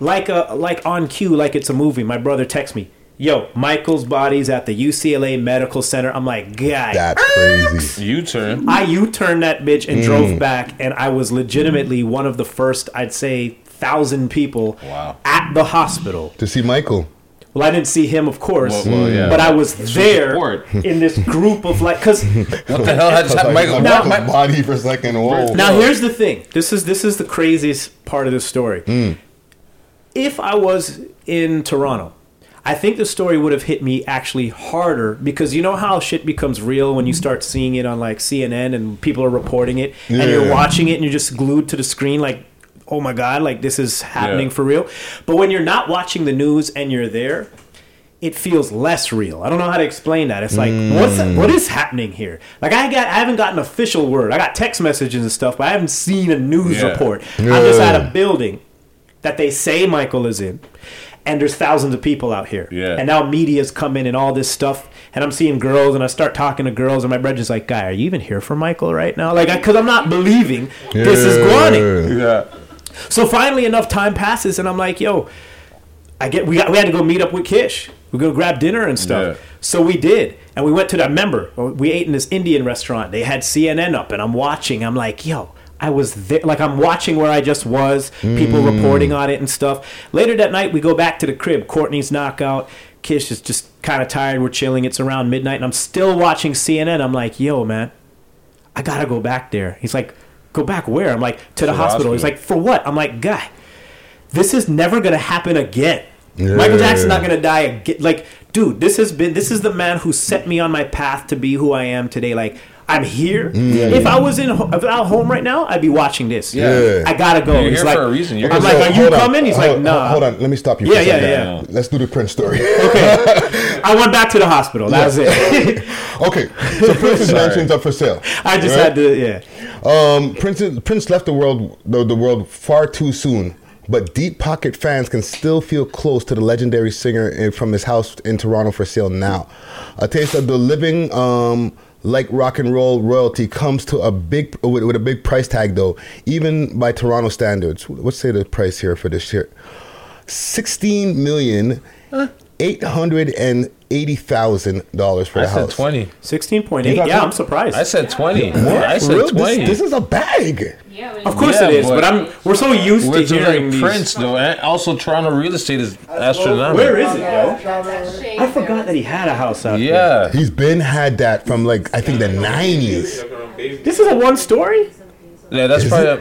Like a like on cue, like it's a movie. My brother texts me, "Yo, Michael's body's at the UCLA Medical Center." I'm like, "Guy, ah,
That's crazy.
U turn.
I U turned that bitch and
Mm.
drove back, and I was legitimately one of the first, I'd say, thousand people at the hospital.
To see Michael.
Well, I didn't see him, of course,
Well, well, yeah.
but I was
It's
there
support.
in this group of like, because
What
the hell had just happened? Michael-
Michael's
Now-
body for a second. Whoa.
now here's the thing. This is this is the craziest part of the story.
Hmm.
If I was in Toronto, I think the story would have hit me actually harder because you know how shit becomes real when you start seeing it on like CNN and people are reporting it and you're
Yeah.
watching it and you're just glued to the screen like oh my god like this is happening
Yeah.
for real. But when you're not watching the news and you're there, it feels less real. I don't know how to explain that. It's like what's
Mm.
what is happening here? Like I got I haven't got an official word. I got text messages and stuff, but I haven't seen a news
Yeah.
report. I'm just
Yeah.
at a building that they say Michael is in, and there's thousands of people out here.
Yeah.
And now media's come in and all this stuff, and I'm seeing girls, and I start talking to girls, and my brother's like, "Guy, are you even here for Michael right now?" Like, because I'm not believing this is Guani.
Yeah.
So finally, enough time passes, and I'm like, "Yo, I get we got, we had to go meet up with Kish. We go grab dinner and stuff. So we did, and we went to that. Remember, we ate in this Indian restaurant. They had CNN up, and I'm watching. I'm like, yo. I was there, like I'm watching where I just was, people
Mm.
reporting on it and stuff. Later that night, we go back to the crib. Courtney's knockout. Kish is just kind of tired. We're chilling. It's around midnight, and I'm still watching CNN. I'm like, yo, man, I gotta go back there. He's like, go back where? I'm like, to the
the
hospital. He's
hospital.
like, for what? I'm like, guy, this is never gonna happen again.
Yeah.
Michael Jackson's not gonna die again. Like, dude, this has been this is the man who set me on my path to be who I am today. Like, I'm here.
Yeah.
if I was in if I was home right now, I'd be watching this.
Yeah.
I gotta go.
You're
He's
here
like,
for a reason. You're
I'm
here
like,
for-
are you
hold on.
coming? He's like,
Hold-
nah.
Hold on, let me stop you. for
Yeah,
a
yeah,
second.
yeah.
Let's do the Prince story.
I went back to the hospital. That's it.
okay, so Prince's
Sorry.
mansion's up for sale.
I just had to, yeah.
Um, Prince Prince left the world the, the world far too soon, but deep pocket fans can still feel close to the legendary singer in- from his house in Toronto for sale now. A taste of the living. Um, like rock and roll royalty comes to a big with, with a big price tag though, even by Toronto standards. Let's say the price here for this shit? Sixteen million eight hundred and eighty thousand dollars for
I
the
said
house.
20.
16.8. Yeah, I'm surprised.
I said 20.
What?
I said
Real? This-
20.
This, is a bag.
Of course
Yeah,
it is, but I'm we're so used
We're
to
doing
hearing these.
Prince, though. And also, Toronto real estate is astronomical.
Where is it, yo? I forgot that he had a house out
Yeah.
He's been had that from like I think the nineties.
This is a one story.
Yeah, that's
Is
probably.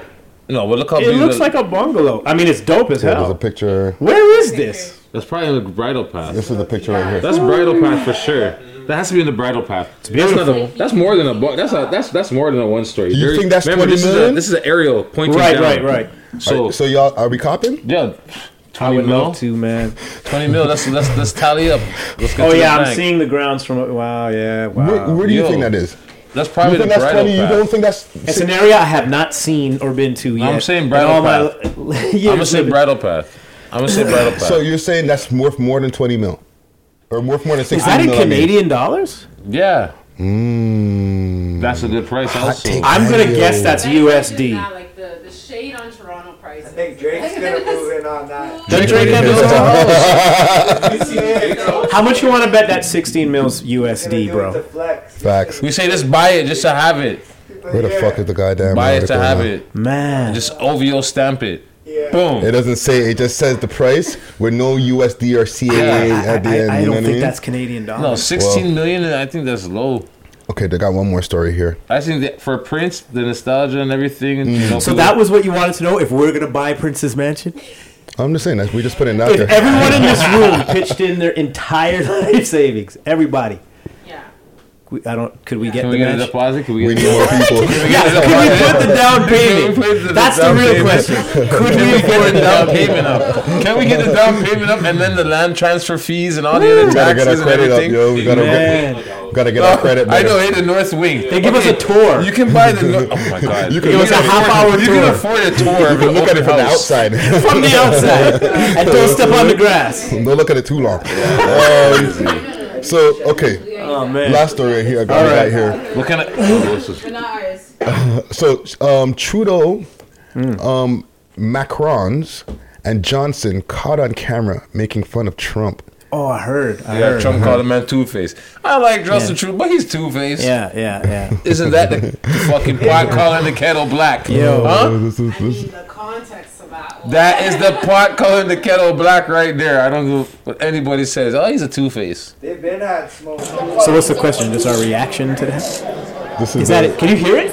A, no, but look how
It
big
looks
the-
like a bungalow. I mean, it's dope as
Yeah, there's a
hell.
picture.
Where is this?
That's probably the bridal path.
This is the picture right here.
That's bridal path for sure. That has to be in the bridal path. That's, not a, that's more than a. bu- That's a, That's that's more than a one story.
You think that's 20
this Is a,
million?
this is an aerial pointing
Right,
down.
right, right.
So
so y'all are we copping?
Yeah.
I would
20 mil?
love to, man.
20 mil. Let's let's let's tally up. Let's get
Oh
to the
yeah, I'm
bank.
seeing the grounds from. Wow, yeah, wow.
Where, where do you think that is?
That's
You
probably
think
the
that's
bridal
funny? You
path.
don't think that's
It's an area I have not seen or been to yet.
I'm saying
in
bridal
all my
path.
li-
I'm
years
gonna say
living-
bridal path. I'm gonna say bridal path.
So you're saying that's worth more than twenty mil, or worth more than
Is
sixty
that in
mil, I mean.
Canadian dollars?
yeah.
Mm.
That's a good price. Also,
I'm gonna guess that's USD.
Like the, the shade on Toronto prices. I
think Drake's gonna move in on that.
Does Drake have his own house? How much you want to bet that 16 mils USD, bro?
Facts.
We say just buy it just to have it.
Where the fuck is the goddamn?
buy it to
article
have
now?
it.
Man.
Just OVO stamp it. Boom.
It doesn't say. It just says the price with no USD or CAA at the end. you know what mean?
Canadian
No, sixteen million. I think that's low.
Okay, they got one more story here. Mm.
I think that for Prince, the nostalgia and everything. and, you know,
So
people-
that was what you wanted to know if we're gonna buy Prince's mansion?
I'm just saying that we just put it out
If
there.
everyone in this room pitched in their entire life savings, everybody. we, I don't. Could we get
Can we
the
get a
match?
deposit? Can we We get need a- more people. Can we get a
Yeah, Can we
deposit?
put the down
Can we put the
payment? That's the
down
real
payment?
question. Could
Can
we
we get
afford
the down payment up? Can we get the down payment up and then the land transfer fees and all the
We
other
gotta get our
taxes and
credit up,
everything? Oh,
yo. We gotta get, gotta get our credit.
I
better.
know, hey, the North Wing.
They give us a
tour. You can buy the. Nor- oh my god!
You can give us
can
a half
afford-
hour
You
tour.
can afford a tour.
You can look at it from the outside.
From the outside.
And don't step on the grass.
Don't look at it too long. Um, so okay.
Oh man.
Last story right here. I got
All
it
right.
right here.
What kind
But not ours.
so um, Trudeau, um, Macron's, and Johnson caught on camera making fun of Trump.
Oh, I heard. I
Yeah,
heard.
Trump
I
called
heard.
him man Two Face. I like Justin
Yeah.
Trudeau, but he's Two Face.
Yeah, yeah, yeah.
Isn't that the, the fucking pot calling the kettle black?
Yo.
Huh?
This is- this-
That is the pot calling the kettle black right there. I don't know what anybody says. Oh, he's a Two Face.
They've been at smoke.
So what's the question? Just our reaction to that?
This
is that it? Can you hear it?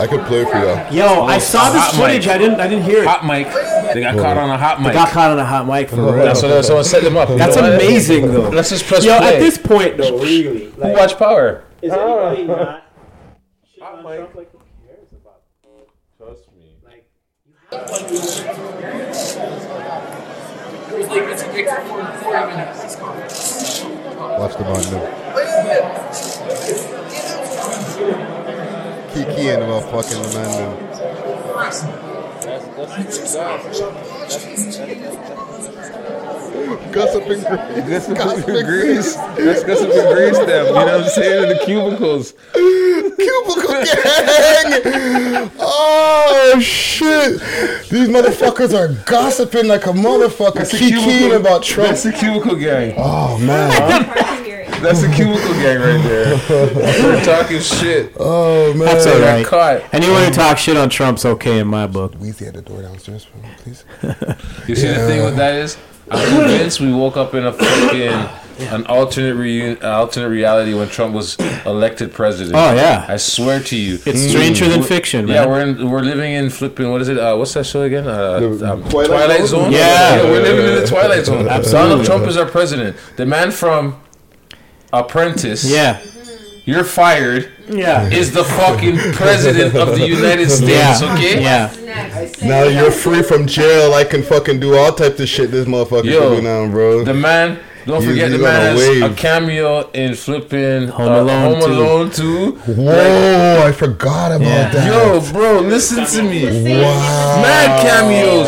I could play it for y'all.
Yo, I saw this
Oh, Hot mic.
footage. I didn't. I didn't hear it.
Hot mic. They got caught on a hot
They
mic.
got caught on a hot mic for real.
That's what someone set them up. You
That's
know what?
amazing, though.
Let's just press
Yo,
play.
at this point, though, really,
Who watch Power?
is anybody not?
Trust me.
Watch the bond. now. Kiki and the motherfucking man. now. Gossip and Grace. Gossip and Grace.
Let's go some grease them. You know what I'm saying? In the cubicles.
Cubicle gang. Oh shit! These motherfuckers are gossiping like a motherfucker.
That's the
Kikiing
cubicle-
about Trump.
That's the cubicle gang.
Oh man.
That's the cubicle gang right there. We're talking shit.
Oh man.
That's all
Got
right.
caught.
Anyone who talks shit on Trump's okay in my book.
Weezy at the door downstairs, please.
You see the thing with that is, I'm convinced we woke up in a fucking an alternate reun- alternate reality when Trump was elected president.
Oh, yeah.
I swear to you,
Hmm.
It's stranger than fiction,
Yeah,
man.
we're in, we're living in flipping. What is it? Uh, what's that show again? Uh,
The
um,
Twilight
Twilight,
Zone?
Zone.
Yeah.
we're living in the Twilight Zone.
Absolutely.
Donald Trump is our president. The man from Apprentice.
Yeah,
You're fired.
yeah,
Is the fucking president of the United States?
Yeah.
Okay.
yeah.
Now you're free from jail. I can fucking do all types of shit. This motherfucker
Yo,
do now, bro.
The man, don't
He's-
forget the
he's on
man
a
has
wave.
a cameo in flipping
Home
uh,
Alone
Home
2.
Alone 2.
Whoa! I forgot about
Yeah.
that.
Yo, bro, listen to me.
Wow.
Mad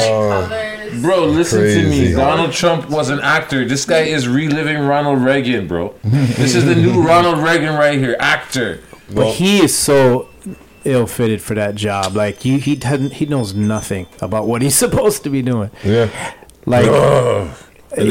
cameos. Bro, listen to
Crazy.
me. Donald Trump was an actor. This guy is reliving Ronald Reagan, bro. This is the new Ronald Reagan right here. Actor.
But he is so ill-fitted for that job. Like he he doesn't he knows nothing about what he's supposed to be doing.
Yeah.
Like
Ugh. This-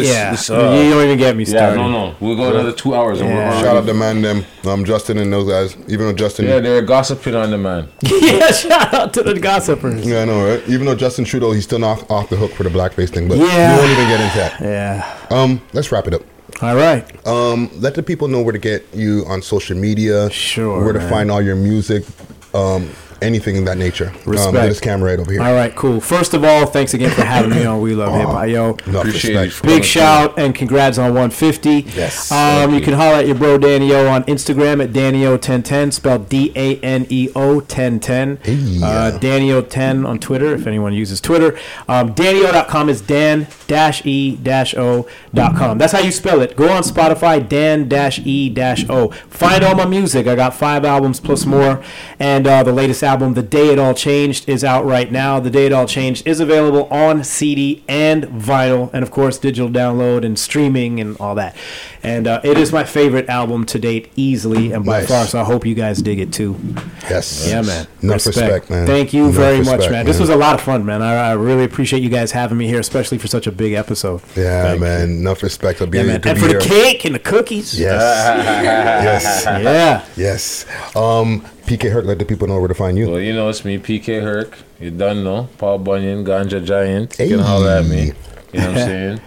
yeah,
this, uh,
you don't even get me
Yeah,
started.
no, no. We'll go another two hours and
Yeah.
we're
Shout
already-
out the man them, um, Justin and those guys. Even though Justin,
Yeah,
yeah,
they're gossiping on the man.
yeah, shout out to the gossipers.
I know, right? Even though Justin Trudeau, he's still not off the hook for the blackface thing. But
Yeah.
we won't even get into that.
Yeah.
Um, let's wrap it up.
All right.
Um, let the people know where to get you on social media.
Sure,
Where to
man.
find all your music, um, anything of that nature. Um,
Respect.
get this camera right over here. Oh,
All right, cool. First of all, thanks again for having me on We Love Hip Hop. Yo,
Enough
Appreciate
respect.
you for coming
Big shout and congrats on 150.
Yes.
Um, you can holler at your bro Danny O on Instagram at Danny O 1010, spelled D A N E O 1010.
Hey.
Uh, Danny O 10 on Twitter, if anyone uses Twitter. Um, DannyO.com is Dan dash E dash O dot com. That's how you spell it. Go on Spotify, Dan dash E dash O. Find all my music. I got five albums plus more. And uh, the latest album, The Day It All Changed, is out right now. The Day It All Changed is available on CD and vinyl, and of course, digital download and streaming and all that. And uh, it is my favorite album to date, easily and by
Nice.
far. So I hope you guys dig it too.
Yes.
Yeah, man.
Enough respect, man.
Thank you
Enough
very much,
respect,
man. This was a lot of fun, man. I, I really appreciate you guys having me here, especially for such a big episode.
Yeah, man. Enough respect. I'll be
Yeah,
able
man.
to
And
be
for the
here.
cake and the cookies.
Yes. yes.
Yeah.
Yes. Um, PK Hurt, let the people know where to find you.
Well, you know, it's me, PK Herc. You done know. Paul Bunyan, Ganja Giant. You
Hey.
can holler at me. You know what I'm saying?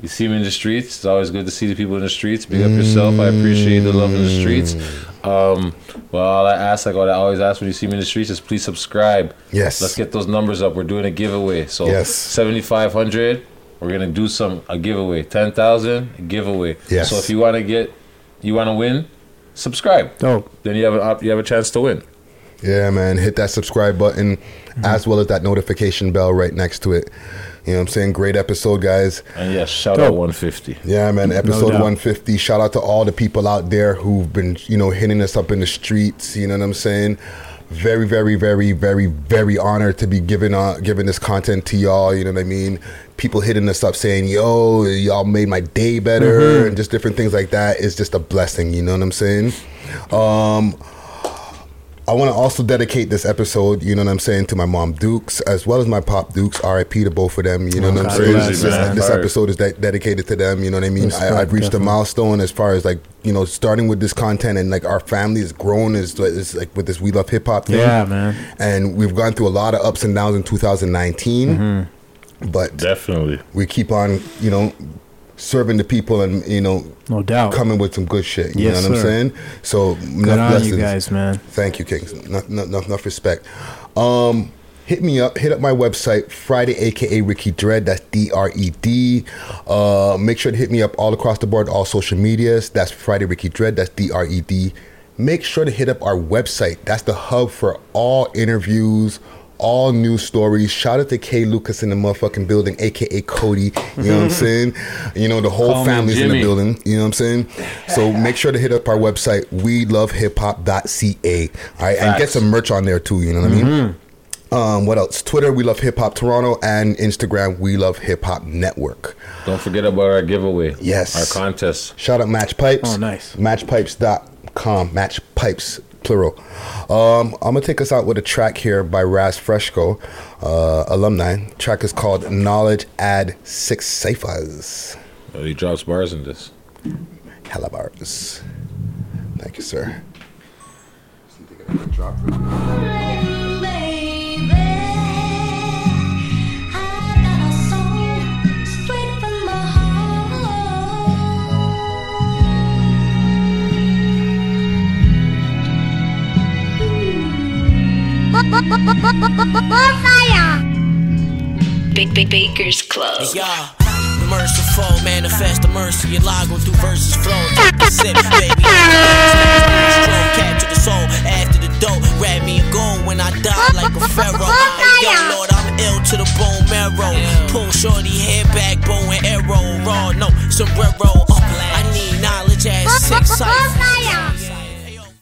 You see me in the streets. It's always good to see the people in the streets. Big up yourself. I appreciate the love in the streets.
Mm.
Um, well, all I ask, like what I always ask when you see me in the streets, is please subscribe.
Yes.
Let's get those numbers up. We're doing a giveaway. So
Yes.
7,500, we're going to do some a giveaway. 10,000, a giveaway.
Yes.
So if you want to get, you want to win, subscribe.
Oh,
then you have an op- you have a chance to win.
Yeah, man. Hit that subscribe button as well as that notification bell right next to it. You know what I'm saying? Great episode, guys.
And yes, shout out 150.
Yeah, man. Episode
doubt.
150. Shout out to all the people out there who've been, you know, hitting us up in the streets. You know what I'm saying? Very, very, very, very, very honored to be giving uh, giving this content to y'all. You know what I mean? People hitting us up saying, "Yo, y'all made my day better,"
Mhm.
and just different things like that. It's just a blessing. You know what I'm saying? Um, I want to also dedicate this episode, you know what I'm saying, to my mom Dukes as well as my pop Dukes. RIP to both of them. You know what I'm
God
saying.
bless,
This,
man.
this episode is de- dedicated to them. You know what I mean.
Respect,
I, I've reached
definitely.
a milestone as far as like you know, starting with this content and like our family has grown is, is like with this we love hip hop thing.
Yeah, man.
And we've gone through a lot of ups and downs in 2019
Mhm.
but
definitely
we keep on you know serving the people and you know
no doubt
coming with some good shit you
Yes,
know what
sir.
i'm saying so
Good on you guys, man
thank you kings enough, enough, enough respect um Hit me up, hit up my website, Friday, aka Ricky Dread. That's D R E D. Uh, make sure to hit me up all across the board, all social medias. That's Friday, Ricky Dread. That's D R E D. Make sure to hit up our website. That's the hub for all interviews, all news stories. Shout out to K Lucas in the motherfucking building, aka Cody. You know what I'm saying? You know, the whole
Call me
family's in the
Jimmy.
building. You know what I'm saying? So make sure to hit up our website, welovehiphop.ca. All right, and get
Facts.
some merch on there too. You know
嗯
what I mean? Um, what else? Twitter, we love hip hop Toronto, and Instagram, we love hip hop network.
Don't forget about our giveaway.
Yes.
Our contest.
Shout out Match Pipes.
Oh, nice.
Matchpipes.com. Match Pipes, plural. Um, I'm going to take us out with a track here by Raz Fresco, uh, alumni. track is called Knowledge Add Six Ciphers.
Oh, he drops bars in this.
Hella bars. Thank you, sir.
Big, big Baker's Club.
Yeah, the merciful manifest the mercy and lago through verses flowing. Sip, baby. Stroke, capture the soul after the dope. Wrap me in gold when I die like a pharaoh. Hey, yo, Lord, I'm ill to the bone marrow. Pull shorty head back, bow and arrow. Raw, no, sombrero. Uh, I need knowledge ass six ciphers.